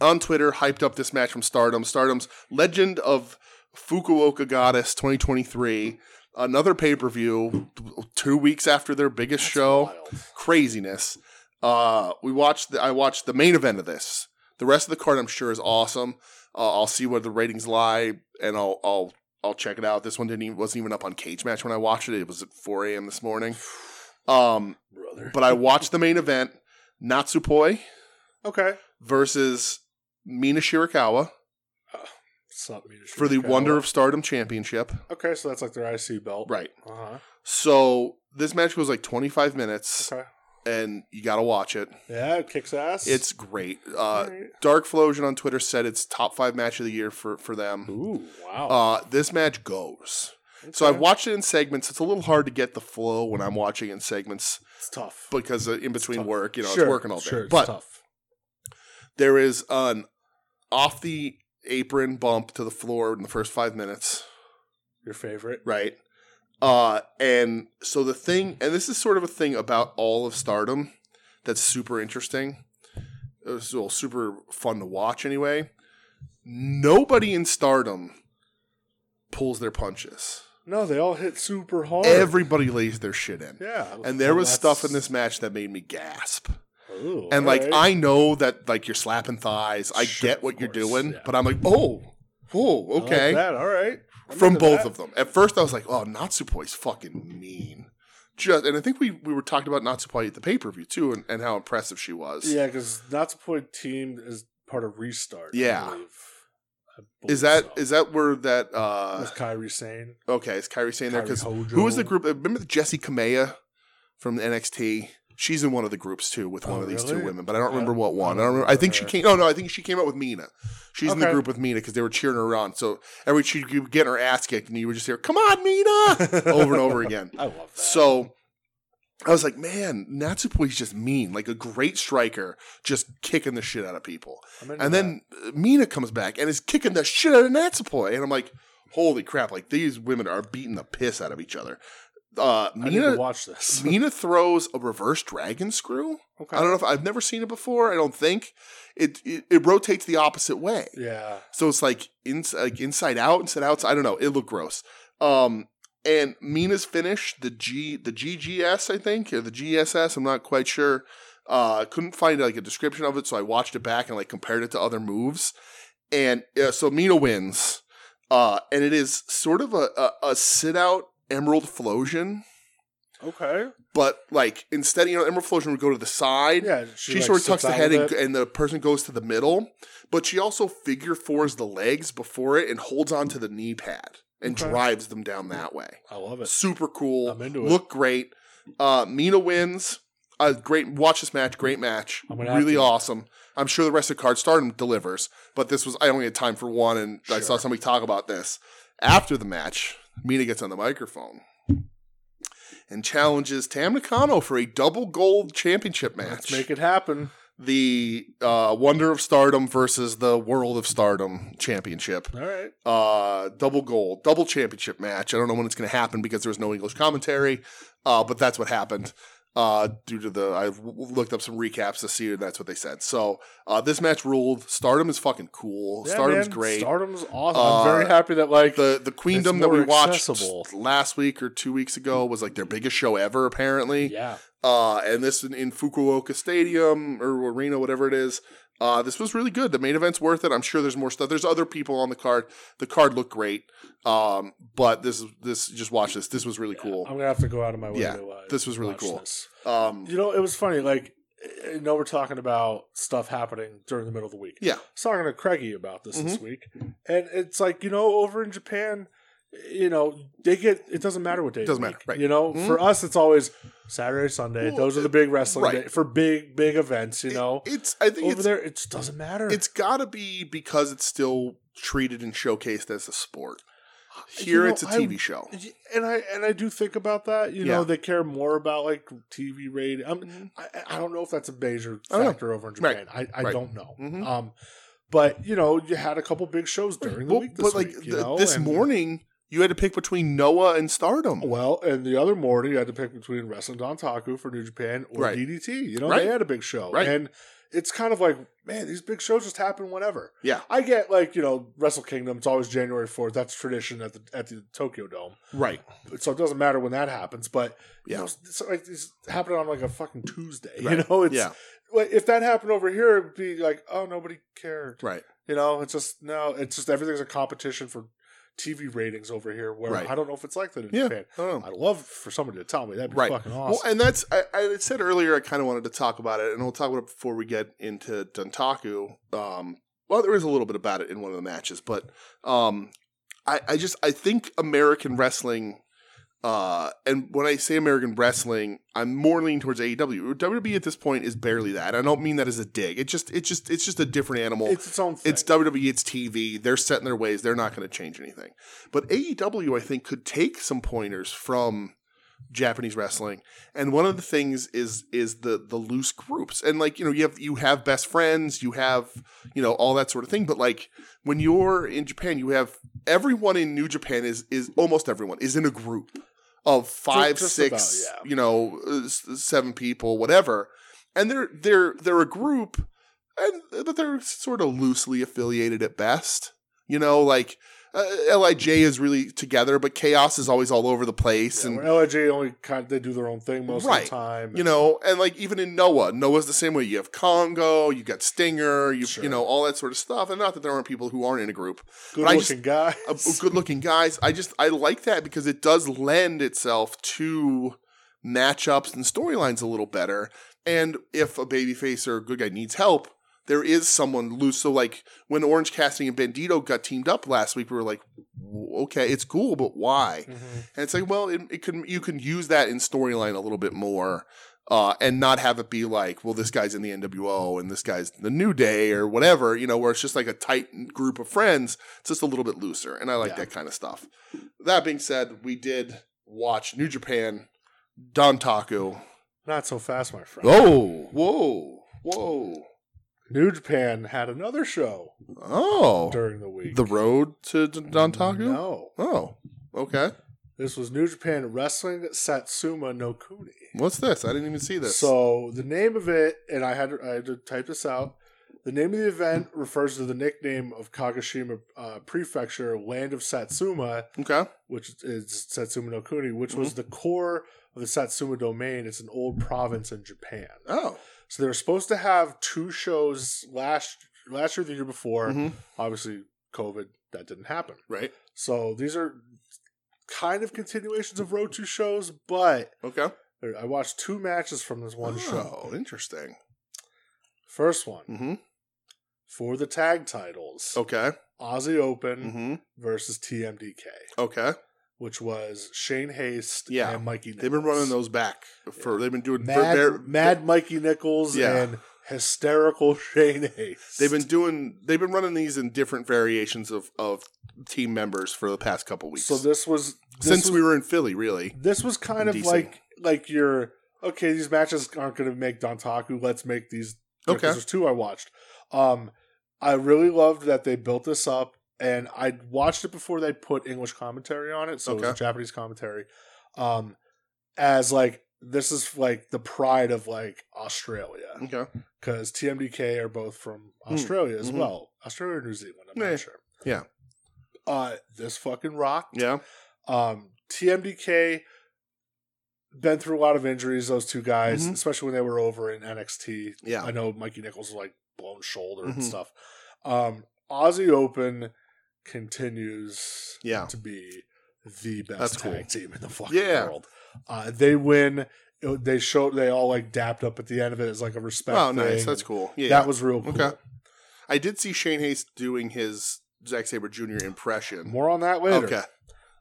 Speaker 3: on Twitter hyped up this match from Stardom. Stardom's Legend of Fukuoka Goddess 2023. Another pay per view two weeks after their biggest show
Speaker 2: Wild.
Speaker 3: craziness. Uh, we watched. The, I watched the main event of this. The rest of the card, I'm sure, is awesome. Uh, I'll see where the ratings lie, and I'll I'll I'll check it out. This one didn't even, wasn't even up on Cage Match when I watched it. It was at 4 a.m. this morning. Um,
Speaker 2: Brother.
Speaker 3: but I watched the main event: Natsupoi
Speaker 2: Okay.
Speaker 3: versus Mina Shirakawa
Speaker 2: It's not me to
Speaker 3: for the
Speaker 2: shoot
Speaker 3: Wonder
Speaker 2: cow.
Speaker 3: of Stardom Championship.
Speaker 2: Okay, so that's like their IC belt.
Speaker 3: Right.
Speaker 2: Uh-huh.
Speaker 3: So this match was like 25 minutes,
Speaker 2: Okay.
Speaker 3: and you got to watch it.
Speaker 2: Yeah, it kicks ass.
Speaker 3: It's great. Uh,
Speaker 2: Alright.
Speaker 3: Dark Flosion on Twitter said it's top five match of the year for for them.
Speaker 2: Ooh, wow.
Speaker 3: Uh, this match goes. So I've
Speaker 2: Okay.
Speaker 3: watched it in segments. It's a little hard to get the flow when I'm watching in segments
Speaker 2: It's tough.
Speaker 3: because uh, in between
Speaker 2: tough.
Speaker 3: work, you know,
Speaker 2: Sure,
Speaker 3: it's working all day.
Speaker 2: Sure, it's
Speaker 3: but
Speaker 2: tough.
Speaker 3: there is an off the apron bump to the floor in the first five minutes,
Speaker 2: Your favorite.
Speaker 3: right? Uh, and so the thing, and this is sort of a thing about all of Stardom that's super interesting. Uh, It was well, super fun to watch anyway. Nobody in Stardom pulls their punches.
Speaker 2: No, they all hit super hard.
Speaker 3: Everybody lays their shit in.
Speaker 2: Yeah.
Speaker 3: And there
Speaker 2: Well,
Speaker 3: was stuff in
Speaker 2: that's-
Speaker 3: this match that made me gasp.
Speaker 2: Ooh,
Speaker 3: And like
Speaker 2: alright.
Speaker 3: I know that like you're slapping thighs. I
Speaker 2: Sure,
Speaker 3: get what
Speaker 2: of
Speaker 3: you're
Speaker 2: course,
Speaker 3: doing,
Speaker 2: yeah.
Speaker 3: but I'm like, "Oh. Oh,
Speaker 2: I like
Speaker 3: okay."
Speaker 2: that, all right. I'm
Speaker 3: From
Speaker 2: into
Speaker 3: both
Speaker 2: that.
Speaker 3: of them. At first I was like, "Oh, Natsupoi's fucking mean." Just and I think we we were talking about Natsupoi at the pay-per-view too and, and how impressive she was.
Speaker 2: Yeah, because Natsupoi teamed is part of Restart. I
Speaker 3: Yeah.
Speaker 2: believe. I believe
Speaker 3: Is that
Speaker 2: so.
Speaker 3: is that where that uh
Speaker 2: With Kyrie Sane?
Speaker 3: okay, is Kyrie saying there
Speaker 2: Kyrie
Speaker 3: cuz
Speaker 2: Hojo.
Speaker 3: Who was the group? uh, Remember the Jesse Kamea from the NXT? She's in one of the groups too with one
Speaker 2: Oh,
Speaker 3: of these
Speaker 2: really?
Speaker 3: two women, but I don't remember
Speaker 2: I-
Speaker 3: what one.
Speaker 2: I don't
Speaker 3: I, don't remember. I think she
Speaker 2: remember
Speaker 3: came. oh, No, no, I think she came out with Mina. She's in the
Speaker 2: Okay.
Speaker 3: group with Mina because they were cheering her on. So every she would get her ass kicked, and you would just hear "Come on, Mina" over and over again.
Speaker 2: I love that.
Speaker 3: So I was like, man, Natsupoi's just mean, like a great striker, just kicking the shit out of people.
Speaker 2: I'm into
Speaker 3: And then uh, Mina comes back and is kicking the shit out of Natsupoi. And I'm like, holy crap, like these women are beating the piss out of each other. Uh,
Speaker 2: that. I need to
Speaker 3: Mina,
Speaker 2: watch this.
Speaker 3: Mina throws a reverse dragon screw.
Speaker 2: Okay.
Speaker 3: I don't know if I've never seen it before. I don't think it it, it rotates the opposite way.
Speaker 2: Yeah.
Speaker 3: So it's like, ins like inside out, inside out. I don't know. It looked gross. Um, and Mina's finish, the G, the GGS, I think, or the GSS. I'm not quite sure. Uh, couldn't find like a description of it, so I watched it back and like compared it to other moves. And uh, so Mina wins. Uh, and it is sort of a a, a sit out Emerald Flosion,
Speaker 2: Okay.
Speaker 3: but like instead, you know, Emerald Flosion would go to the side.
Speaker 2: Yeah.
Speaker 3: She,
Speaker 2: like,
Speaker 3: sort of
Speaker 2: sits
Speaker 3: tucks the
Speaker 2: out
Speaker 3: head
Speaker 2: with
Speaker 3: and,
Speaker 2: it.
Speaker 3: and the person goes to the middle, but she also figure fours the legs before it and holds onto the knee pad and
Speaker 2: Okay.
Speaker 3: drives them down that way.
Speaker 2: I love it.
Speaker 3: Super cool.
Speaker 2: I'm into it.
Speaker 3: Look great. Uh, Mina wins. Uh, great. Watch this match. Great match.
Speaker 2: I'm gonna have
Speaker 3: Really
Speaker 2: to.
Speaker 3: awesome. I'm sure the rest of the card Stardom delivers, but this was I only had time for one, and I saw
Speaker 2: Sure.
Speaker 3: somebody talk about this after the match. Mina gets on the microphone and challenges Tam Nakano for a double gold championship match.
Speaker 2: Let's make it happen.
Speaker 3: the uh, Wonder of Stardom versus the World of Stardom Championship.
Speaker 2: All right.
Speaker 3: Uh, double gold, double championship match. I don't know when it's going to happen because there was no English commentary, uh, but that's what happened. Uh, due to the, I w- looked up some recaps to see, and that's what they said. So uh, this match ruled. Stardom is fucking cool.
Speaker 2: Yeah,
Speaker 3: Stardom's
Speaker 2: man,
Speaker 3: great.
Speaker 2: Stardom's awesome.
Speaker 3: Uh,
Speaker 2: I'm very happy that like
Speaker 3: the the queendom that
Speaker 2: more
Speaker 3: we watched
Speaker 2: accessible.
Speaker 3: last week or two weeks ago was like their biggest show ever, apparently.
Speaker 2: yeah.
Speaker 3: Uh, and this in, in Fukuoka Stadium or Arena, whatever it is. Uh, this was really good. The main event's worth it. I'm sure there's more stuff. There's other people on the card. The card looked great. Um, but this this just watch this. This was really
Speaker 2: I'm
Speaker 3: cool.
Speaker 2: gonna have to go out of my way
Speaker 3: Yeah,
Speaker 2: to uh,
Speaker 3: this was really
Speaker 2: watch
Speaker 3: cool.
Speaker 2: this.
Speaker 3: Um,
Speaker 2: You know, it was funny. Like, I know we're talking about stuff happening during the middle of the week.
Speaker 3: Yeah.
Speaker 2: I was talking to Craigie about this this
Speaker 3: Mm-hmm.
Speaker 2: week, and it's like you know, over in Japan, you know, they get it doesn't matter what day. of
Speaker 3: Doesn't
Speaker 2: the
Speaker 3: matter,
Speaker 2: week.
Speaker 3: right.
Speaker 2: You know,
Speaker 3: Mhm.
Speaker 2: for us, it's always Saturday, Sunday.
Speaker 3: Well,
Speaker 2: Those are the big wrestling
Speaker 3: right.
Speaker 2: day, for big big events. You know,
Speaker 3: it's I think
Speaker 2: over
Speaker 3: it's
Speaker 2: there, it just doesn't matter.
Speaker 3: it's gotta be because it's still treated and showcased as a sport.
Speaker 2: Uh, You
Speaker 3: Here
Speaker 2: know,
Speaker 3: it's a
Speaker 2: I-
Speaker 3: TV show.
Speaker 2: and I and I do think about that. You
Speaker 3: Yeah.
Speaker 2: know, they care more about like TV rating. Um, I, I don't know if that's a major
Speaker 3: I don't know.
Speaker 2: factor over in
Speaker 3: Right.
Speaker 2: Japan. I, I
Speaker 3: Right.
Speaker 2: don't know.
Speaker 3: Mhm.
Speaker 2: Um, but you know, you had a couple big shows during the
Speaker 3: Well,
Speaker 2: week. This
Speaker 3: but like
Speaker 2: week, you
Speaker 3: th-
Speaker 2: know,
Speaker 3: this
Speaker 2: and- Oh,
Speaker 3: morning, you had to pick between Noah and Stardom.
Speaker 2: Well, and the other morning you had to pick between Wrestling Don Taku for New Japan or
Speaker 3: Right.
Speaker 2: DDT. You know,
Speaker 3: Right.
Speaker 2: they had a big show.
Speaker 3: Right.
Speaker 2: And it's kind of like, man, these big shows just happen whenever.
Speaker 3: Yeah.
Speaker 2: I get like, you know, Wrestle Kingdom, it's always January 4th. That's tradition at the at the Tokyo Dome.
Speaker 3: Right.
Speaker 2: So it doesn't matter when that happens, but
Speaker 3: Yeah.
Speaker 2: you know, it's like it's happening on like a fucking Tuesday. You
Speaker 3: Right.
Speaker 2: know, it's
Speaker 3: yeah.
Speaker 2: like, if that happened over here, it'd be like, oh, nobody cared.
Speaker 3: Right.
Speaker 2: You know, it's just no, it's just everything's a competition for TV ratings over here. Where
Speaker 3: Right.
Speaker 2: I don't know if it's like that in
Speaker 3: Yeah.
Speaker 2: Japan.
Speaker 3: Um,
Speaker 2: I'd love for somebody to tell me that'd be
Speaker 3: Right.
Speaker 2: fucking awesome.
Speaker 3: Well, and that's I, I had said earlier. I kind of wanted to talk about it, and we'll talk about it before we get into Duntaku. Um, well, there is a little bit about it in one of the matches, but um, I, I just I think American wrestling. Uh, and when I say American wrestling, I'm more leaning towards E AEW. WWE at this point is barely that. I don't mean that as a dig. It just, it just, it's just a different animal.
Speaker 2: it's its own thing.
Speaker 3: It's WWE, it's TV. They're set in their ways. They're not going to change anything. But AEW, I think, could take some pointers from Japanese wrestling. And one of the things is is the the loose groups. And like, you know, you have you have best friends, you have, you know, all that sort of thing. But like when you're in Japan, you have everyone in New Japan is is almost everyone is in a group of five,
Speaker 2: just
Speaker 3: six,
Speaker 2: about, yeah.
Speaker 3: you know, uh, s- seven people, whatever. And they're they're they're a group and but they're sort of loosely affiliated at best. You know, like uh, Lij is really together, but Chaos is always all over the place,
Speaker 2: Yeah,
Speaker 3: and
Speaker 2: where LIJ only kind they do their own thing most
Speaker 3: Right.
Speaker 2: of the time.
Speaker 3: you know, and like even in Noah, Noah's the same way. You have Congo, you got Stinger, you
Speaker 2: Sure.
Speaker 3: you know all that sort of stuff. And not that there aren't people who aren't in a group,
Speaker 2: good
Speaker 3: but I
Speaker 2: looking
Speaker 3: just-
Speaker 2: guy.
Speaker 3: uh, good looking guys. I just I like that because it does lend itself to matchups and storylines a little better. And if a babyface or a good guy needs help, there is someone loose. So like when Orange Cassidy and Bandito got teamed up last week, we were like, "W- okay, it's cool, but why?
Speaker 2: Mhm.
Speaker 3: And it's like, well, it, it can you can use that in storyline a little bit more. Uh, and not have it be like, well, this guy's in the NWO and this guy's the New Day or whatever, you know, where it's just like a tight group of friends. It's just a little bit looser. And I like
Speaker 2: Yeah.
Speaker 3: that kind of stuff. That being said, we did watch New Japan, Don Taku.
Speaker 2: Not so fast, my friend.
Speaker 3: Oh, whoa, whoa.
Speaker 2: New Japan had another show
Speaker 3: Oh.
Speaker 2: during the week.
Speaker 3: The road to D- Don Taku?
Speaker 2: No,
Speaker 3: Oh, okay.
Speaker 2: this was New Japan Wrestling Satsuma no Kuni.
Speaker 3: What's this? I didn't even see this.
Speaker 2: So the name of it, and I had to, I had to type this out. The name of the event refers to the nickname of Kagoshima uh, Prefecture, land of Satsuma,
Speaker 3: okay.
Speaker 2: which is Satsuma no Kuni, which
Speaker 3: Mm-hmm.
Speaker 2: was the core of the Satsuma domain. It's an old province in Japan.
Speaker 3: Oh.
Speaker 2: So they were supposed to have two shows last last year, the year before.
Speaker 3: Mhm.
Speaker 2: Obviously, COVID that didn't happen.
Speaker 3: Right.
Speaker 2: So these are kind of continuations of Road Two shows, but
Speaker 3: Okay.
Speaker 2: I watched two matches from this one
Speaker 3: One
Speaker 2: show.
Speaker 3: show. Interesting.
Speaker 2: First one
Speaker 3: Mm-hmm.
Speaker 2: for the tag titles:
Speaker 3: Okay.
Speaker 2: Aussie Open
Speaker 3: Oh. Mm-hmm.
Speaker 2: versus TMDK,
Speaker 3: Okay.
Speaker 2: which was Shane Haste
Speaker 3: Yeah.
Speaker 2: and Mikey. Nichols.
Speaker 3: They've been running those back for. They've been doing.
Speaker 2: mad,
Speaker 3: they're-
Speaker 2: mad Mikey Nichols
Speaker 3: Yeah.
Speaker 2: and hysterical Shane Haste.
Speaker 3: They've been doing. They've been running these in different variations of of team members for the past couple weeks.
Speaker 2: so this was this
Speaker 3: since
Speaker 2: was-
Speaker 3: we were in Philly, really.
Speaker 2: this was kind of
Speaker 3: Decent.
Speaker 2: like like your okay these matches aren't going to make Dontaku let's make these because
Speaker 3: Okay.
Speaker 2: there's two I watched. Um, I really loved that they built this up, and I watched it before they put English commentary on it, so it
Speaker 3: Okay.
Speaker 2: was Japanese commentary. Um, as like this is like the pride of like Australia
Speaker 3: Okay.
Speaker 2: because TMDK are both from
Speaker 3: Hmm.
Speaker 2: Australia as
Speaker 3: Mhm.
Speaker 2: well, Australia or New Zealand. I'm
Speaker 3: Yeah.
Speaker 2: not sure.
Speaker 3: Yeah.
Speaker 2: Uh, this fucking rock.
Speaker 3: Yeah.
Speaker 2: Um, TMDK been through a lot of injuries. Those two guys,
Speaker 3: Mhm.
Speaker 2: especially when they were over in NXT.
Speaker 3: Yeah.
Speaker 2: I know Mikey Nichols was like blown shoulder
Speaker 3: Mhm.
Speaker 2: and stuff. Um, Aussie Open continues
Speaker 3: Yeah.
Speaker 2: to be the best
Speaker 3: That's cool.
Speaker 2: tag team in the fucking
Speaker 3: Yeah.
Speaker 2: world. Uh, they win. It- They show. They all like dapped up at the end of it as like a respect.
Speaker 3: Oh, nice.
Speaker 2: thing.
Speaker 3: That's cool. Yeah.
Speaker 2: That was real cool.
Speaker 3: Okay. I did see Shane Hayes doing his Zack Saber Jr. impression.
Speaker 2: More on that later.
Speaker 3: Okay.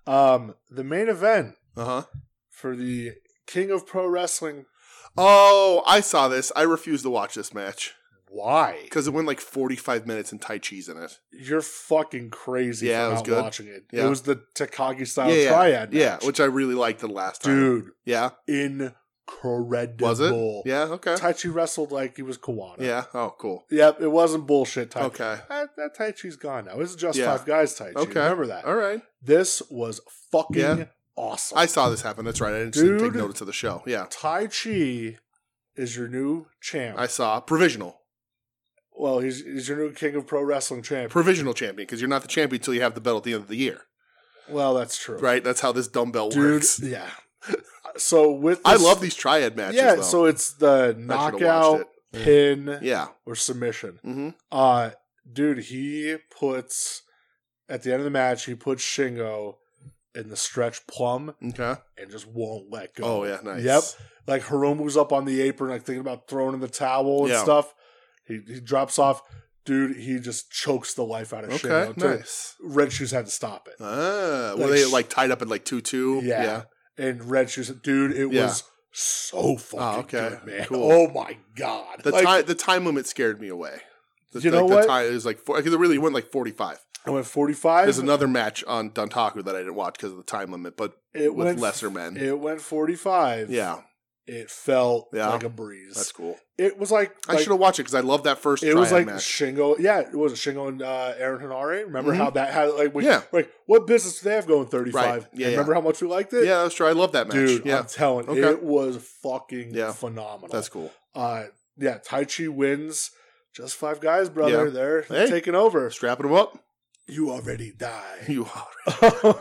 Speaker 2: Um, the main event
Speaker 3: Uh huh.
Speaker 2: for the King of Pro Wrestling.
Speaker 3: Oh, I saw this. I refused to watch this match
Speaker 2: Why?
Speaker 3: because it went like 45 minutes and Tai Chi's in it.
Speaker 2: You're fucking crazy
Speaker 3: Yeah,
Speaker 2: for
Speaker 3: it was
Speaker 2: not
Speaker 3: good.
Speaker 2: watching it.
Speaker 3: Yeah.
Speaker 2: It was the Takagi style
Speaker 3: Yeah, yeah.
Speaker 2: triad.
Speaker 3: Yeah,
Speaker 2: match.
Speaker 3: which I really liked the last time.
Speaker 2: dude,
Speaker 3: Yeah.
Speaker 2: incredible.
Speaker 3: Was it? Yeah. Okay.
Speaker 2: Taichi wrestled like he was Kawada.
Speaker 3: Yeah. Oh, cool.
Speaker 2: Yep, it wasn't bullshit Taichi.
Speaker 3: Okay.
Speaker 2: That, that Tai Chi's gone now. This is just
Speaker 3: Yeah.
Speaker 2: five guys Tai Chi.
Speaker 3: Okay.
Speaker 2: Remember that.
Speaker 3: All right.
Speaker 2: This was fucking
Speaker 3: Yeah.
Speaker 2: awesome.
Speaker 3: I saw this happen. That's right. I didn't, just didn't take
Speaker 2: Dude.
Speaker 3: notice of the show. Yeah.
Speaker 2: tai Chi is your new champ.
Speaker 3: I saw provisional.
Speaker 2: well, he's, he's your new king of pro wrestling champ.
Speaker 3: Provisional champion because you're not the champion until you have the belt at the end of the year.
Speaker 2: well, that's true.
Speaker 3: Right? That's how this dumbbell
Speaker 2: Dude,
Speaker 3: works.
Speaker 2: yeah. So with
Speaker 3: I
Speaker 2: this-
Speaker 3: love these triad matches.
Speaker 2: Yeah,
Speaker 3: though.
Speaker 2: so it's the
Speaker 3: I should've watched
Speaker 2: knockout,
Speaker 3: it.
Speaker 2: pin,
Speaker 3: Yeah.
Speaker 2: or submission.
Speaker 3: hmm
Speaker 2: Uh dude, he puts at the end of the match, he puts Shingo in the stretch plum
Speaker 3: Okay.
Speaker 2: and just won't let go.
Speaker 3: Oh yeah. Nice.
Speaker 2: Yep. Like Hiromu's up on the apron, like thinking about throwing in the towel and
Speaker 3: Yeah.
Speaker 2: stuff. He he drops off. Dude, he just chokes the life out of
Speaker 3: Okay.
Speaker 2: Shingo. to-
Speaker 3: Nice.
Speaker 2: Red Shoes had to stop it.
Speaker 3: Ah, were
Speaker 2: Like
Speaker 3: they
Speaker 2: sh-
Speaker 3: like tied up at like two two?
Speaker 2: yeah. And Red Shoes, dude, it
Speaker 3: Yeah. Ah,
Speaker 2: was so fucking
Speaker 3: okay.
Speaker 2: good, man.
Speaker 3: Cool.
Speaker 2: Oh my god.
Speaker 3: The
Speaker 2: Like,
Speaker 3: time the time limit scared me away. The,
Speaker 2: You
Speaker 3: like,
Speaker 2: know
Speaker 3: the
Speaker 2: what?
Speaker 3: Time, it was like because it really went like forty five.
Speaker 2: I went 45.
Speaker 3: There's another match on Duntaku that I didn't watch because of the time limit, but
Speaker 2: it
Speaker 3: with
Speaker 2: went
Speaker 3: lesser men.
Speaker 2: It went 45.
Speaker 3: yeah,
Speaker 2: It felt
Speaker 3: Yeah.
Speaker 2: like a breeze.
Speaker 3: that's cool.
Speaker 2: it was like,
Speaker 3: I
Speaker 2: like-
Speaker 3: should have watched it because I love that first.
Speaker 2: it was
Speaker 3: triad
Speaker 2: like
Speaker 3: match.
Speaker 2: Shingo. Yeah, it was Shingo and uh, Aaron Hanare. Remember
Speaker 3: Mhm.
Speaker 2: how that had like we,
Speaker 3: Yeah.
Speaker 2: like what business do they have going 35?
Speaker 3: Right. Yeah,
Speaker 2: And
Speaker 3: yeah.
Speaker 2: Remember how much we liked it?
Speaker 3: yeah, that's true. I love that match.
Speaker 2: Dude,
Speaker 3: yeah,
Speaker 2: I'm telling
Speaker 3: Okay.
Speaker 2: it was fucking
Speaker 3: Yeah.
Speaker 2: phenomenal.
Speaker 3: that's cool.
Speaker 2: uh yeah, Tai Chi wins. Just five guys, brother. They're
Speaker 3: Hey.
Speaker 2: taking over.
Speaker 3: Strapping them up.
Speaker 2: You already die.
Speaker 3: You are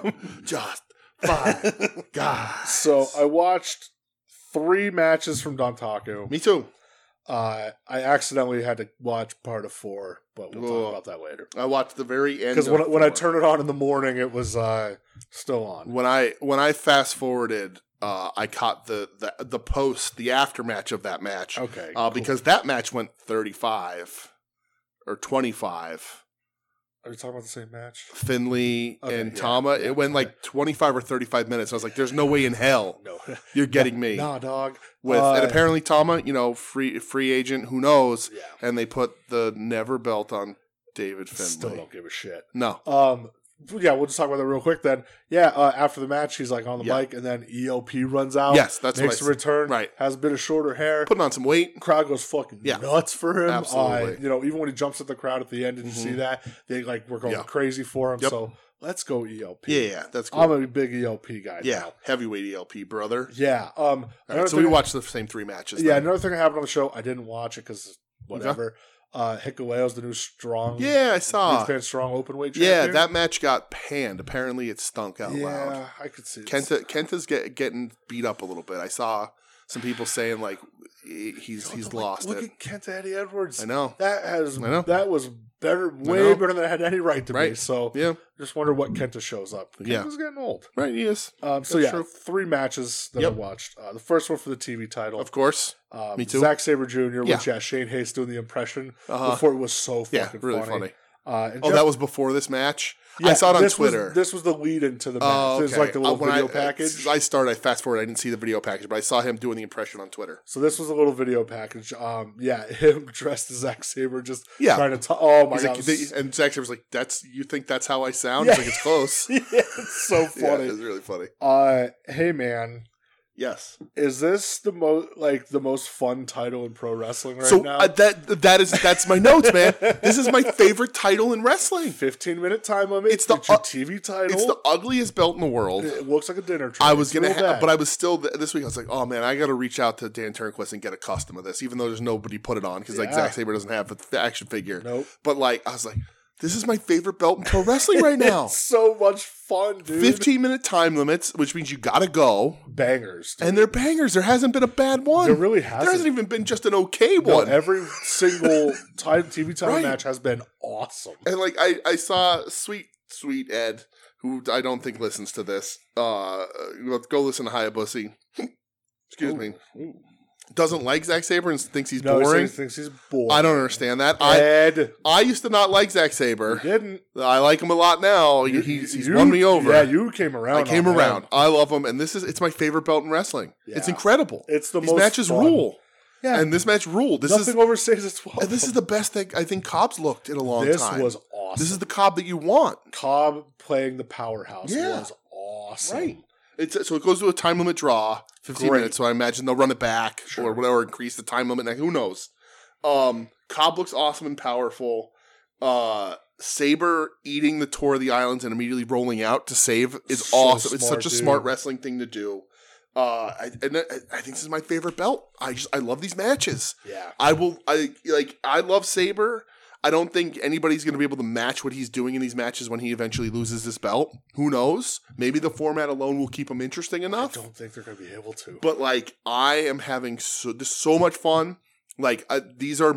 Speaker 3: just
Speaker 2: Five.
Speaker 3: God.
Speaker 2: so I watched three matches from Don Taco.
Speaker 3: me too.
Speaker 2: Uh, I accidentally had to watch part of four, but we'll
Speaker 3: Whoa.
Speaker 2: talk about that later.
Speaker 3: I watched the very end
Speaker 2: Because when,
Speaker 3: of
Speaker 2: when I
Speaker 3: four.
Speaker 2: turned it on in the morning, it was uh, still on.
Speaker 3: when I when I fast forwarded, uh, I caught the, the the post the aftermatch of that match
Speaker 2: Okay. cool.
Speaker 3: uh, because that match went thirty five or twenty five.
Speaker 2: are you talking about the same match?
Speaker 3: Finley
Speaker 2: Okay,
Speaker 3: and
Speaker 2: yeah,
Speaker 3: Tama.
Speaker 2: yeah,
Speaker 3: it went like twenty five or thirty five minutes. I was like, "There's no way in hell
Speaker 2: No,
Speaker 3: you're getting me."
Speaker 2: nah, dog.
Speaker 3: With and
Speaker 2: uh,
Speaker 3: apparently Tama, you know, free free agent, who knows?
Speaker 2: Yeah,
Speaker 3: And they put the never belt on David Finley.
Speaker 2: still don't give a shit.
Speaker 3: No,
Speaker 2: Um, yeah, we'll just talk about that real quick then. Yeah, uh, after the match, he's like on the
Speaker 3: Yeah.
Speaker 2: bike, and then ELP runs out.
Speaker 3: Yes, that's what
Speaker 2: makes
Speaker 3: I
Speaker 2: a return.
Speaker 3: right.
Speaker 2: has a bit of shorter hair.
Speaker 3: putting on some weight.
Speaker 2: crowd goes fucking
Speaker 3: Yeah.
Speaker 2: nuts for him.
Speaker 3: Absolutely.
Speaker 2: Uh, you know, even when he jumps at the crowd at the end, did you see
Speaker 3: Mhm.
Speaker 2: that? They like were going
Speaker 3: Yeah.
Speaker 2: crazy for him.
Speaker 3: Yep.
Speaker 2: So let's go ELP.
Speaker 3: Yeah, yeah, that's cool.
Speaker 2: I'm a big ELP guy.
Speaker 3: yeah,
Speaker 2: now.
Speaker 3: heavyweight ELP brother.
Speaker 2: yeah. Um,
Speaker 3: All
Speaker 2: another
Speaker 3: right, so we
Speaker 2: thing-
Speaker 3: watched the same three matches.
Speaker 2: Yeah,
Speaker 3: then.
Speaker 2: another thing that happened on the show, I didn't watch it because whatever. Uh, Hikuleo's the new strong.
Speaker 3: yeah, I
Speaker 2: New
Speaker 3: saw.
Speaker 2: Japan strong open weight.
Speaker 3: Yeah,
Speaker 2: champion.
Speaker 3: that match got panned. Apparently, it stunk out
Speaker 2: Yeah,
Speaker 3: loud.
Speaker 2: I could see. this.
Speaker 3: Kenta Kenta's get, getting beat up a little bit. I saw some people saying like he- he's
Speaker 2: Look,
Speaker 3: he's
Speaker 2: look-
Speaker 3: lost
Speaker 2: Look
Speaker 3: it.
Speaker 2: at Kenta Eddie Edwards.
Speaker 3: I know.
Speaker 2: That has
Speaker 3: I know.
Speaker 2: that was better, way
Speaker 3: know.
Speaker 2: better than I had any right to be.
Speaker 3: Right.
Speaker 2: So
Speaker 3: Yeah,
Speaker 2: just wonder what Kenta shows up. Kenta's
Speaker 3: Yeah.
Speaker 2: getting old.
Speaker 3: right. He is,
Speaker 2: Um, so
Speaker 3: That's
Speaker 2: yeah,
Speaker 3: true.
Speaker 2: three matches that I
Speaker 3: Yep.
Speaker 2: watched. Uh, the first one for the TV title,
Speaker 3: of course.
Speaker 2: um,
Speaker 3: me too.
Speaker 2: Zack Saber Jr.
Speaker 3: Yeah.
Speaker 2: which yeah, Shane Hayes doing the impression
Speaker 3: Uh,
Speaker 2: before it was so
Speaker 3: yeah,
Speaker 2: fucking
Speaker 3: really funny.
Speaker 2: funny. Uh, and
Speaker 3: Oh,
Speaker 2: Jeff-
Speaker 3: that was before this match. I
Speaker 2: yeah,
Speaker 3: saw it on
Speaker 2: this was-
Speaker 3: Twitter.
Speaker 2: this was the lead into the match.
Speaker 3: Oh,
Speaker 2: It was
Speaker 3: okay.
Speaker 2: like the
Speaker 3: Uh,
Speaker 2: little
Speaker 3: when
Speaker 2: video
Speaker 3: I,
Speaker 2: package.
Speaker 3: I started. I fast forward. I didn't see the video package, but I saw him doing the impression on Twitter.
Speaker 2: so this was a little video package. Um, yeah, him dressed as Zack Saber, just
Speaker 3: Yeah.
Speaker 2: trying to. T- oh my
Speaker 3: He's
Speaker 2: god, it
Speaker 3: like,
Speaker 2: was-
Speaker 3: they- and Zach was like, "That's you think that's how I sound?"
Speaker 2: Yeah.
Speaker 3: He's like, "It's close."
Speaker 2: yeah, it's so
Speaker 3: yeah,
Speaker 2: funny.
Speaker 3: it's really funny.
Speaker 2: Uh, hey man,
Speaker 3: Yes.
Speaker 2: Is this the most like the most fun title in pro wrestling right
Speaker 3: so
Speaker 2: now?
Speaker 3: uh, that that is that's my notes, man. This is my favorite title in wrestling.
Speaker 2: Fifteen minute time limit.
Speaker 3: It's the-
Speaker 2: Get your
Speaker 3: uh,
Speaker 2: TV title.
Speaker 3: It's the ugliest belt in the world.
Speaker 2: it looks like a dinner tray.
Speaker 3: I was
Speaker 2: It's
Speaker 3: gonna,
Speaker 2: real
Speaker 3: ha-
Speaker 2: bad.
Speaker 3: but I was still th- this week. I was like, oh man, I got to reach out to Dan Turnquist and get a custom of this, even though there's nobody put it on because like
Speaker 2: Yeah.
Speaker 3: Zack Saber doesn't have the- the action figure.
Speaker 2: nope.
Speaker 3: But like, I was like, this is my favorite belt in pro wrestling right now.
Speaker 2: It's so much fun, dude.
Speaker 3: 15 minute time limits, which means you gotta go,
Speaker 2: bangers. dude.
Speaker 3: and they're bangers. There hasn't been a bad one.
Speaker 2: there really
Speaker 3: There hasn't
Speaker 2: hasn't.
Speaker 3: even been just an okay
Speaker 2: No,
Speaker 3: one.
Speaker 2: every single time TV title
Speaker 3: Right.
Speaker 2: match has been awesome.
Speaker 3: and like I, I saw sweet sweet ed who i don't think listens to this uh go listen to hayabusa excuse me doesn't like Zack saber and thinks he's
Speaker 2: No,
Speaker 3: boring
Speaker 2: he thinks he's boring.
Speaker 3: i don't understand that i
Speaker 2: Ed
Speaker 3: i used to not like Zack saber
Speaker 2: didn't.
Speaker 3: i like him a lot now He-
Speaker 2: You-
Speaker 3: he's, he's
Speaker 2: you-
Speaker 3: won me over
Speaker 2: Yeah, you came around.
Speaker 3: i came
Speaker 2: on that.
Speaker 3: around i love him and this is it's my favorite belt in wrestling it's
Speaker 2: Yeah.
Speaker 3: incredible
Speaker 2: It's the
Speaker 3: these
Speaker 2: most
Speaker 3: matches
Speaker 2: fun.
Speaker 3: rule
Speaker 2: Yeah,
Speaker 3: and this match ruled this
Speaker 2: nothing overstays its
Speaker 3: is
Speaker 2: welcome.
Speaker 3: this is the best thing i think cobb's looked in a long
Speaker 2: This
Speaker 3: time
Speaker 2: was awesome.
Speaker 3: this is the cobb that you want
Speaker 2: Cobb playing the powerhouse
Speaker 3: Yeah.
Speaker 2: was awesome.
Speaker 3: Right. It's so it goes to a time limit draw, fifteen
Speaker 2: Great.
Speaker 3: minutes. So I imagine they'll run it back or
Speaker 2: Sure.
Speaker 3: whatever, increase the time limit. Like, who knows? Um, Cobb looks awesome and powerful. Uh, Saber eating the tour of the islands and immediately rolling out to save is
Speaker 2: So
Speaker 3: awesome. It's
Speaker 2: smart,
Speaker 3: such a smart
Speaker 2: dude.
Speaker 3: wrestling thing to do. Uh, I, and I, I think this is my favorite belt. I just I love these matches.
Speaker 2: Yeah.
Speaker 3: I will I like I love Saber. I don't think anybody's going to be able to match what he's doing in these matches when he eventually loses this belt. Who knows? Maybe the format alone will keep him interesting
Speaker 2: I
Speaker 3: enough.
Speaker 2: don't think they're going to be able to.
Speaker 3: But like I am having so this is so much fun. Like I, these are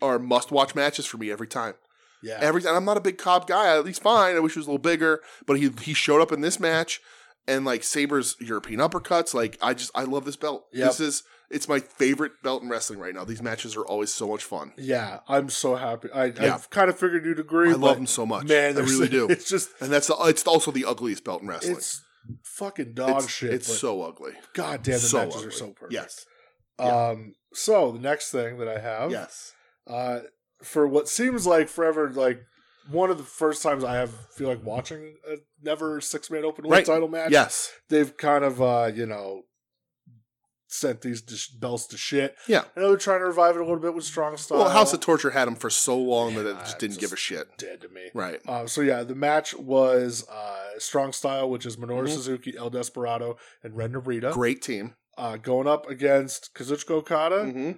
Speaker 3: are must watch matches for me every time.
Speaker 2: yeah.
Speaker 3: Every time I'm not a big Cobb guy. At least fine. I wish he was a little bigger, but he he showed up in this match and like Saber's European uppercuts. Like I just I love this belt.
Speaker 2: Yep.
Speaker 3: This is it's my favorite belt in wrestling right now. These matches are always so much fun.
Speaker 2: yeah. I'm so happy. I,
Speaker 3: Yeah.
Speaker 2: I've kind of figured you'd agree.
Speaker 3: I love
Speaker 2: but
Speaker 3: them so much.
Speaker 2: Man,
Speaker 3: I
Speaker 2: there's-
Speaker 3: really do.
Speaker 2: It's just,
Speaker 3: And that's the, it's also the ugliest belt in wrestling.
Speaker 2: it's fucking dog
Speaker 3: it's,
Speaker 2: shit.
Speaker 3: It's
Speaker 2: but
Speaker 3: so ugly.
Speaker 2: goddamn, the
Speaker 3: so
Speaker 2: matches
Speaker 3: ugly.
Speaker 2: are so perfect.
Speaker 3: Yes. yeah.
Speaker 2: Um. So the next thing that I have,
Speaker 3: Yes.
Speaker 2: uh, for what seems like forever, like one of the first times I have feel like watching a never six man open world
Speaker 3: Right.
Speaker 2: title match.
Speaker 3: Yes.
Speaker 2: they've kind of uh you know sent these dis- belts to shit.
Speaker 3: Yeah.
Speaker 2: I know they're trying to revive it a little bit with strong style.
Speaker 3: Well, House of Torture had him for so long that it
Speaker 2: Yeah,
Speaker 3: just didn't
Speaker 2: just-
Speaker 3: give a shit.
Speaker 2: dead to me.
Speaker 3: Right.
Speaker 2: Uh, so yeah, the match was uh, strong style, which is Minoru
Speaker 3: Mhm.
Speaker 2: Suzuki, El Desperado, and Ren Narita
Speaker 3: Mm-hmm. Great team.
Speaker 2: uh, going up against Kazuchika Okada,
Speaker 3: Mm-hmm.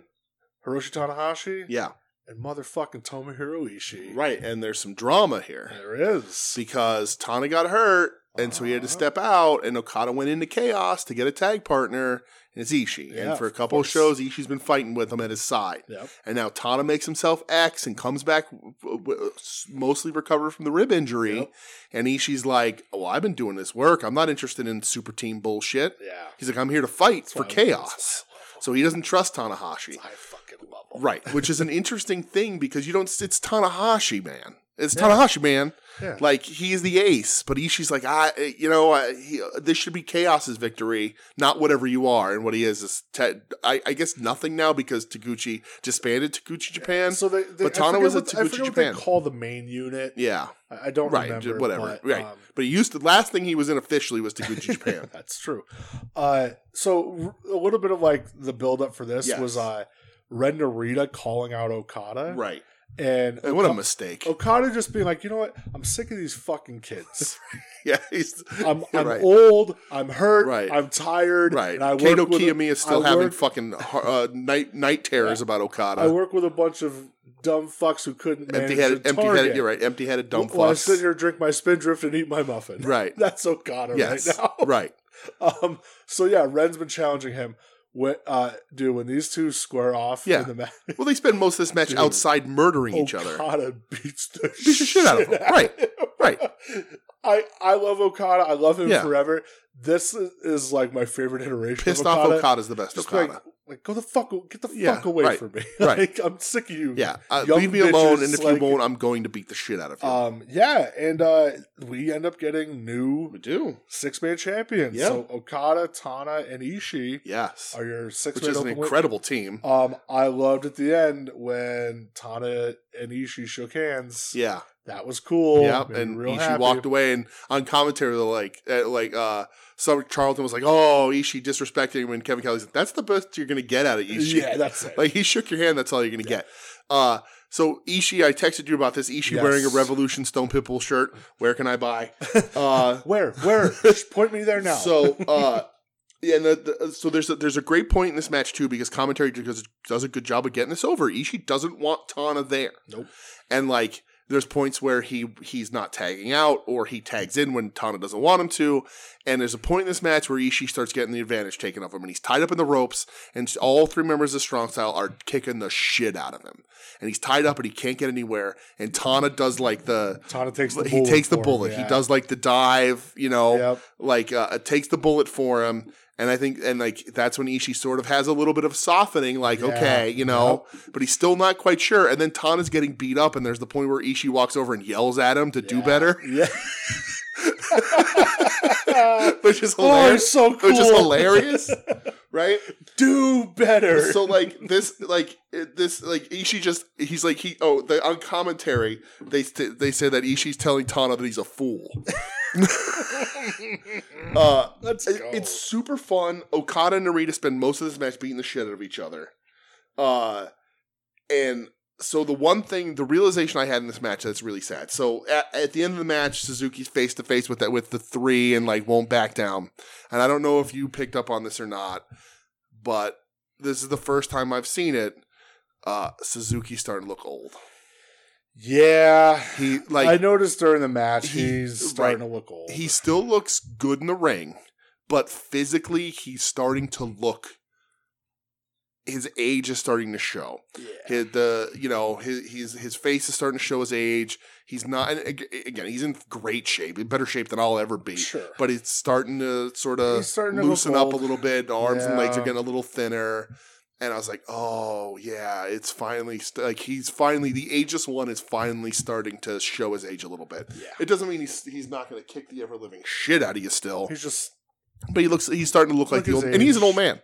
Speaker 2: Hiroshi Tanahashi,
Speaker 3: Yeah.
Speaker 2: and motherfucking Tomohiro Ishii.
Speaker 3: Right. And there's some drama here
Speaker 2: There is
Speaker 3: because Tana got hurt, and so he had to
Speaker 2: Uh-huh.
Speaker 3: step out, and Okada went into chaos to get a tag partner. And it's Ishii.
Speaker 2: Yeah,
Speaker 3: and for a
Speaker 2: of
Speaker 3: couple of
Speaker 2: course.
Speaker 3: shows, Ishii's been fighting with him at his side.
Speaker 2: yep.
Speaker 3: And now Tana makes himself X and comes back w- w- s- mostly recovered from the rib injury.
Speaker 2: Yep.
Speaker 3: And Ishii's like, "Well, I've been doing this work. I'm not interested in super team bullshit."
Speaker 2: Yeah.
Speaker 3: He's like, "I'm here to fight for
Speaker 2: why I love
Speaker 3: chaos." So he doesn't trust Tanahashi,
Speaker 2: I fucking love him.
Speaker 3: right? Which is an interesting thing because you don't. It's Tanahashi, man. It's
Speaker 2: Yeah.
Speaker 3: Tanahashi, man.
Speaker 2: Yeah.
Speaker 3: Like he is the ace, but Ishii's like, I, eh, you know, I, he, this should be Chaos's victory, not whatever you are. And what he is is, te- I, I guess, nothing now because Taguchi disbanded Taguchi Japan.
Speaker 2: So they, they
Speaker 3: But
Speaker 2: I
Speaker 3: Tana
Speaker 2: forget
Speaker 3: was
Speaker 2: what-
Speaker 3: at
Speaker 2: I
Speaker 3: Taguchi,
Speaker 2: forget what
Speaker 3: Japan.
Speaker 2: they call the main unit.
Speaker 3: yeah,
Speaker 2: I I don't
Speaker 3: right,
Speaker 2: remember.
Speaker 3: ju- whatever,
Speaker 2: but,
Speaker 3: right.
Speaker 2: um,
Speaker 3: But he used to. Last thing he was in officially was Taguchi Japan.
Speaker 2: that's true. Uh, so r- a little bit of like the build up for this
Speaker 3: Yes.
Speaker 2: was uh, Ren Narita calling out Okada,
Speaker 3: right.
Speaker 2: And
Speaker 3: And what a
Speaker 2: Oka-
Speaker 3: mistake.
Speaker 2: Okada just being like, you know what? I'm sick of these fucking kids.
Speaker 3: Yeah, he's
Speaker 2: I'm, I'm
Speaker 3: Right.
Speaker 2: old. I'm hurt.
Speaker 3: Right.
Speaker 2: I'm tired.
Speaker 3: right.
Speaker 2: And I
Speaker 3: Kato
Speaker 2: work with a-
Speaker 3: Kiyomi is still
Speaker 2: I
Speaker 3: having
Speaker 2: work-
Speaker 3: fucking uh, night night terrors about
Speaker 2: I
Speaker 3: Okada.
Speaker 2: work with a bunch of dumb fucks who couldn't manage
Speaker 3: Empty headed,
Speaker 2: a
Speaker 3: empty
Speaker 2: target.
Speaker 3: headed. You're right. Empty headed, dumb
Speaker 2: While I sit
Speaker 3: fucks.
Speaker 2: here, drink my spindrift, and eat my muffin.
Speaker 3: Right.
Speaker 2: That's Okada
Speaker 3: Yes.
Speaker 2: right now.
Speaker 3: Right.
Speaker 2: Um, so yeah, Ren's been challenging him. When, uh, dude, when these two square off
Speaker 3: Yeah.
Speaker 2: in the match,
Speaker 3: Well, they spend most of this match
Speaker 2: Dude.
Speaker 3: outside murdering each other.
Speaker 2: Okada beats the
Speaker 3: Beats the shit out of him. Right. Right.
Speaker 2: I I love Okada. I love him
Speaker 3: Yeah.
Speaker 2: forever. This is, is like my favorite iteration.
Speaker 3: Pissed
Speaker 2: of Okada.
Speaker 3: off Okada's the best
Speaker 2: Just
Speaker 3: Okada.
Speaker 2: like like go the fuck get the
Speaker 3: Yeah,
Speaker 2: fuck away
Speaker 3: right,
Speaker 2: from me.
Speaker 3: right.
Speaker 2: Like, I'm sick of you.
Speaker 3: yeah, uh,
Speaker 2: young
Speaker 3: leave me alone,
Speaker 2: bitches,
Speaker 3: and if
Speaker 2: like-
Speaker 3: you won't, I'm going to beat the shit out of you.
Speaker 2: Um. Yeah. And uh, we end up getting new
Speaker 3: do.
Speaker 2: six man champions.
Speaker 3: Yeah.
Speaker 2: So Okada, Tana, and Ishii
Speaker 3: Yes,
Speaker 2: are your six
Speaker 3: which
Speaker 2: man
Speaker 3: is an
Speaker 2: open weight-
Speaker 3: incredible team.
Speaker 2: Uh, Um, I loved at the end when Tana and Ishii shook hands.
Speaker 3: Yeah,
Speaker 2: that was cool.
Speaker 3: Yep,
Speaker 2: Made me
Speaker 3: and
Speaker 2: real
Speaker 3: Ishii
Speaker 2: happy.
Speaker 3: walked away, and on commentary, they're like, uh, like uh, some Charlton was like, "Oh, Ishii disrespecting him," and Kevin Kelly's like, "That's the best you're gonna get out of Ishii."
Speaker 2: Yeah, that's it.
Speaker 3: like he shook your hand. That's all you're gonna get. Uh, so Ishii, I texted you about this. Ishii
Speaker 2: Yes.
Speaker 3: wearing a Revolution Stone Pitbull shirt. Where can I buy? Uh,
Speaker 2: where, where? Just point me there now.
Speaker 3: so, uh, yeah, and the, the, so there's a, there's a great point in this match too because commentary does, does a good job of getting this over. Ishii doesn't want Tana there.
Speaker 2: Nope.
Speaker 3: And like, there's points where he he's not tagging out or he tags in when Tana doesn't want him to. And there's a point in this match where Ishii starts getting the advantage taken of him, and he's tied up in the ropes, and all three members of Strong Style are kicking the shit out of him, and he's tied up and he can't get anywhere. And Tana does like the.
Speaker 2: Tana takes the
Speaker 3: He
Speaker 2: bullet
Speaker 3: takes the
Speaker 2: for him,
Speaker 3: bullet.
Speaker 2: yeah.
Speaker 3: He does like the dive, you know,
Speaker 2: Yep.
Speaker 3: like uh, it takes the bullet for him and i think and like that's when Ishii sort of has a little bit of softening like okay you know but he's still not quite sure and then tana's getting beat up and there's the point where Ishii walks over and yells at him to do better
Speaker 2: Yeah.
Speaker 3: which is
Speaker 2: oh, it's
Speaker 3: hilarious
Speaker 2: so cool.
Speaker 3: which is hilarious right
Speaker 2: Do better.
Speaker 3: so like this like it- this like Ishii just he's like he oh the on commentary they st- they say that Ishii's telling Tana that he's a fool uh
Speaker 2: Let's
Speaker 3: It-
Speaker 2: go.
Speaker 3: It's super fun. Okada and Narita spend most of this match beating the shit out of each other. Uh, and so the one thing, the realization I had in this match that's really sad. So at, at the end of the match, Suzuki's face to face with that with the three and like won't back down. And I don't know if you picked up on this or not, but this is the first time I've seen it. Uh, Suzuki starting to look old.
Speaker 2: yeah.
Speaker 3: He like
Speaker 2: I noticed during the match
Speaker 3: he-
Speaker 2: he's starting
Speaker 3: right.
Speaker 2: to look old.
Speaker 3: he still looks good in the ring, but physically he's starting to look his age is starting to show.
Speaker 2: yeah.
Speaker 3: His, the you know his, his his face is starting to show his age. He's not and ag- again. He's in great shape, in better shape than I'll ever be.
Speaker 2: Sure.
Speaker 3: But it's starting to sort of
Speaker 2: He's starting to look
Speaker 3: loosen up a
Speaker 2: old.
Speaker 3: little bit. Arms and legs are
Speaker 2: Yeah.
Speaker 3: getting a little thinner. And I was like, oh yeah, it's finally st- like he's finally the ageless one is finally starting to show his age a little bit.
Speaker 2: yeah.
Speaker 3: It doesn't mean he's he's not going to kick the ever living shit out of you still,
Speaker 2: He's just
Speaker 3: but he looks he's starting to look, like
Speaker 2: Look
Speaker 3: the
Speaker 2: his
Speaker 3: old, and he's an
Speaker 2: age.
Speaker 3: old man.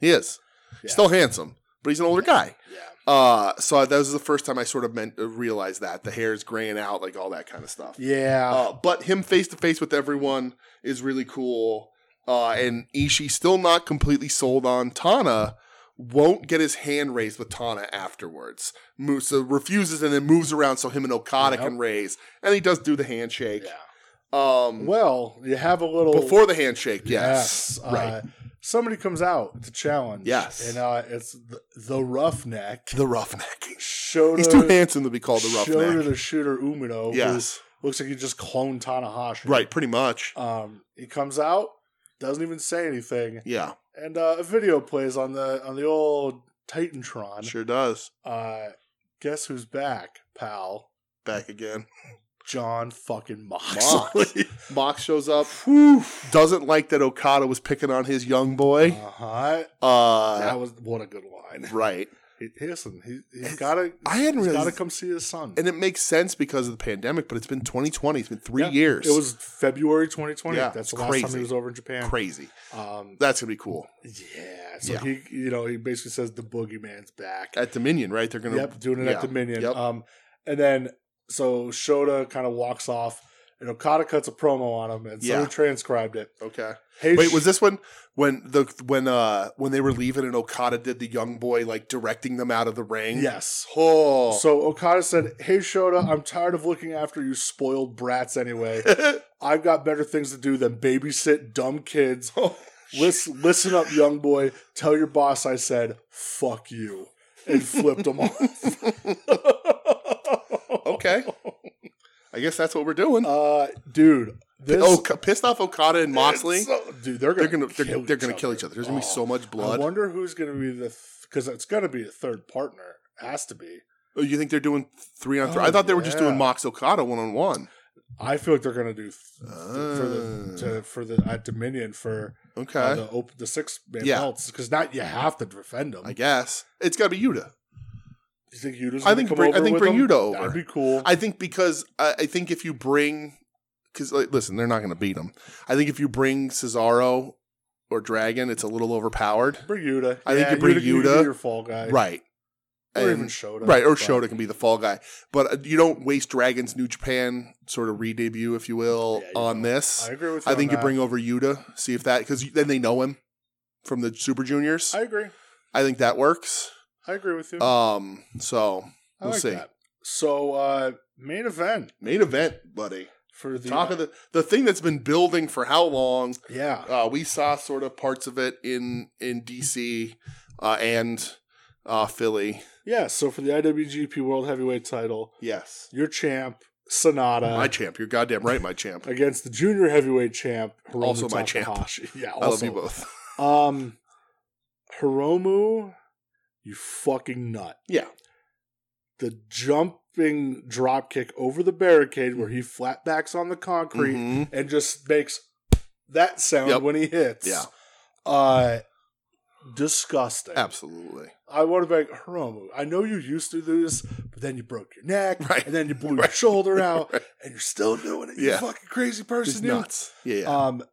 Speaker 3: He is
Speaker 2: Yeah.
Speaker 3: still handsome, but he's an older guy.
Speaker 2: yeah.
Speaker 3: Uh, so that was the first time I sort of meant uh, realized that the hair's graying out, like all that kind of stuff.
Speaker 2: Yeah.
Speaker 3: Uh, but him face to face with everyone is really cool. Uh, and Ishii still not completely sold on Tana. Won't get his hand raised with Tana afterwards. Musa refuses and then moves around so him and Okada
Speaker 2: Yep.
Speaker 3: can raise. And he does do the handshake.
Speaker 2: yeah.
Speaker 3: Um,
Speaker 2: Well, you have a little
Speaker 3: before the handshake, yes, right,
Speaker 2: Uh, somebody comes out to challenge.
Speaker 3: Yes.
Speaker 2: And uh, it's the, the roughneck.
Speaker 3: the roughneck.
Speaker 2: Showed
Speaker 3: He's too handsome to be called the roughneck.
Speaker 2: the shooter Umino. who
Speaker 3: Yes,
Speaker 2: looks like he just cloned Tanahashi.
Speaker 3: right, pretty much.
Speaker 2: Um, he comes out, doesn't even say anything,
Speaker 3: Yeah,
Speaker 2: and uh, a video plays on the on the old Titantron.
Speaker 3: sure does.
Speaker 2: Uh, guess who's back, pal?
Speaker 3: Back again.
Speaker 2: John fucking Moxley.
Speaker 3: Mox. Mox shows up. Doesn't like that Okada was picking on his young boy.
Speaker 2: Uh huh.
Speaker 3: Uh,
Speaker 2: That was what a good line.
Speaker 3: right.
Speaker 2: He, listen, he, he's gotta
Speaker 3: I hadn't
Speaker 2: he's gotta
Speaker 3: realized,
Speaker 2: come see his son.
Speaker 3: and it makes sense because of the pandemic. But it's been 2020. It's been three
Speaker 2: Yeah,
Speaker 3: years.
Speaker 2: It was February 2020.
Speaker 3: Yeah,
Speaker 2: That's the
Speaker 3: it's
Speaker 2: last time
Speaker 3: crazy.
Speaker 2: he was over in Japan.
Speaker 3: crazy.
Speaker 2: Um,
Speaker 3: That's gonna be cool
Speaker 2: yeah. So
Speaker 3: Yeah.
Speaker 2: he, you know, he basically says the boogeyman's back.
Speaker 3: at Dominion, right? They're gonna
Speaker 2: Yep, doing it
Speaker 3: yeah,
Speaker 2: at Dominion.
Speaker 3: yep.
Speaker 2: Um, and then so Shota kind of walks off, and Okada cuts a promo on him, and someone
Speaker 3: Yeah.
Speaker 2: transcribed it.
Speaker 3: okay.
Speaker 2: Hey,
Speaker 3: Wait,
Speaker 2: Sh-
Speaker 3: was this when when the when uh when they were leaving and Okada did the young boy like directing them out of the ring?
Speaker 2: yes?
Speaker 3: Oh.
Speaker 2: So Okada said, "Hey Shota, I'm tired of looking after you spoiled brats. Anyway, I've got better things to do than babysit dumb kids.
Speaker 3: Oh,
Speaker 2: listen, listen up, young boy. Tell your boss I said fuck you." And flipped him off.
Speaker 3: okay. I guess that's what we're doing.
Speaker 2: Uh, dude, this
Speaker 3: oh, c- pissed off Okada and Moxley.
Speaker 2: It's so- dude, they're
Speaker 3: they're
Speaker 2: gonna
Speaker 3: gonna they're, they're gonna kill each other. There's gonna be
Speaker 2: Oh.
Speaker 3: so much blood.
Speaker 2: I wonder who's gonna be the because it's gonna be a third partner. Has to be.
Speaker 3: oh, you think they're doing three on three?
Speaker 2: Oh,
Speaker 3: I thought they were just
Speaker 2: yeah.
Speaker 3: doing Mox Okada one on one.
Speaker 2: I feel like they're gonna do th- for the
Speaker 3: Ah.
Speaker 2: to, for the at Dominion for
Speaker 3: Okay,
Speaker 2: uh, the op- the six man
Speaker 3: Yeah.
Speaker 2: belts because now you have to defend them.
Speaker 3: I guess it's gotta be Yuta.
Speaker 2: you think Yuta's
Speaker 3: I
Speaker 2: gonna
Speaker 3: think
Speaker 2: come
Speaker 3: bring- I
Speaker 2: over
Speaker 3: think
Speaker 2: with
Speaker 3: bring
Speaker 2: them?
Speaker 3: Yuta over.
Speaker 2: That'd be cool.
Speaker 3: I think because I, I think if you bring, because like, listen, they're not going to beat him. I think if you bring Cesaro or Dragon, it's a little overpowered,
Speaker 2: bring Yuta.
Speaker 3: I think you bring
Speaker 2: you
Speaker 3: Yuta.
Speaker 2: your fall guy.
Speaker 3: right?
Speaker 2: Or even
Speaker 3: And-
Speaker 2: Shota.
Speaker 3: Right, or
Speaker 2: But
Speaker 3: Shota can be the fall guy. But uh, you don't waste Dragon's New Japan sort of re debut, if you will,
Speaker 2: Yeah, you
Speaker 3: on this.
Speaker 2: I agree with you.
Speaker 3: I, think
Speaker 2: on
Speaker 3: you
Speaker 2: that.
Speaker 3: bring over Yuta, see if that, because then they know him from the Super Juniors.
Speaker 2: I agree.
Speaker 3: I, think that works.
Speaker 2: I agree with you.
Speaker 3: Um, so,
Speaker 2: I
Speaker 3: we'll
Speaker 2: like
Speaker 3: see.
Speaker 2: that. So, uh, main event
Speaker 3: main event, buddy.
Speaker 2: for the
Speaker 3: Talk of the, the thing that's been building for how long?
Speaker 2: yeah.
Speaker 3: Uh, we saw sort of parts of it in, in DC uh, and uh, Philly.
Speaker 2: Yeah, so for the IWGP World Heavyweight title,
Speaker 3: Yes.
Speaker 2: your champ, Sonata,
Speaker 3: my champ. You're goddamn right, my champ.
Speaker 2: against the junior heavyweight champ, Hiromu
Speaker 3: Also my champ.
Speaker 2: Takahashi. Yeah,
Speaker 3: I love
Speaker 2: also.
Speaker 3: you both.
Speaker 2: Um, Hiromu, you fucking nut.
Speaker 3: Yeah.
Speaker 2: The jumping dropkick over the barricade where he
Speaker 3: Mm-hmm.
Speaker 2: flat backs on the concrete
Speaker 3: Mhm.
Speaker 2: and just makes that sound
Speaker 3: Yep.
Speaker 2: when he hits.
Speaker 3: Yeah.
Speaker 2: Uh, disgusting.
Speaker 3: Absolutely.
Speaker 2: I want to beg Hiromu. I know you used to do this, but then you broke your neck,
Speaker 3: Right.
Speaker 2: and then you blew your shoulder out,
Speaker 3: Right.
Speaker 2: and you're still doing it. You
Speaker 3: Yeah.
Speaker 2: fucking crazy
Speaker 3: It's
Speaker 2: person, dude.
Speaker 3: nuts. Yeah, yeah.
Speaker 2: Um,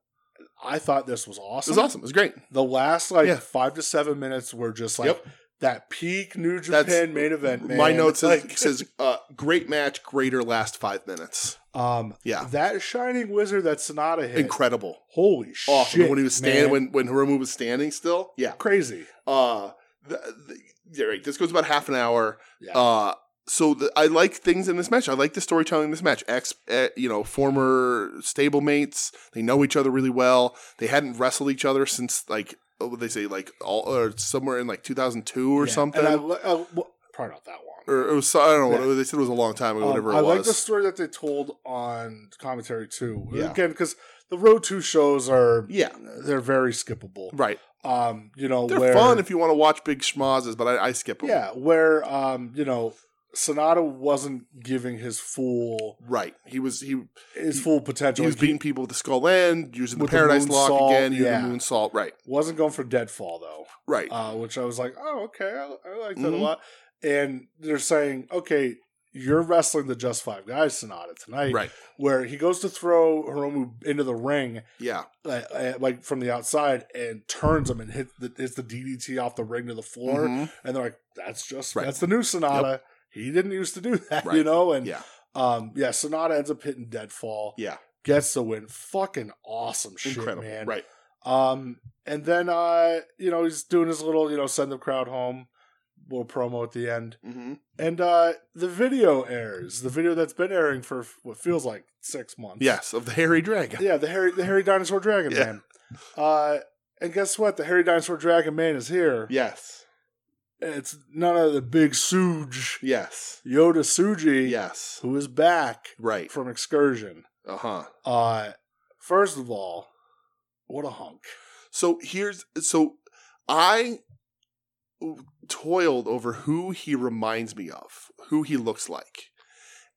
Speaker 2: I thought this was
Speaker 3: it
Speaker 2: awesome.
Speaker 3: was awesome. It was great.
Speaker 2: The last like
Speaker 3: Yeah.
Speaker 2: five to seven minutes were just like
Speaker 3: Yep.
Speaker 2: that peak New Japan
Speaker 3: That's
Speaker 2: main event. Man.
Speaker 3: My notes says,
Speaker 2: Like,
Speaker 3: says uh, great match, greater last five minutes.
Speaker 2: um,
Speaker 3: Yeah.
Speaker 2: that shining wizard that Sonata hit.
Speaker 3: Incredible.
Speaker 2: Holy
Speaker 3: Awesome.
Speaker 2: shit!
Speaker 3: when he was
Speaker 2: man.
Speaker 3: standing, when, when Hiromu was standing still. Yeah.
Speaker 2: crazy.
Speaker 3: Uh, the, the, yeah, right. This goes about half an hour.
Speaker 2: Yeah.
Speaker 3: Uh, so the, I like things in this match. I like the storytelling in this match. Ex, eh, you know, former stablemates. They know each other really well. They hadn't wrestled each other since like oh, what would they say like all or somewhere in like 2002 or
Speaker 2: Yeah.
Speaker 3: something.
Speaker 2: And I, li- I, well, probably not that long.
Speaker 3: or it was I don't know what
Speaker 2: Yeah.
Speaker 3: it was. they said it was a long time ago,
Speaker 2: Um,
Speaker 3: whatever it
Speaker 2: I
Speaker 3: was.
Speaker 2: like the story that they told on commentary too.
Speaker 3: Yeah.
Speaker 2: Again, because the Road Two shows are
Speaker 3: yeah,
Speaker 2: they're very skippable.
Speaker 3: right.
Speaker 2: Um, you know,
Speaker 3: They're
Speaker 2: where,
Speaker 3: fun if you want to watch big schmazes, but I, I skip them.
Speaker 2: yeah, where um, you know, Sonata wasn't giving his full
Speaker 3: right. He was he
Speaker 2: his full potential.
Speaker 3: he was
Speaker 2: Like, he
Speaker 3: beating people with the skull end, using the
Speaker 2: With the
Speaker 3: paradise
Speaker 2: moon
Speaker 3: lock
Speaker 2: salt,
Speaker 3: again, using
Speaker 2: yeah.
Speaker 3: the moon salt. Right,
Speaker 2: wasn't going for deadfall though,
Speaker 3: right.
Speaker 2: uh, which I was like, oh okay, I, I like that
Speaker 3: Mhm.
Speaker 2: a lot. And they're saying, okay, you're wrestling the Just Five Guys Sonata tonight,
Speaker 3: Right.
Speaker 2: Where he goes to throw Hiromu into the ring,
Speaker 3: yeah,
Speaker 2: uh, uh, like from the outside and turns him and hit the, hits the DDT off the ring to the floor.
Speaker 3: Mhm.
Speaker 2: And they're like, that's just,
Speaker 3: Right.
Speaker 2: that's the new Sonata. He didn't used to do that, you
Speaker 3: Right.
Speaker 2: know? And
Speaker 3: yeah,
Speaker 2: um, yeah, Sonata ends up hitting Deadfall,
Speaker 3: yeah.
Speaker 2: gets the win. Fucking awesome shit,
Speaker 3: Incredible.
Speaker 2: man.
Speaker 3: Right.
Speaker 2: Um, and then, uh, you know, he's doing his little, you know, send the crowd home, little promo at the end.
Speaker 3: hmm
Speaker 2: And uh, the video airs, the video that's been airing for what feels like six months.
Speaker 3: Yes, of the hairy dragon.
Speaker 2: Yeah, the hairy the hairy dinosaur dragon
Speaker 3: Yeah.
Speaker 2: man. Uh, and guess what? The hairy dinosaur dragon man is here.
Speaker 3: Yes,
Speaker 2: It's none of the big Suge
Speaker 3: yes,
Speaker 2: Yoda Suji,
Speaker 3: yes.
Speaker 2: who is back
Speaker 3: Right.
Speaker 2: from excursion.
Speaker 3: Uh huh.
Speaker 2: Uh, first of all, what a hunk!
Speaker 3: So here's so I toiled over who he reminds me of, who he looks like.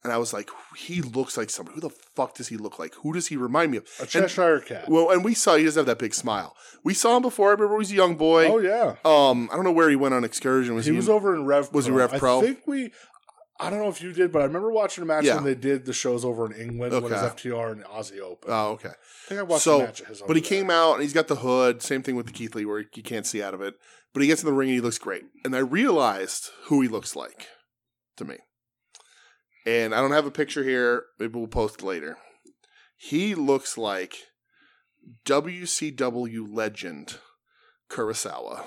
Speaker 3: And I was like, he looks like someone. Who the fuck does he look like? Who does he remind me of?
Speaker 2: A Cheshire cat.
Speaker 3: Well, and we saw he doesn't have that big smile. We saw him before. I remember he was a young boy.
Speaker 2: oh yeah,
Speaker 3: Um, I don't know where he went on excursion. Was
Speaker 2: he
Speaker 3: he,
Speaker 2: was
Speaker 3: in-
Speaker 2: over in Rev.
Speaker 3: was he Rev
Speaker 2: I
Speaker 3: Pro?
Speaker 2: think we. I don't know if you did, but I remember watching a match
Speaker 3: Yeah.
Speaker 2: when they did the shows over in England when it was
Speaker 3: Okay.
Speaker 2: FTR and Aussie Open.
Speaker 3: Oh, okay.
Speaker 2: I think I watched
Speaker 3: so-
Speaker 2: a match of his.
Speaker 3: But he came out and he's got the hood. Same thing with the Keith Lee, where you can't see out of it. But he gets in the ring and he looks great. And I realized who he looks like to me. And I don't have a picture here. Maybe we'll post it later. He looks like WCW legend Kurosawa.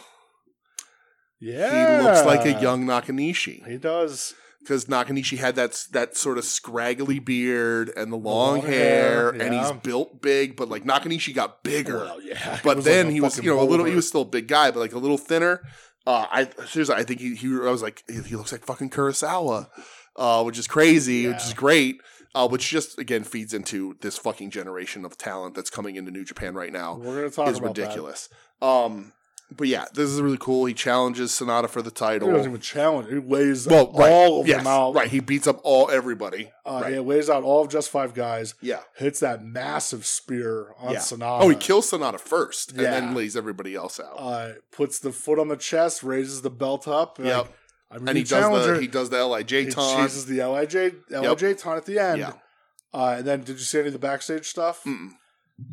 Speaker 2: Yeah,
Speaker 3: He looks like a young Nakanishi.
Speaker 2: He does.
Speaker 3: because Nakanishi had that that sort of scraggly beard and the long,
Speaker 2: long
Speaker 3: hair,
Speaker 2: hair,
Speaker 3: and
Speaker 2: yeah.
Speaker 3: he's built big, but like Nakanishi got bigger.
Speaker 2: Well, yeah.
Speaker 3: but
Speaker 2: was
Speaker 3: then
Speaker 2: like a
Speaker 3: he was,
Speaker 2: fucking
Speaker 3: you know, a little. He
Speaker 2: boulder.
Speaker 3: was still a big guy, but like a little thinner. Uh, I seriously, I think he, he. I was like, he looks like fucking Kurosawa, uh, which is crazy, which
Speaker 2: Yeah.
Speaker 3: is great, uh, which just again feeds into this fucking generation of talent that's coming into New Japan right now
Speaker 2: We're gonna talk
Speaker 3: is
Speaker 2: about
Speaker 3: ridiculous. Um, but yeah, this is really cool. He challenges Sonata for the
Speaker 2: That.
Speaker 3: title.
Speaker 2: He doesn't even challenge. He lays
Speaker 3: Well, right.
Speaker 2: all of
Speaker 3: yes,
Speaker 2: them out.
Speaker 3: right. He beats up all everybody.
Speaker 2: Uh,
Speaker 3: right.
Speaker 2: It lays out all of just five guys.
Speaker 3: Yeah.
Speaker 2: Hits that massive spear on
Speaker 3: Yeah.
Speaker 2: Sonata.
Speaker 3: Oh, he kills Sonata first, and
Speaker 2: Uh, Yeah.
Speaker 3: then lays everybody else out.
Speaker 2: Uh, puts the foot on the chest, raises the belt up.
Speaker 3: yep.
Speaker 2: like, I'm your
Speaker 3: and he does
Speaker 2: challenger.
Speaker 3: the he does the Lij
Speaker 2: he
Speaker 3: taunt.
Speaker 2: chases the Lij Lij taunt at the end.
Speaker 3: Yeah.
Speaker 2: Uh, and then, did you see any of the backstage stuff?
Speaker 3: Mm.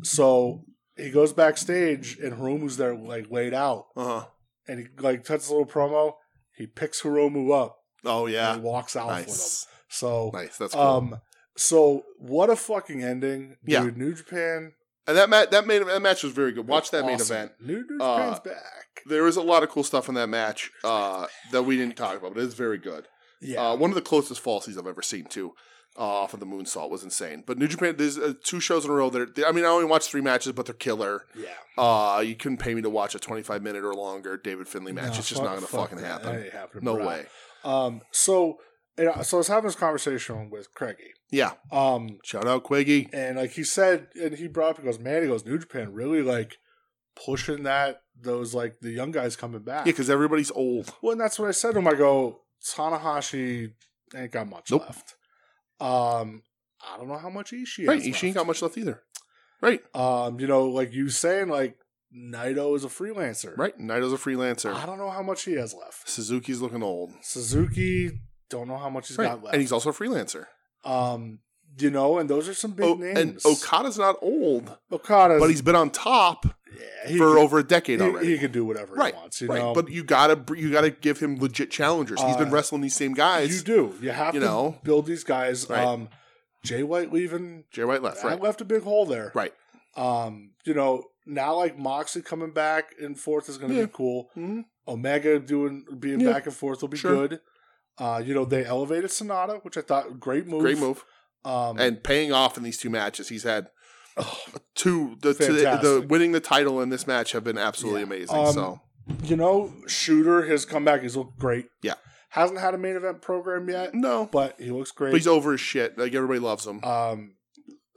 Speaker 2: So he goes backstage, and Hiromu's there, like laid out,
Speaker 3: Uh-huh.
Speaker 2: and he like cuts a little promo. He picks Hiromu up
Speaker 3: Oh yeah,
Speaker 2: and he walks out with him.
Speaker 3: nice,
Speaker 2: So
Speaker 3: nice. That's cool.
Speaker 2: um so what a fucking ending. Dude,
Speaker 3: Yeah.
Speaker 2: New Japan
Speaker 3: and that ma- that main that match was very good. Watch that main
Speaker 2: awesome.
Speaker 3: event.
Speaker 2: New, New
Speaker 3: Uh,
Speaker 2: Japan's back.
Speaker 3: There was a lot of cool stuff in that match uh, that we didn't talk about, but it's very good.
Speaker 2: Yeah.
Speaker 3: Uh, one of the closest falsies I've ever seen too. Uh, off of the moonsault was insane, but New Japan. There's uh, two shows in a row that are, I mean, I only watched three matches, but they're killer.
Speaker 2: yeah.
Speaker 3: Uh, you couldn't pay me to watch a 25 minute or longer David Finley match.
Speaker 2: No,
Speaker 3: it's just
Speaker 2: fuck-
Speaker 3: not going to
Speaker 2: fuck
Speaker 3: fucking
Speaker 2: that.
Speaker 3: happen.
Speaker 2: That ain't happening,
Speaker 3: No
Speaker 2: bro.
Speaker 3: way.
Speaker 2: Um so and I- so I was having this conversation with Craigie.
Speaker 3: Yeah.
Speaker 2: Um
Speaker 3: Shout out Quiggy.
Speaker 2: and like he said and he brought up he goes, Man, he goes, New Japan really like pushing that those like the young guys coming back.
Speaker 3: Yeah, because everybody's old.
Speaker 2: Well, and that's what I said to him. I go, Tanahashi ain't got much
Speaker 3: Nope.
Speaker 2: left. Um, I don't know how much Ishii
Speaker 3: right.
Speaker 2: has
Speaker 3: Ishii ain't
Speaker 2: left.
Speaker 3: got much left either. Right.
Speaker 2: Um, you know, like you saying, like Naito is a freelancer.
Speaker 3: Right. Naito's a freelancer.
Speaker 2: I don't know how much he has left.
Speaker 3: Suzuki's looking old.
Speaker 2: Suzuki, don't know how much he's
Speaker 3: Right.
Speaker 2: got left.
Speaker 3: And he's also a freelancer.
Speaker 2: um, you know, and those are some big
Speaker 3: Oh,
Speaker 2: names.
Speaker 3: and Okada's not old,
Speaker 2: Okada's,
Speaker 3: but he's been on top
Speaker 2: yeah, he
Speaker 3: for
Speaker 2: can,
Speaker 3: over a decade
Speaker 2: he-
Speaker 3: already.
Speaker 2: He, can do whatever
Speaker 3: Right,
Speaker 2: he wants. You
Speaker 3: right.
Speaker 2: know,
Speaker 3: But you gotta br- you gotta give him legit challengers. he's been
Speaker 2: Uh,
Speaker 3: wrestling these same
Speaker 2: you
Speaker 3: guys.
Speaker 2: do. You have
Speaker 3: you
Speaker 2: to
Speaker 3: know.
Speaker 2: build these guys.
Speaker 3: Right.
Speaker 2: Um, Jay White leaving
Speaker 3: Jay White left.
Speaker 2: that
Speaker 3: Right.
Speaker 2: left a big hole there.
Speaker 3: Right.
Speaker 2: Um, you know, now like Moxley coming back and forth is going to
Speaker 3: Yeah.
Speaker 2: be cool.
Speaker 3: Mhm.
Speaker 2: Omega doing being
Speaker 3: Yeah.
Speaker 2: back and forth will be
Speaker 3: Sure.
Speaker 2: good. Uh, you know, they elevated Sonata, which I thought great move.
Speaker 3: Great move.
Speaker 2: Um,
Speaker 3: And paying off in these two matches, he's had two the, two the
Speaker 2: Fantastic.
Speaker 3: winning the title in this match have been absolutely
Speaker 2: Yeah.
Speaker 3: amazing.
Speaker 2: Um,
Speaker 3: so
Speaker 2: you know, Shooter has come back. He's looked great.
Speaker 3: Yeah.
Speaker 2: Hasn't had a main event program yet,
Speaker 3: no, but,
Speaker 2: but he looks great.
Speaker 3: he's over his shit. Like everybody loves him.
Speaker 2: um,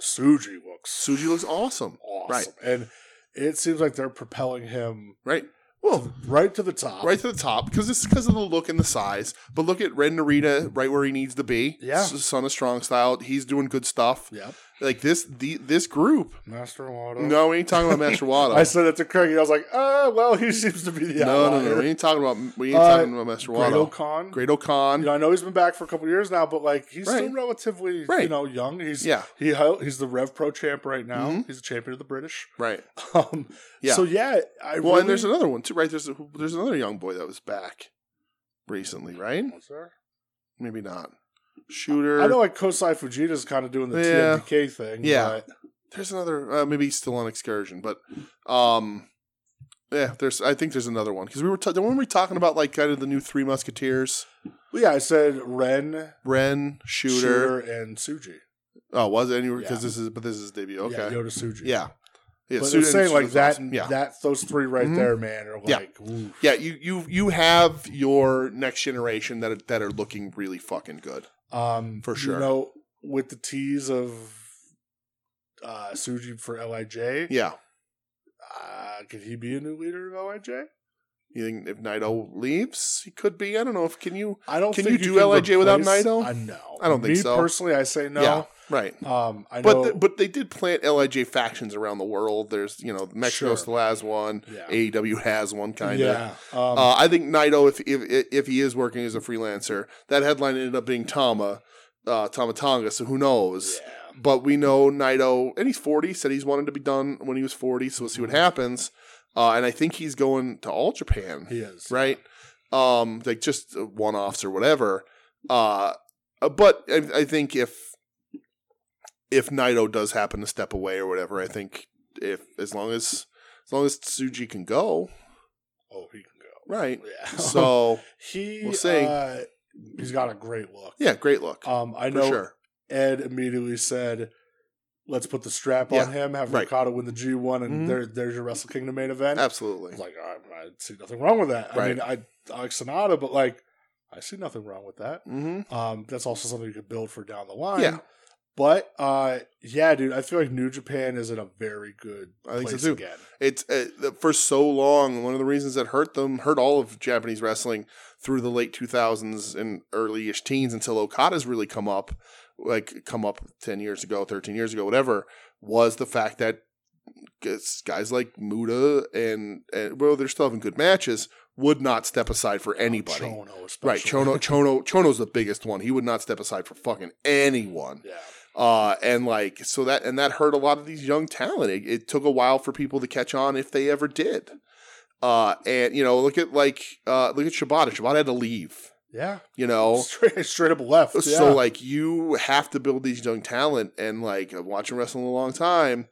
Speaker 2: Suji looks
Speaker 3: Suji looks awesome.
Speaker 2: awesome,
Speaker 3: right.
Speaker 2: and it seems like they're propelling him
Speaker 3: Right. Well,
Speaker 2: right to the top.
Speaker 3: right to the top because it's because of the look and the size. But look at Red Narita right where he needs to be.
Speaker 2: Yeah.
Speaker 3: S- Son of Strong style. He's doing good stuff.
Speaker 2: Yep.
Speaker 3: Like this the this group.
Speaker 2: Master Wado.
Speaker 3: No, we ain't talking about Master Wada.
Speaker 2: I said it to Craig, and I was like, "Ah, well, he seems to be the
Speaker 3: no, no,
Speaker 2: outlier."
Speaker 3: no, We ain't talking about we ain't
Speaker 2: Uh,
Speaker 3: talking about Master
Speaker 2: Great
Speaker 3: Wada.
Speaker 2: Okan.
Speaker 3: Great O'Con.
Speaker 2: You know, I know he's been back for a couple of years now, but like he's still
Speaker 3: Right.
Speaker 2: relatively, you
Speaker 3: Right.
Speaker 2: know, young. He's
Speaker 3: Yeah.
Speaker 2: he hel- he's the Rev Pro champ right now.
Speaker 3: Mhm.
Speaker 2: He's the champion of the British.
Speaker 3: Right.
Speaker 2: Um,
Speaker 3: Yeah.
Speaker 2: So yeah, I
Speaker 3: Well,
Speaker 2: really,
Speaker 3: and there's another one too, right? There's a, there's another young boy that was back recently, right?
Speaker 2: Was there?
Speaker 3: Maybe not. Shooter.
Speaker 2: I know like Kosai Fujita's kind of doing the
Speaker 3: Yeah.
Speaker 2: TMDK thing.
Speaker 3: Yeah.
Speaker 2: but
Speaker 3: there's another uh, maybe he's still on excursion but um yeah there's i think there's another one because we were ta- weren't we talking about like kind of the new three musketeers
Speaker 2: Well, yeah. I said Ren,
Speaker 3: ren shooter,
Speaker 2: Shooter, and Suji.
Speaker 3: oh was it anywhere because
Speaker 2: Yeah.
Speaker 3: this is but this is his debut okay
Speaker 2: Yeah,
Speaker 3: yeah
Speaker 2: Yoda Suji.
Speaker 3: yeah,
Speaker 2: But
Speaker 3: Suda-
Speaker 2: I'm saying
Speaker 3: Suda's
Speaker 2: like that,
Speaker 3: awesome. yeah
Speaker 2: that those three right
Speaker 3: Mhm.
Speaker 2: there, man, are
Speaker 3: Yeah.
Speaker 2: like, ooh.
Speaker 3: yeah you you you have your next generation that are, that are looking really fucking good
Speaker 2: Um,
Speaker 3: For
Speaker 2: You
Speaker 3: sure.
Speaker 2: know, with the tease of uh, Suji for Lij,
Speaker 3: yeah
Speaker 2: uh, could he be a new leader of Lij?
Speaker 3: you think if Naito leaves, he could be? I don't know if can you.
Speaker 2: I don't.
Speaker 3: Can
Speaker 2: think
Speaker 3: you do LIJ without
Speaker 2: replace-
Speaker 3: Naito?
Speaker 2: I know.
Speaker 3: I don't think
Speaker 2: Me
Speaker 3: so.
Speaker 2: Personally, I say no.
Speaker 3: Yeah, right.
Speaker 2: Um, I
Speaker 3: But
Speaker 2: know.
Speaker 3: th- but they did plant Lij factions around the world. There's you know Mexico
Speaker 2: Sure.
Speaker 3: still has one.
Speaker 2: yeah.
Speaker 3: AEW has one kind of.
Speaker 2: yeah. Um,
Speaker 3: Uh, I think Naito, if, if if he is working as a freelancer, that headline ended up being Tama, uh, Tama Tonga. So who knows?
Speaker 2: yeah.
Speaker 3: But we know Naito, and he's forty. Said he's wanted to be done when he was forty. So we'll see what
Speaker 2: Mm-hmm.
Speaker 3: happens. Uh, and I think he's going to All Japan,
Speaker 2: He is
Speaker 3: right? Um, like just one offs or whatever. Uh, uh, but I, I think if if Naito does happen to step away or whatever, I think if as long as as long as Tsuji can go,
Speaker 2: Oh, he can
Speaker 3: right?
Speaker 2: go. Yeah.
Speaker 3: So
Speaker 2: he
Speaker 3: we'll see.
Speaker 2: Uh, he's got a great look.
Speaker 3: yeah, great look
Speaker 2: Um, I
Speaker 3: for
Speaker 2: know
Speaker 3: sure.
Speaker 2: Ed immediately said, "Let's put the strap
Speaker 3: Yeah,
Speaker 2: on him, have
Speaker 3: right.
Speaker 2: Ricardo win the G one, and
Speaker 3: Mhm.
Speaker 2: there, there's your Wrestle Kingdom main event." I
Speaker 3: Absolutely,
Speaker 2: was like, I, I see nothing wrong with that. I
Speaker 3: Right.
Speaker 2: mean, I, I like Sonata, but like, I see nothing wrong with that.
Speaker 3: hmm
Speaker 2: Um, that's also something you could build for down the line.
Speaker 3: Yeah.
Speaker 2: But uh, yeah, dude, I feel like New Japan is in a very good
Speaker 3: I think so
Speaker 2: place
Speaker 3: too.
Speaker 2: again.
Speaker 3: it's uh, for so long. One of the reasons that hurt them hurt all of Japanese wrestling through the late two thousands and early ish teens until Okada's really come up, like come up ten years ago, thirteen years ago, whatever. Was the fact that guys- guys like Muda and, and well, they're still having good matches. Would not step aside for anybody.
Speaker 2: Oh, Chono especially.
Speaker 3: Right, Chono, Chono, Chono's the biggest one. He would not step aside for fucking anyone.
Speaker 2: Yeah.
Speaker 3: Uh, and like so that and that hurt a lot of these young talent. It, it took a while for people to catch on if they ever did. Uh, and you know, look at like uh, look at Shibata. Shibata had to leave.
Speaker 2: Yeah.
Speaker 3: You know,
Speaker 2: Straight, straight up left. Yeah.
Speaker 3: Oh. so like you have to build these young talent, and like I'm watching wrestling a long time,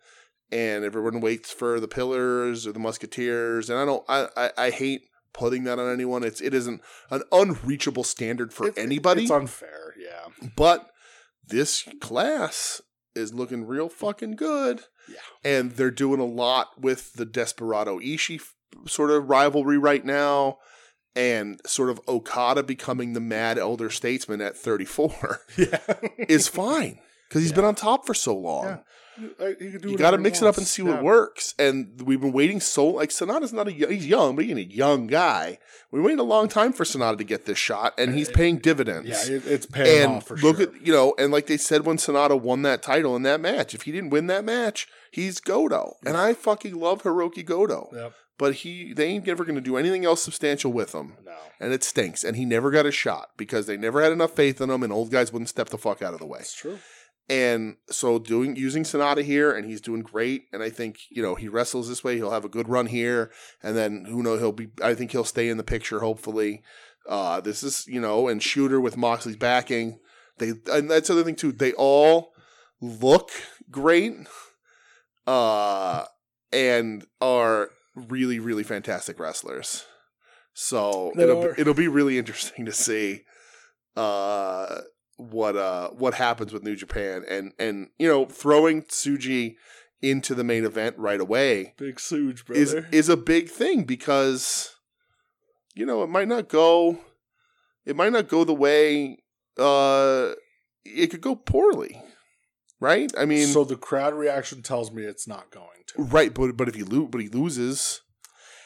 Speaker 3: and everyone waits for the Pillars or the Musketeers, and I don't, I, I, I hate putting that on anyone. It's it isn't an unreachable standard for
Speaker 2: It's-
Speaker 3: anybody,
Speaker 2: It's unfair. Yeah.
Speaker 3: but this class is looking real fucking good.
Speaker 2: Yeah.
Speaker 3: and they're doing a lot with the Desperado Ishii f- sort of rivalry right now. And sort of Okada becoming the mad elder statesman at 34
Speaker 2: Yeah.
Speaker 3: is fine because he's
Speaker 2: Yeah.
Speaker 3: been on top for so long.
Speaker 2: Yeah. Like, he could do
Speaker 3: You
Speaker 2: whatever
Speaker 3: got to
Speaker 2: he
Speaker 3: mix it up and
Speaker 2: wants.
Speaker 3: see
Speaker 2: Yeah.
Speaker 3: what works. And we've been waiting so like Sonata's not a y- he's young, but he's a young guy. We waited a long time for Sonata to get this shot, and he's paying dividends.
Speaker 2: Eh, Yeah, it, it's paying
Speaker 3: and
Speaker 2: off for
Speaker 3: look
Speaker 2: sure.
Speaker 3: at you know, and like they said when Sonata won that title in that match, if he didn't win that match, he's Godo, and I fucking love Hiroki Godo,
Speaker 2: yep.
Speaker 3: but he they ain't never going to do anything else substantial with him,
Speaker 2: No.
Speaker 3: and it stinks. And he never got a shot because they never had enough faith in him, and old guys wouldn't step the fuck out of the way.
Speaker 2: That's true.
Speaker 3: And so doing using Sonata here, and he's doing great. And I think you know he wrestles this way, he'll have a good run here, and then who knows he'll be. I think he'll stay in the picture. Hopefully, uh, this is you know and Shooter with Moxley's backing. They and that's the other thing too. They all look great, uh, and are really really fantastic wrestlers. So
Speaker 2: They
Speaker 3: it'll
Speaker 2: are.
Speaker 3: it'll be really interesting to see. Uh, what uh what happens with New Japan and and you know throwing Tsuji into the main event right away
Speaker 2: Big Suge, brother.
Speaker 3: is is a big thing because you know it might not go it might not go the way uh it could go poorly right I mean
Speaker 2: so the crowd reaction tells me it's not going to.
Speaker 3: right but but if he lo- but he loses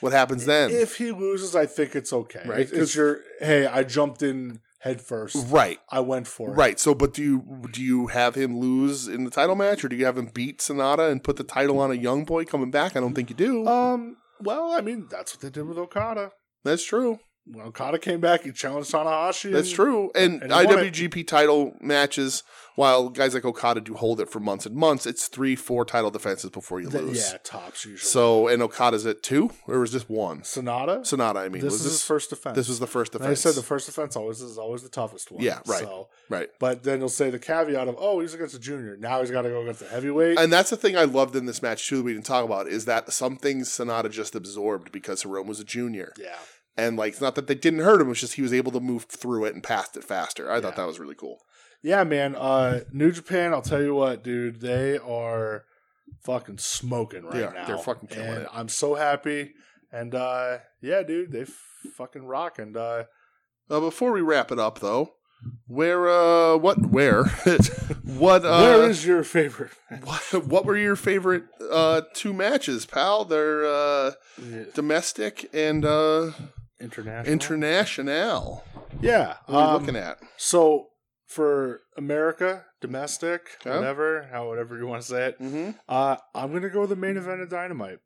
Speaker 3: what happens then
Speaker 2: If he loses, I think it's okay.
Speaker 3: Right,
Speaker 2: It's, it's
Speaker 3: 'cause-
Speaker 2: your hey, I jumped in head first.
Speaker 3: right
Speaker 2: I went for it.
Speaker 3: Right. So, but do you do you have him lose in the title match, or do you have him beat Sonata and put the title on a young boy coming back? I don't think you do.
Speaker 2: Um. Well, I mean, that's what they did with Okada.
Speaker 3: That's true.
Speaker 2: When Okada came back, he challenged Tanahashi.
Speaker 3: That's
Speaker 2: and-
Speaker 3: true. And,
Speaker 2: and he won it.
Speaker 3: IWGP title matches, while guys like Okada do hold it for months and months, it's three, four title defenses before you
Speaker 2: Th-
Speaker 3: lose.
Speaker 2: yeah, tops usually.
Speaker 3: So, and Okada's at two, or was this one?
Speaker 2: Sonata.
Speaker 3: Sonata, I mean,
Speaker 2: this
Speaker 3: was
Speaker 2: is his
Speaker 3: this
Speaker 2: first defense.
Speaker 3: this was the first
Speaker 2: And I
Speaker 3: defense?
Speaker 2: said the first defense always is always the toughest one.
Speaker 3: Yeah, right.
Speaker 2: So,
Speaker 3: right.
Speaker 2: but then you'll say the caveat of, oh, he's against a junior. Now he's got to go against a heavyweight.
Speaker 3: And that's the thing I loved in this match too that we didn't talk about is that some things Sonata just absorbed because Hiromu was a junior.
Speaker 2: yeah.
Speaker 3: And like, it's not that they didn't hurt him; it's just he was able to move through it and past it faster. I thought
Speaker 2: Yeah.
Speaker 3: that was really cool.
Speaker 2: Yeah, man. Uh, New Japan, I'll tell you what, dude, they are fucking smoking right
Speaker 3: They are.
Speaker 2: now.
Speaker 3: They're fucking killing
Speaker 2: and
Speaker 3: it.
Speaker 2: I'm so happy. And uh, yeah, dude, they fucking rock. And uh,
Speaker 3: Uh, before we wrap it up, though, where, uh, what, where, what, uh,
Speaker 2: where is your favorite?
Speaker 3: what, what were your favorite uh, two matches, pal? They're uh, domestic and uh,
Speaker 2: International.
Speaker 3: international.
Speaker 2: yeah.
Speaker 3: What are you
Speaker 2: um,
Speaker 3: looking at?
Speaker 2: So for America, domestic,
Speaker 3: Okay.
Speaker 2: whatever, how whatever you want to say it,
Speaker 3: Mm-hmm.
Speaker 2: uh, I'm gonna go with the main event of Dynamite.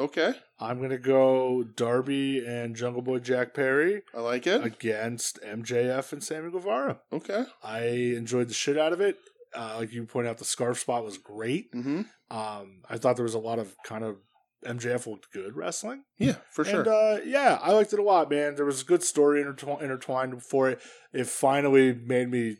Speaker 3: Okay,
Speaker 2: I'm gonna go Darby and Jungle Boy Jack Perry
Speaker 3: I like it.
Speaker 2: against MJF and Sammy Guevara.
Speaker 3: Okay.
Speaker 2: I enjoyed the shit out of it. Uh, like you pointed out, the scarf spot was great.
Speaker 3: Mm-hmm.
Speaker 2: Um, I thought there was a lot of kind of MJF looked good wrestling.
Speaker 3: Yeah, for sure.
Speaker 2: And uh, yeah, I liked it a lot, man. There was a good story intertw- intertwined for it. It finally made me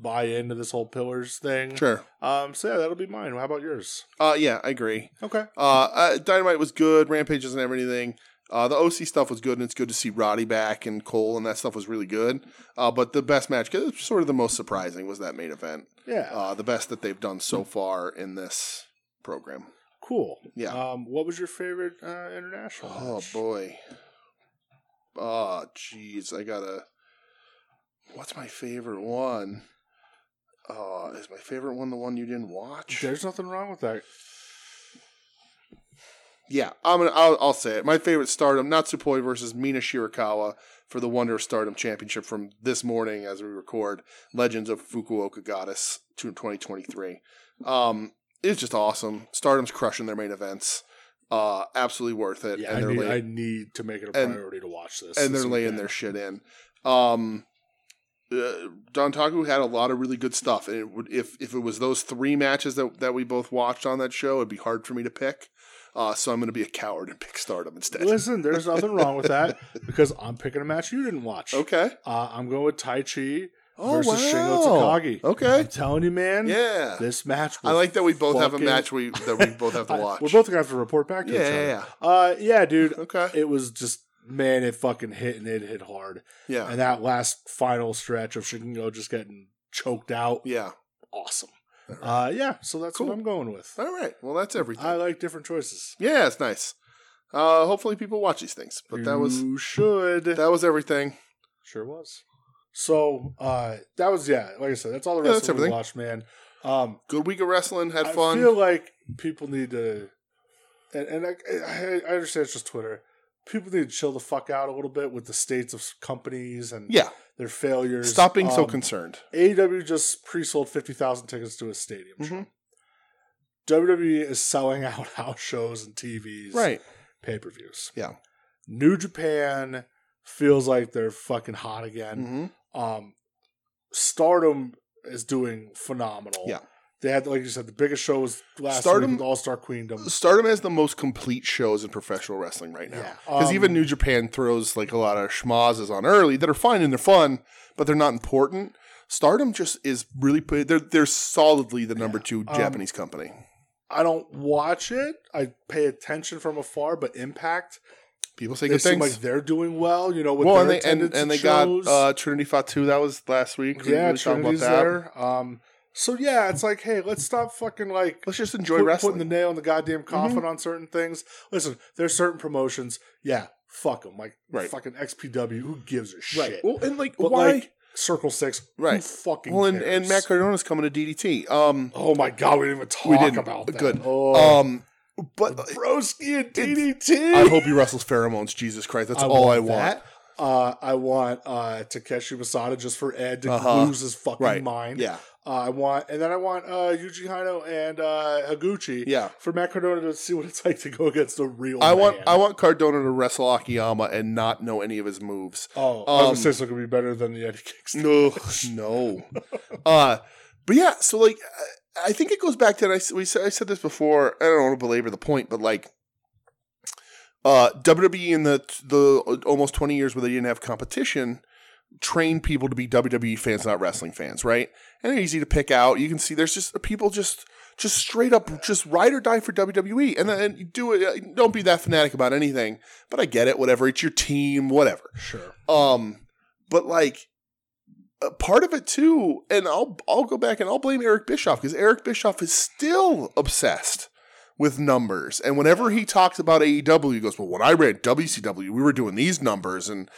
Speaker 2: buy into this whole pillars thing.
Speaker 3: sure.
Speaker 2: Um, so yeah, that'll be mine. How about yours?
Speaker 3: Uh, yeah, I agree.
Speaker 2: Okay.
Speaker 3: Uh, uh, Dynamite was good. Rampage doesn't have anything. Uh, the OC stuff was good, and it's good to see Roddy back and Cole, and that stuff was really good. Uh, but the best match, 'cause it's sort of the most surprising, was that main event.
Speaker 2: Yeah.
Speaker 3: Uh, the best that they've done so far in this program.
Speaker 2: cool.
Speaker 3: yeah.
Speaker 2: Um, what was your favorite uh, international?
Speaker 3: Oh
Speaker 2: match?
Speaker 3: boy. Oh jeez, I gotta. What's my favorite one? Uh, is my favorite one the one you didn't watch?
Speaker 2: There's nothing wrong with that.
Speaker 3: Yeah, I'm gonna. I'll, I'll say it. My favorite Stardom Natsupoi versus Mina Shirakawa for the Wonder of Stardom Championship from this morning as we record Legends of Fukuoka Goddess 2023. Um, it's just awesome. Stardom's crushing their main events. Uh, absolutely worth it.
Speaker 2: Yeah,
Speaker 3: and
Speaker 2: I
Speaker 3: they're
Speaker 2: need,
Speaker 3: lay-
Speaker 2: I need to make it a
Speaker 3: and-
Speaker 2: priority to watch this.
Speaker 3: and
Speaker 2: this
Speaker 3: they're laying
Speaker 2: weekend.
Speaker 3: their shit in. Um, uh, Don Taku had a lot of really good stuff, and it would, if if it was those three matches that that we both watched on that show, it'd be hard for me to pick. Uh, so I'm going to be a coward and pick Stardom instead.
Speaker 2: Listen, there's nothing wrong with that because I'm picking a match you didn't watch.
Speaker 3: Okay.
Speaker 2: Uh, I'm going with Tai Chi
Speaker 3: Oh,
Speaker 2: versus
Speaker 3: wow.
Speaker 2: Shingo Takagi.
Speaker 3: Okay.
Speaker 2: I'm telling you, man.
Speaker 3: Yeah.
Speaker 2: This match. Was
Speaker 3: I like that we both have a
Speaker 2: fucking-
Speaker 3: match we that we both have to
Speaker 2: I-
Speaker 3: watch.
Speaker 2: We're both gonna have to report back to
Speaker 3: yeah,
Speaker 2: each other.
Speaker 3: yeah,
Speaker 2: Uh, yeah, dude.
Speaker 3: yeah. Okay.
Speaker 2: It was just man, it fucking hit and it hit hard.
Speaker 3: yeah.
Speaker 2: And that last final stretch of Shingo just getting choked out,
Speaker 3: Yeah.
Speaker 2: awesome. Uh, yeah. So that's
Speaker 3: Cool.
Speaker 2: what I'm going with.
Speaker 3: All right. Well, that's everything.
Speaker 2: I like different choices.
Speaker 3: yeah, it's nice. Uh, hopefully people watch these things. But that was
Speaker 2: you should
Speaker 3: that was everything.
Speaker 2: sure was. So uh, that was yeah. Like I said, that's all the
Speaker 3: Yeah,
Speaker 2: rest
Speaker 3: that's
Speaker 2: of we
Speaker 3: everything.
Speaker 2: watched, man. Um,
Speaker 3: Good week of wrestling. Had
Speaker 2: I
Speaker 3: fun.
Speaker 2: feel like people need to, and, and I, I, I understand it's just Twitter. People need to chill the fuck out a little bit with the states of companies and
Speaker 3: yeah.
Speaker 2: their failures.
Speaker 3: Stop being so
Speaker 2: Um,
Speaker 3: concerned.
Speaker 2: AEW just pre-sold fifty thousand tickets to a stadium.
Speaker 3: Mhm.
Speaker 2: Show. WWE E is selling out house shows and TVs,
Speaker 3: Right.
Speaker 2: Pay-per-views.
Speaker 3: Yeah.
Speaker 2: New Japan feels like they're fucking hot again.
Speaker 3: hmm
Speaker 2: Um, Stardom is doing phenomenal.
Speaker 3: Yeah.
Speaker 2: They had, like you said, the biggest show was last
Speaker 3: Stardom-
Speaker 2: week with All Star Queendom.
Speaker 3: Stardom has the most complete shows in professional wrestling right now.
Speaker 2: Yeah.
Speaker 3: Because
Speaker 2: Um,
Speaker 3: even New Japan throws like a lot of schmazes on early that are fine and they're fun, but they're not important. Stardom just is really put. They're they're solidly the number two
Speaker 2: Um,
Speaker 3: Japanese company.
Speaker 2: I don't watch it. I pay attention from afar, but Impact,
Speaker 3: People say
Speaker 2: they,
Speaker 3: good
Speaker 2: seem
Speaker 3: things.
Speaker 2: like they're doing well. You know, with
Speaker 3: well,
Speaker 2: their
Speaker 3: and they and,
Speaker 2: attendance
Speaker 3: and
Speaker 2: at
Speaker 3: they
Speaker 2: shows.
Speaker 3: got uh, Trinity Fatu. That was last week. We
Speaker 2: yeah,
Speaker 3: were talking about
Speaker 2: Trinity's
Speaker 3: that.
Speaker 2: there. Um, so yeah, it's like, hey, let's stop fucking like
Speaker 3: Let's just enjoy
Speaker 2: put,
Speaker 3: wrestling. Mm-hmm.
Speaker 2: putting the nail in the goddamn coffin on certain things. Listen, there's certain promotions. Yeah, fuck them. Like
Speaker 3: Right.
Speaker 2: fucking XPW. Who gives a shit?
Speaker 3: right. Well, and like
Speaker 2: But,
Speaker 3: why?
Speaker 2: like, Circle Six. Who
Speaker 3: Right.
Speaker 2: fucking.
Speaker 3: well, and,
Speaker 2: cares?
Speaker 3: and Matt Cardona's coming to DDT. Um,
Speaker 2: Oh my god, we didn't even talk
Speaker 3: we didn't.
Speaker 2: about that.
Speaker 3: Good.
Speaker 2: Oh,
Speaker 3: Um, but
Speaker 2: Broski and
Speaker 3: I
Speaker 2: DDT.
Speaker 3: hope he wrestles pheromones. Jesus Christ, that's
Speaker 2: I
Speaker 3: all I
Speaker 2: want
Speaker 3: want.
Speaker 2: that. Uh, I want uh, Takeshi Masada just for Ed to
Speaker 3: Uh-huh.
Speaker 2: lose his fucking
Speaker 3: Right.
Speaker 2: mind.
Speaker 3: Yeah,
Speaker 2: Uh, I want, and then I want uh, Yuji Hino and uh, Higuchi
Speaker 3: yeah.
Speaker 2: for Matt Cardona to see what it's like to go against the real.
Speaker 3: I want
Speaker 2: Oh, man.
Speaker 3: I want Cardona to wrestle Akiyama and not know any of his moves.
Speaker 2: oh, I was
Speaker 3: um,
Speaker 2: gonna say it's gonna be better than the Eddie Kicks.
Speaker 3: No, no. Uh, but yeah, so like, I- I think it goes back to and I s- we said I said this before. I don't want to belabor the point, but like, uh, WWE in the the almost twenty years where they didn't have competition trained people to be WWE fans, not wrestling fans, right? And they're easy to pick out. You can see there's just people just just straight up just ride or die for WWE, and then and you do it. uh, Don't be that fanatic about anything, but I get it. Whatever, it's your team, whatever.
Speaker 2: Sure.
Speaker 3: Um, but like a part of it too, and I'll I'll go back and I'll blame Eric Bischoff because Eric Bischoff is still obsessed with numbers. And whenever he talks about AEW, he goes, "Well, when I ran WCW, we were doing these numbers and."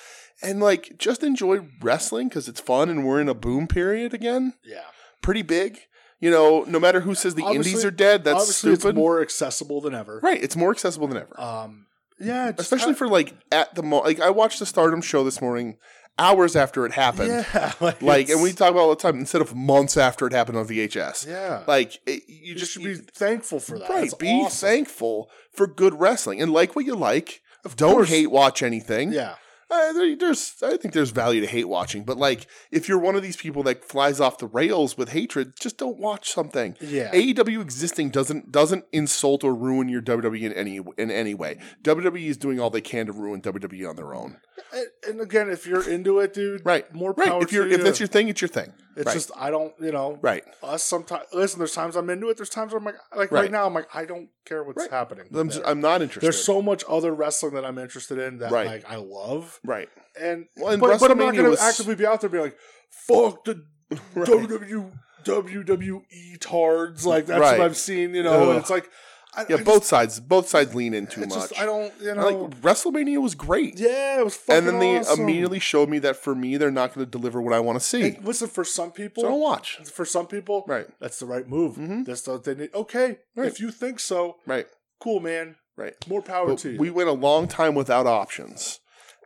Speaker 3: And like, just enjoy wrestling because it's fun, and we're in a boom period again,
Speaker 2: Yeah.
Speaker 3: pretty big. You know, no matter who says the
Speaker 2: Obviously-
Speaker 3: indies are dead, that's
Speaker 2: Obviously,
Speaker 3: stupid.
Speaker 2: it's more accessible than ever.
Speaker 3: right? It's more accessible than ever
Speaker 2: Um. Yeah. just
Speaker 3: especially
Speaker 2: ha-
Speaker 3: for like at the moment. Like I watched the Stardom show this morning, hours after it happened.
Speaker 2: Yeah. Like,
Speaker 3: Like,
Speaker 2: it's-
Speaker 3: and we talk about it all the time instead of months after it happened on VHS.
Speaker 2: Yeah.
Speaker 3: Like, it, you
Speaker 2: you just
Speaker 3: just
Speaker 2: should be thankful for that.
Speaker 3: right.
Speaker 2: That's
Speaker 3: Be
Speaker 2: awesome.
Speaker 3: thankful for good wrestling and like what you like.
Speaker 2: Of
Speaker 3: Don't
Speaker 2: course.
Speaker 3: hate watch anything.
Speaker 2: Yeah.
Speaker 3: Uh, there- there's, I think there's value to hate watching, but like if you're one of these people that flies off the rails with hatred, just don't watch something.
Speaker 2: Yeah.
Speaker 3: AEW existing doesn't doesn't insult or ruin your WWE in any in any way. WWE is doing all they can to ruin WWE on their own.
Speaker 2: And, and again, if you're into it, dude,
Speaker 3: Right.
Speaker 2: More power
Speaker 3: Right. If
Speaker 2: to
Speaker 3: you're if
Speaker 2: you.
Speaker 3: that's your thing, it's your thing.
Speaker 2: It's
Speaker 3: right.
Speaker 2: just I don't, you know,
Speaker 3: right.
Speaker 2: us sometimes. Listen, there's times I'm into it. There's times I'm like, like
Speaker 3: Right.
Speaker 2: right, now, I'm like, I don't care what's
Speaker 3: Right.
Speaker 2: happening.
Speaker 3: I'm
Speaker 2: there.
Speaker 3: just, I'm not interested.
Speaker 2: there's so much other wrestling that I'm interested in that
Speaker 3: Right.
Speaker 2: like I love,
Speaker 3: right.
Speaker 2: and,
Speaker 3: Well, and
Speaker 2: but, but I'm not
Speaker 3: WrestleMania
Speaker 2: going
Speaker 3: was-
Speaker 2: to actively be out there being like, fuck the
Speaker 3: Right.
Speaker 2: WWE WWE tards. Like that's
Speaker 3: Right.
Speaker 2: what I've seen, you know.
Speaker 3: Ugh.
Speaker 2: And it's like, I,
Speaker 3: Yeah.
Speaker 2: I
Speaker 3: both sides. Both sides lean in
Speaker 2: Just,
Speaker 3: too
Speaker 2: it's
Speaker 3: much.
Speaker 2: just I don't, you know.
Speaker 3: like WrestleMania was great.
Speaker 2: yeah, it was fucking
Speaker 3: And then they
Speaker 2: awesome.
Speaker 3: immediately showed me that for me they're not going to deliver what I want to see.
Speaker 2: And listen, for some people,
Speaker 3: so don't watch.
Speaker 2: for some people,
Speaker 3: Right.
Speaker 2: that's the right move.
Speaker 3: Mhm.
Speaker 2: That's what they need. Okay,
Speaker 3: Right.
Speaker 2: if you think so,
Speaker 3: Right.
Speaker 2: cool, man.
Speaker 3: Right.
Speaker 2: More power
Speaker 3: But
Speaker 2: to you.
Speaker 3: we went a long time without options.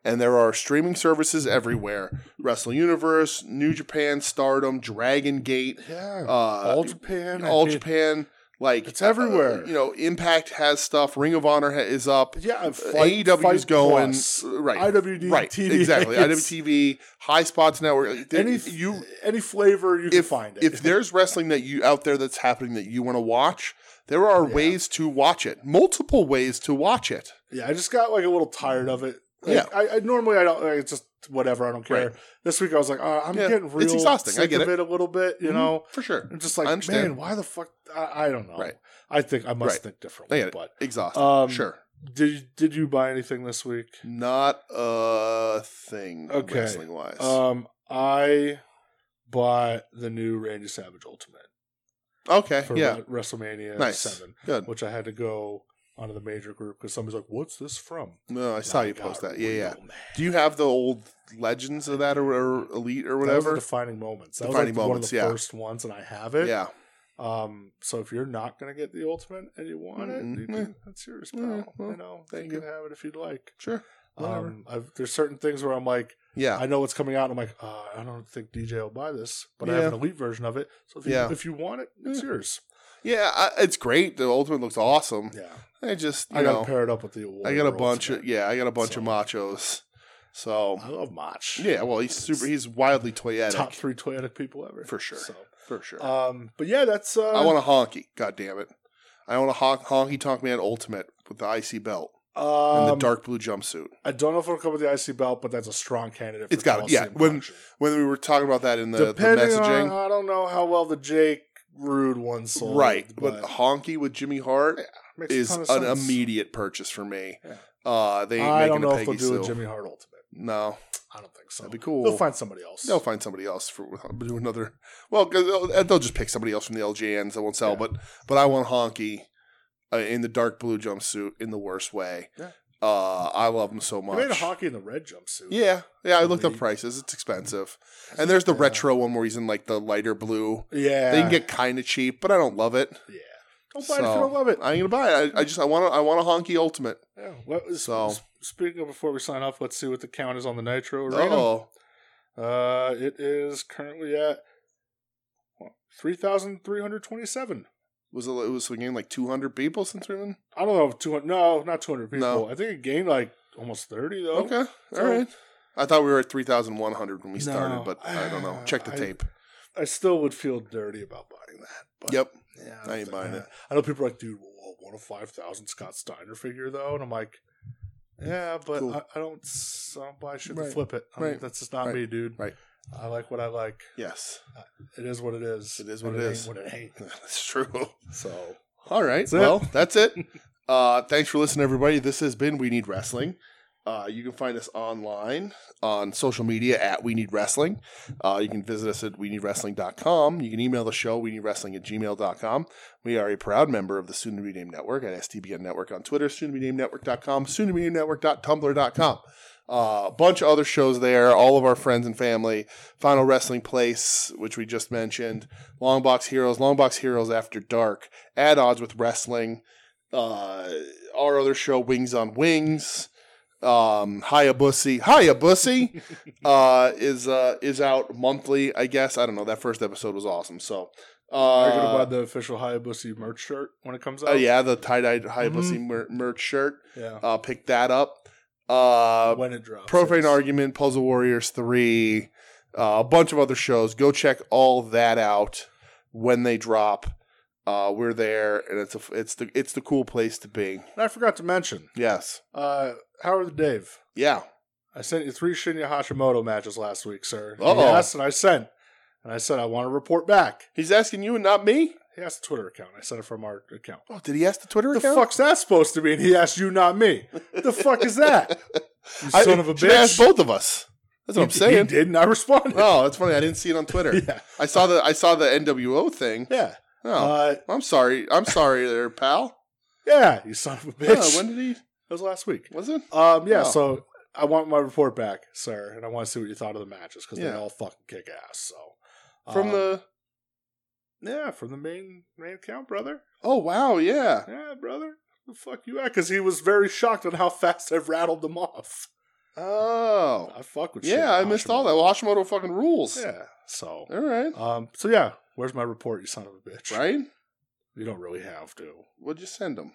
Speaker 3: And there are streaming services everywhere. Wrestle Universe, New Japan, Stardom, Dragon Gate,
Speaker 2: yeah,
Speaker 3: uh,
Speaker 2: all Japan, I
Speaker 3: All
Speaker 2: mean,
Speaker 3: Japan, like
Speaker 2: It's everywhere.
Speaker 3: uh, you know, Impact has stuff. Ring of Honor ha- is up.
Speaker 2: Yeah,
Speaker 3: AEW's E going uh,
Speaker 2: Plus,
Speaker 3: right,
Speaker 2: IWD,
Speaker 3: right,
Speaker 2: TV,
Speaker 3: exactly.
Speaker 2: it's
Speaker 3: IWTV, High Spots Network. Like, there-
Speaker 2: Any
Speaker 3: you
Speaker 2: any flavor you can
Speaker 3: if
Speaker 2: find it.
Speaker 3: if there's wrestling that you out there that's happening that you want to watch, There are
Speaker 2: Yeah.
Speaker 3: ways to watch it, multiple ways to watch it.
Speaker 2: Yeah, I just got like a little tired of it. Like,
Speaker 3: Yeah.
Speaker 2: I, I normally I don't. Like, it's just whatever. I don't care.
Speaker 3: Right.
Speaker 2: This week I was like, uh, I'm
Speaker 3: Yeah,
Speaker 2: getting
Speaker 3: it's
Speaker 2: real
Speaker 3: exhausting, I
Speaker 2: sick
Speaker 3: get
Speaker 2: of
Speaker 3: it. Mm-hmm.
Speaker 2: it. a little bit. You know,
Speaker 3: For sure.
Speaker 2: I'm just
Speaker 3: I
Speaker 2: like,
Speaker 3: understand.
Speaker 2: man, why the fuck? I, I don't know.
Speaker 3: Right.
Speaker 2: I think I must
Speaker 3: Right.
Speaker 2: think
Speaker 3: I
Speaker 2: differently.
Speaker 3: get it.
Speaker 2: But
Speaker 3: Exhausting.
Speaker 2: um,
Speaker 3: sure.
Speaker 2: did did you buy anything this week?
Speaker 3: Not a thing
Speaker 2: Okay.
Speaker 3: wrestling wise.
Speaker 2: Um, I bought the new Randy Savage Ultimate
Speaker 3: okay.
Speaker 2: for
Speaker 3: Eh, Yeah.
Speaker 2: Wre- WrestleMania
Speaker 3: Nice.
Speaker 2: Seven,
Speaker 3: Good.
Speaker 2: which I had to go onto the major group because somebody's like, "What's this from?"
Speaker 3: No, I saw you post that. Yeah, yeah.
Speaker 2: yeah.
Speaker 3: Do you have the old legends of that or, or elite or
Speaker 2: That was the
Speaker 3: whatever?
Speaker 2: defining moments. That
Speaker 3: Defining
Speaker 2: was like
Speaker 3: moments,
Speaker 2: one
Speaker 3: yeah.
Speaker 2: of the first ones, and I have it.
Speaker 3: yeah.
Speaker 2: Um. So if you're not gonna get the ultimate and you want
Speaker 3: Mm,
Speaker 2: it, you
Speaker 3: yeah.
Speaker 2: can, that's yours, pal.
Speaker 3: Yeah, Mm-hmm. well,
Speaker 2: you know,
Speaker 3: thank
Speaker 2: you can
Speaker 3: you.
Speaker 2: have it if you'd like.
Speaker 3: Sure. Whatever.
Speaker 2: Um. I've, there's certain things where I'm like,
Speaker 3: Yeah.
Speaker 2: I know what's coming out. And I'm like, uh, I don't think DJ will buy this, but I
Speaker 3: Yeah.
Speaker 2: have an elite version of it. So if you
Speaker 3: Yeah.
Speaker 2: if you want it, it's
Speaker 3: Yeah.
Speaker 2: yours.
Speaker 3: yeah. I, it's great. The ultimate looks awesome.
Speaker 2: Yeah.
Speaker 3: I just, you
Speaker 2: I
Speaker 3: know,
Speaker 2: got to pair it up with the award.
Speaker 3: I got a bunch of, yeah, I got a bunch
Speaker 2: So- Oh,
Speaker 3: of machos. So,
Speaker 2: I love Mach.
Speaker 3: yeah, well, he's super, he's wildly toyetic.
Speaker 2: top three toyetic people ever
Speaker 3: For sure.
Speaker 2: So,
Speaker 3: for sure.
Speaker 2: um. But yeah, that's. Uh,
Speaker 3: I want a honky. God damn it. I want a honk, honky tonk man ultimate with the icy belt
Speaker 2: Um,
Speaker 3: and the dark blue jumpsuit.
Speaker 2: I don't know if it'll come with the IC belt, but that's a strong candidate. For
Speaker 3: It's gotta- yeah,
Speaker 2: Coliseum
Speaker 3: when-
Speaker 2: Collection.
Speaker 3: When we were talking about that in the, the
Speaker 2: Depending
Speaker 3: messaging,
Speaker 2: on, I don't know how well the Jake Rude one sold.
Speaker 3: right? But,
Speaker 2: but,
Speaker 3: honky with Jimmy Hart
Speaker 2: makes a
Speaker 3: is
Speaker 2: ton
Speaker 3: an
Speaker 2: of sense.
Speaker 3: immediate purchase for me.
Speaker 2: Yeah.
Speaker 3: Uh, they ain't
Speaker 2: I
Speaker 3: making
Speaker 2: don't know
Speaker 3: a
Speaker 2: if
Speaker 3: Peggy
Speaker 2: they'll do a
Speaker 3: Sue.
Speaker 2: Jimmy Hart Ultimate.
Speaker 3: No,
Speaker 2: I don't think so.
Speaker 3: That'd be cool.
Speaker 2: They'll find somebody else.
Speaker 3: they'll find somebody else for do another. Well, 'cause they'll, uh, they'll just pick somebody else from the LJNs that won't sell.
Speaker 2: Yeah.
Speaker 3: But but I want honky uh, in the dark blue jumpsuit in the worst way.
Speaker 2: Yeah.
Speaker 3: Uh, I love him so much.
Speaker 2: they made a hockey in the red jumpsuit.
Speaker 3: Yeah, yeah. I looked up
Speaker 2: Elite.
Speaker 3: prices. It's expensive, and there's the
Speaker 2: Yeah.
Speaker 3: retro one where he's in like the lighter blue.
Speaker 2: yeah,
Speaker 3: They can get kind of cheap, but I don't love it.
Speaker 2: yeah. Don't buy it if you
Speaker 3: So-
Speaker 2: don't love it.
Speaker 3: I ain't gonna buy it. I, I just I want to I want a honky ultimate.
Speaker 2: Yeah. What,
Speaker 3: So-
Speaker 2: so speaking of before we sign off, let's see what the count is on the Nitro Arena.
Speaker 3: Oh,
Speaker 2: Uh, it is currently at three thousand three hundred twenty-seven.
Speaker 3: was it, it was we gained like 200 people since we've been
Speaker 2: I don't know if 200, no, not 200 people.
Speaker 3: No.
Speaker 2: I think it gained like almost 30 though.
Speaker 3: okay. All right.
Speaker 2: So-
Speaker 3: I thought we were at 3,100 when we started,
Speaker 2: No.
Speaker 3: but I don't know. Check the
Speaker 2: I-
Speaker 3: tape.
Speaker 2: I still would feel dirty about buying that. But
Speaker 3: yep.
Speaker 2: Yeah,
Speaker 3: I ain't buying it.
Speaker 2: I know people are like, dude, well, one of 5,000 Scott Steiner figure though. And I'm like, yeah, but
Speaker 3: Cool.
Speaker 2: I, I don't, s- I don't buy shit
Speaker 3: Right.
Speaker 2: to flip it. I mean,
Speaker 3: Right.
Speaker 2: That's just not
Speaker 3: Right.
Speaker 2: me, dude.
Speaker 3: Right.
Speaker 2: I like what I like.
Speaker 3: Yes.
Speaker 2: It is what it is.
Speaker 3: It is
Speaker 2: and
Speaker 3: what it
Speaker 2: ain't
Speaker 3: is.
Speaker 2: What it ain't.
Speaker 3: That's true.
Speaker 2: So
Speaker 3: All right.
Speaker 2: That's it.
Speaker 3: well, that's it. Uh, thanks for listening, everybody. This has been We Need Wrestling. Uh, you can find us online on social media at We Need Wrestling. Uh, you can visit us at we need WeNeedWrestling.com. You can email the show, we need wrestling at gmail.com. We are a proud member of the Soon to Be Named Network at STBN Network on Twitter, soon to be named network.com, soon to be named network.tumblr.com. Uh, a bunch of other shows there, all of our friends and family, Final Wrestling Place, which we just mentioned, Long Box Heroes, Long Box Heroes After Dark, At Odds with Wrestling, uh, our other show, Wings on Wings, um, Hayabusa, Hayabusa, uh, is, uh, is out monthly, I guess. I don't know. That first episode was awesome. So,
Speaker 2: are you gonna buy
Speaker 3: uh,
Speaker 2: the official Hayabusa merch shirt when it comes out?
Speaker 3: oh yeah, the tie-dyed Hayabusa mer- merch shirt.
Speaker 2: yeah.
Speaker 3: Uh, pick that up. Uh,
Speaker 2: when it drops,
Speaker 3: Profane
Speaker 2: yes.
Speaker 3: Argument, Puzzle Warriors 3, uh, a bunch of other shows. Go check all that out when they drop. Uh, we're there, and it's a, it's the it's the cool place to be.
Speaker 2: And I forgot to mention,
Speaker 3: Yes,
Speaker 2: uh, Howard the Dave.
Speaker 3: yeah,
Speaker 2: I sent you three Shinya Hashimoto matches last week, sir.
Speaker 3: Uh-oh.
Speaker 2: Yes, and I sent. And I said I want to report back.
Speaker 3: he's asking you and not me.
Speaker 2: He asked the Twitter account. I sent it from our account.
Speaker 3: Oh, did he ask the Twitter
Speaker 2: The
Speaker 3: account?
Speaker 2: fuck's that supposed to mean? He asked you, not me. The fuck is that? You
Speaker 3: I-
Speaker 2: son of a
Speaker 3: should
Speaker 2: bitch.
Speaker 3: have asked both of us. That's what I'm
Speaker 2: He-
Speaker 3: saying.
Speaker 2: He didn't. I responded.
Speaker 3: Oh, that's funny. I didn't see it on Twitter.
Speaker 2: yeah.
Speaker 3: I saw the I saw the NWO thing.
Speaker 2: Yeah.
Speaker 3: Oh,
Speaker 2: Uh,
Speaker 3: I'm sorry. I'm sorry, there, pal.
Speaker 2: yeah. You son of a bitch.
Speaker 3: Yeah, when
Speaker 2: that
Speaker 3: did he?
Speaker 2: was last week.
Speaker 3: Was it?
Speaker 2: Um, yeah.
Speaker 3: Oh.
Speaker 2: So I want my report back, sir. And I want to see what you thought of the matches because
Speaker 3: Yeah.
Speaker 2: they all fucking kick ass. So
Speaker 3: From
Speaker 2: um,
Speaker 3: the
Speaker 2: yeah, from the main main account, brother.
Speaker 3: Oh wow, yeah.
Speaker 2: Yeah, brother. The fuck you at? Because he was very shocked at how fast I rattled them off.
Speaker 3: Oh.
Speaker 2: I fuck with
Speaker 3: Yeah, I
Speaker 2: shit,
Speaker 3: missed
Speaker 2: Hashimoto.
Speaker 3: all that. Well, Hashimoto fucking rules.
Speaker 2: Yeah. So,
Speaker 3: All right.
Speaker 2: um, so yeah. Where's my report, you son of a bitch?
Speaker 3: Right?
Speaker 2: You don't really have to.
Speaker 3: What'd you send him?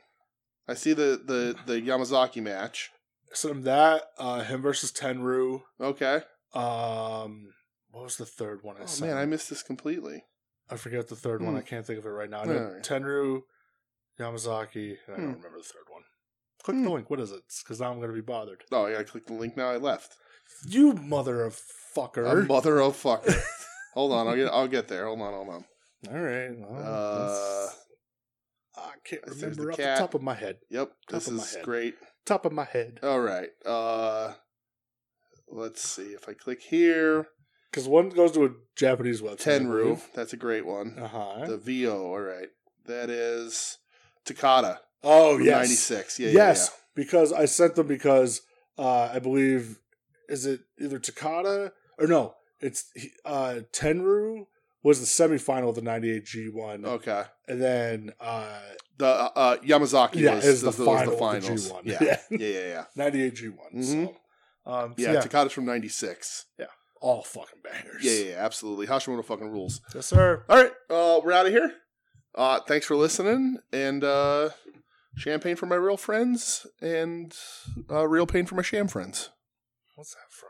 Speaker 3: I see the the the Yamazaki match.
Speaker 2: So him that uh, him versus Tenru.
Speaker 3: Okay.
Speaker 2: Um, what was the third one I
Speaker 3: Oh
Speaker 2: sent?
Speaker 3: man, I
Speaker 2: him?
Speaker 3: missed this completely.
Speaker 2: I forget the third one.
Speaker 3: Hmm.
Speaker 2: I can't think of it right now. I know
Speaker 3: Alright.
Speaker 2: Tenru Yamazaki. And I
Speaker 3: Hmm.
Speaker 2: don't remember the third one. Click the link. What is it? Because now I'm going to be bothered.
Speaker 3: Oh, yeah, I clicked the link now. I left.
Speaker 2: You mother of fucker.
Speaker 3: A mother of fucker. hold on, I'll get I'll get there. Hold on, hold on.
Speaker 2: All right. Well,
Speaker 3: Uh,
Speaker 2: that's- I can't
Speaker 3: there's
Speaker 2: remember
Speaker 3: the
Speaker 2: off
Speaker 3: cat.
Speaker 2: the top of my head.
Speaker 3: Yep,
Speaker 2: Top
Speaker 3: this
Speaker 2: of my
Speaker 3: is
Speaker 2: head.
Speaker 3: great.
Speaker 2: Top of my head.
Speaker 3: All right. Uh, let's see if I click here.
Speaker 2: Because one goes to a Japanese website.
Speaker 3: Tenru, that's a great one.
Speaker 2: Uh huh.
Speaker 3: The VO, all right. That is Takata.
Speaker 2: oh
Speaker 3: from
Speaker 2: yes.
Speaker 3: 96. Yeah, yeah,
Speaker 2: yes, because I sent them because uh, I believe is it either Takata or no? It's uh, Tenru was the semifinal of the '98 G1,
Speaker 3: yeah. Okay.
Speaker 2: and then uh,
Speaker 3: The uh, uh, Yamazaki
Speaker 2: yeah,
Speaker 3: was,
Speaker 2: is the
Speaker 3: was- was
Speaker 2: final of the
Speaker 3: finals.
Speaker 2: G1.
Speaker 3: Yeah.
Speaker 2: Yeah,
Speaker 3: yeah, yeah, yeah.
Speaker 2: '98 G1. So, um, so
Speaker 3: Mm-hmm. Yeah,
Speaker 2: yeah,
Speaker 3: Takata's from 96.
Speaker 2: all fucking bangers.
Speaker 3: Yeah, yeah, yeah, absolutely. Hashimoto fucking rules.
Speaker 2: yes, sir.
Speaker 3: All right, uh, we're out of here. Uh, thanks for listening, and uh, champagne for my real friends, and uh, real pain for my sham friends.
Speaker 2: What's that from?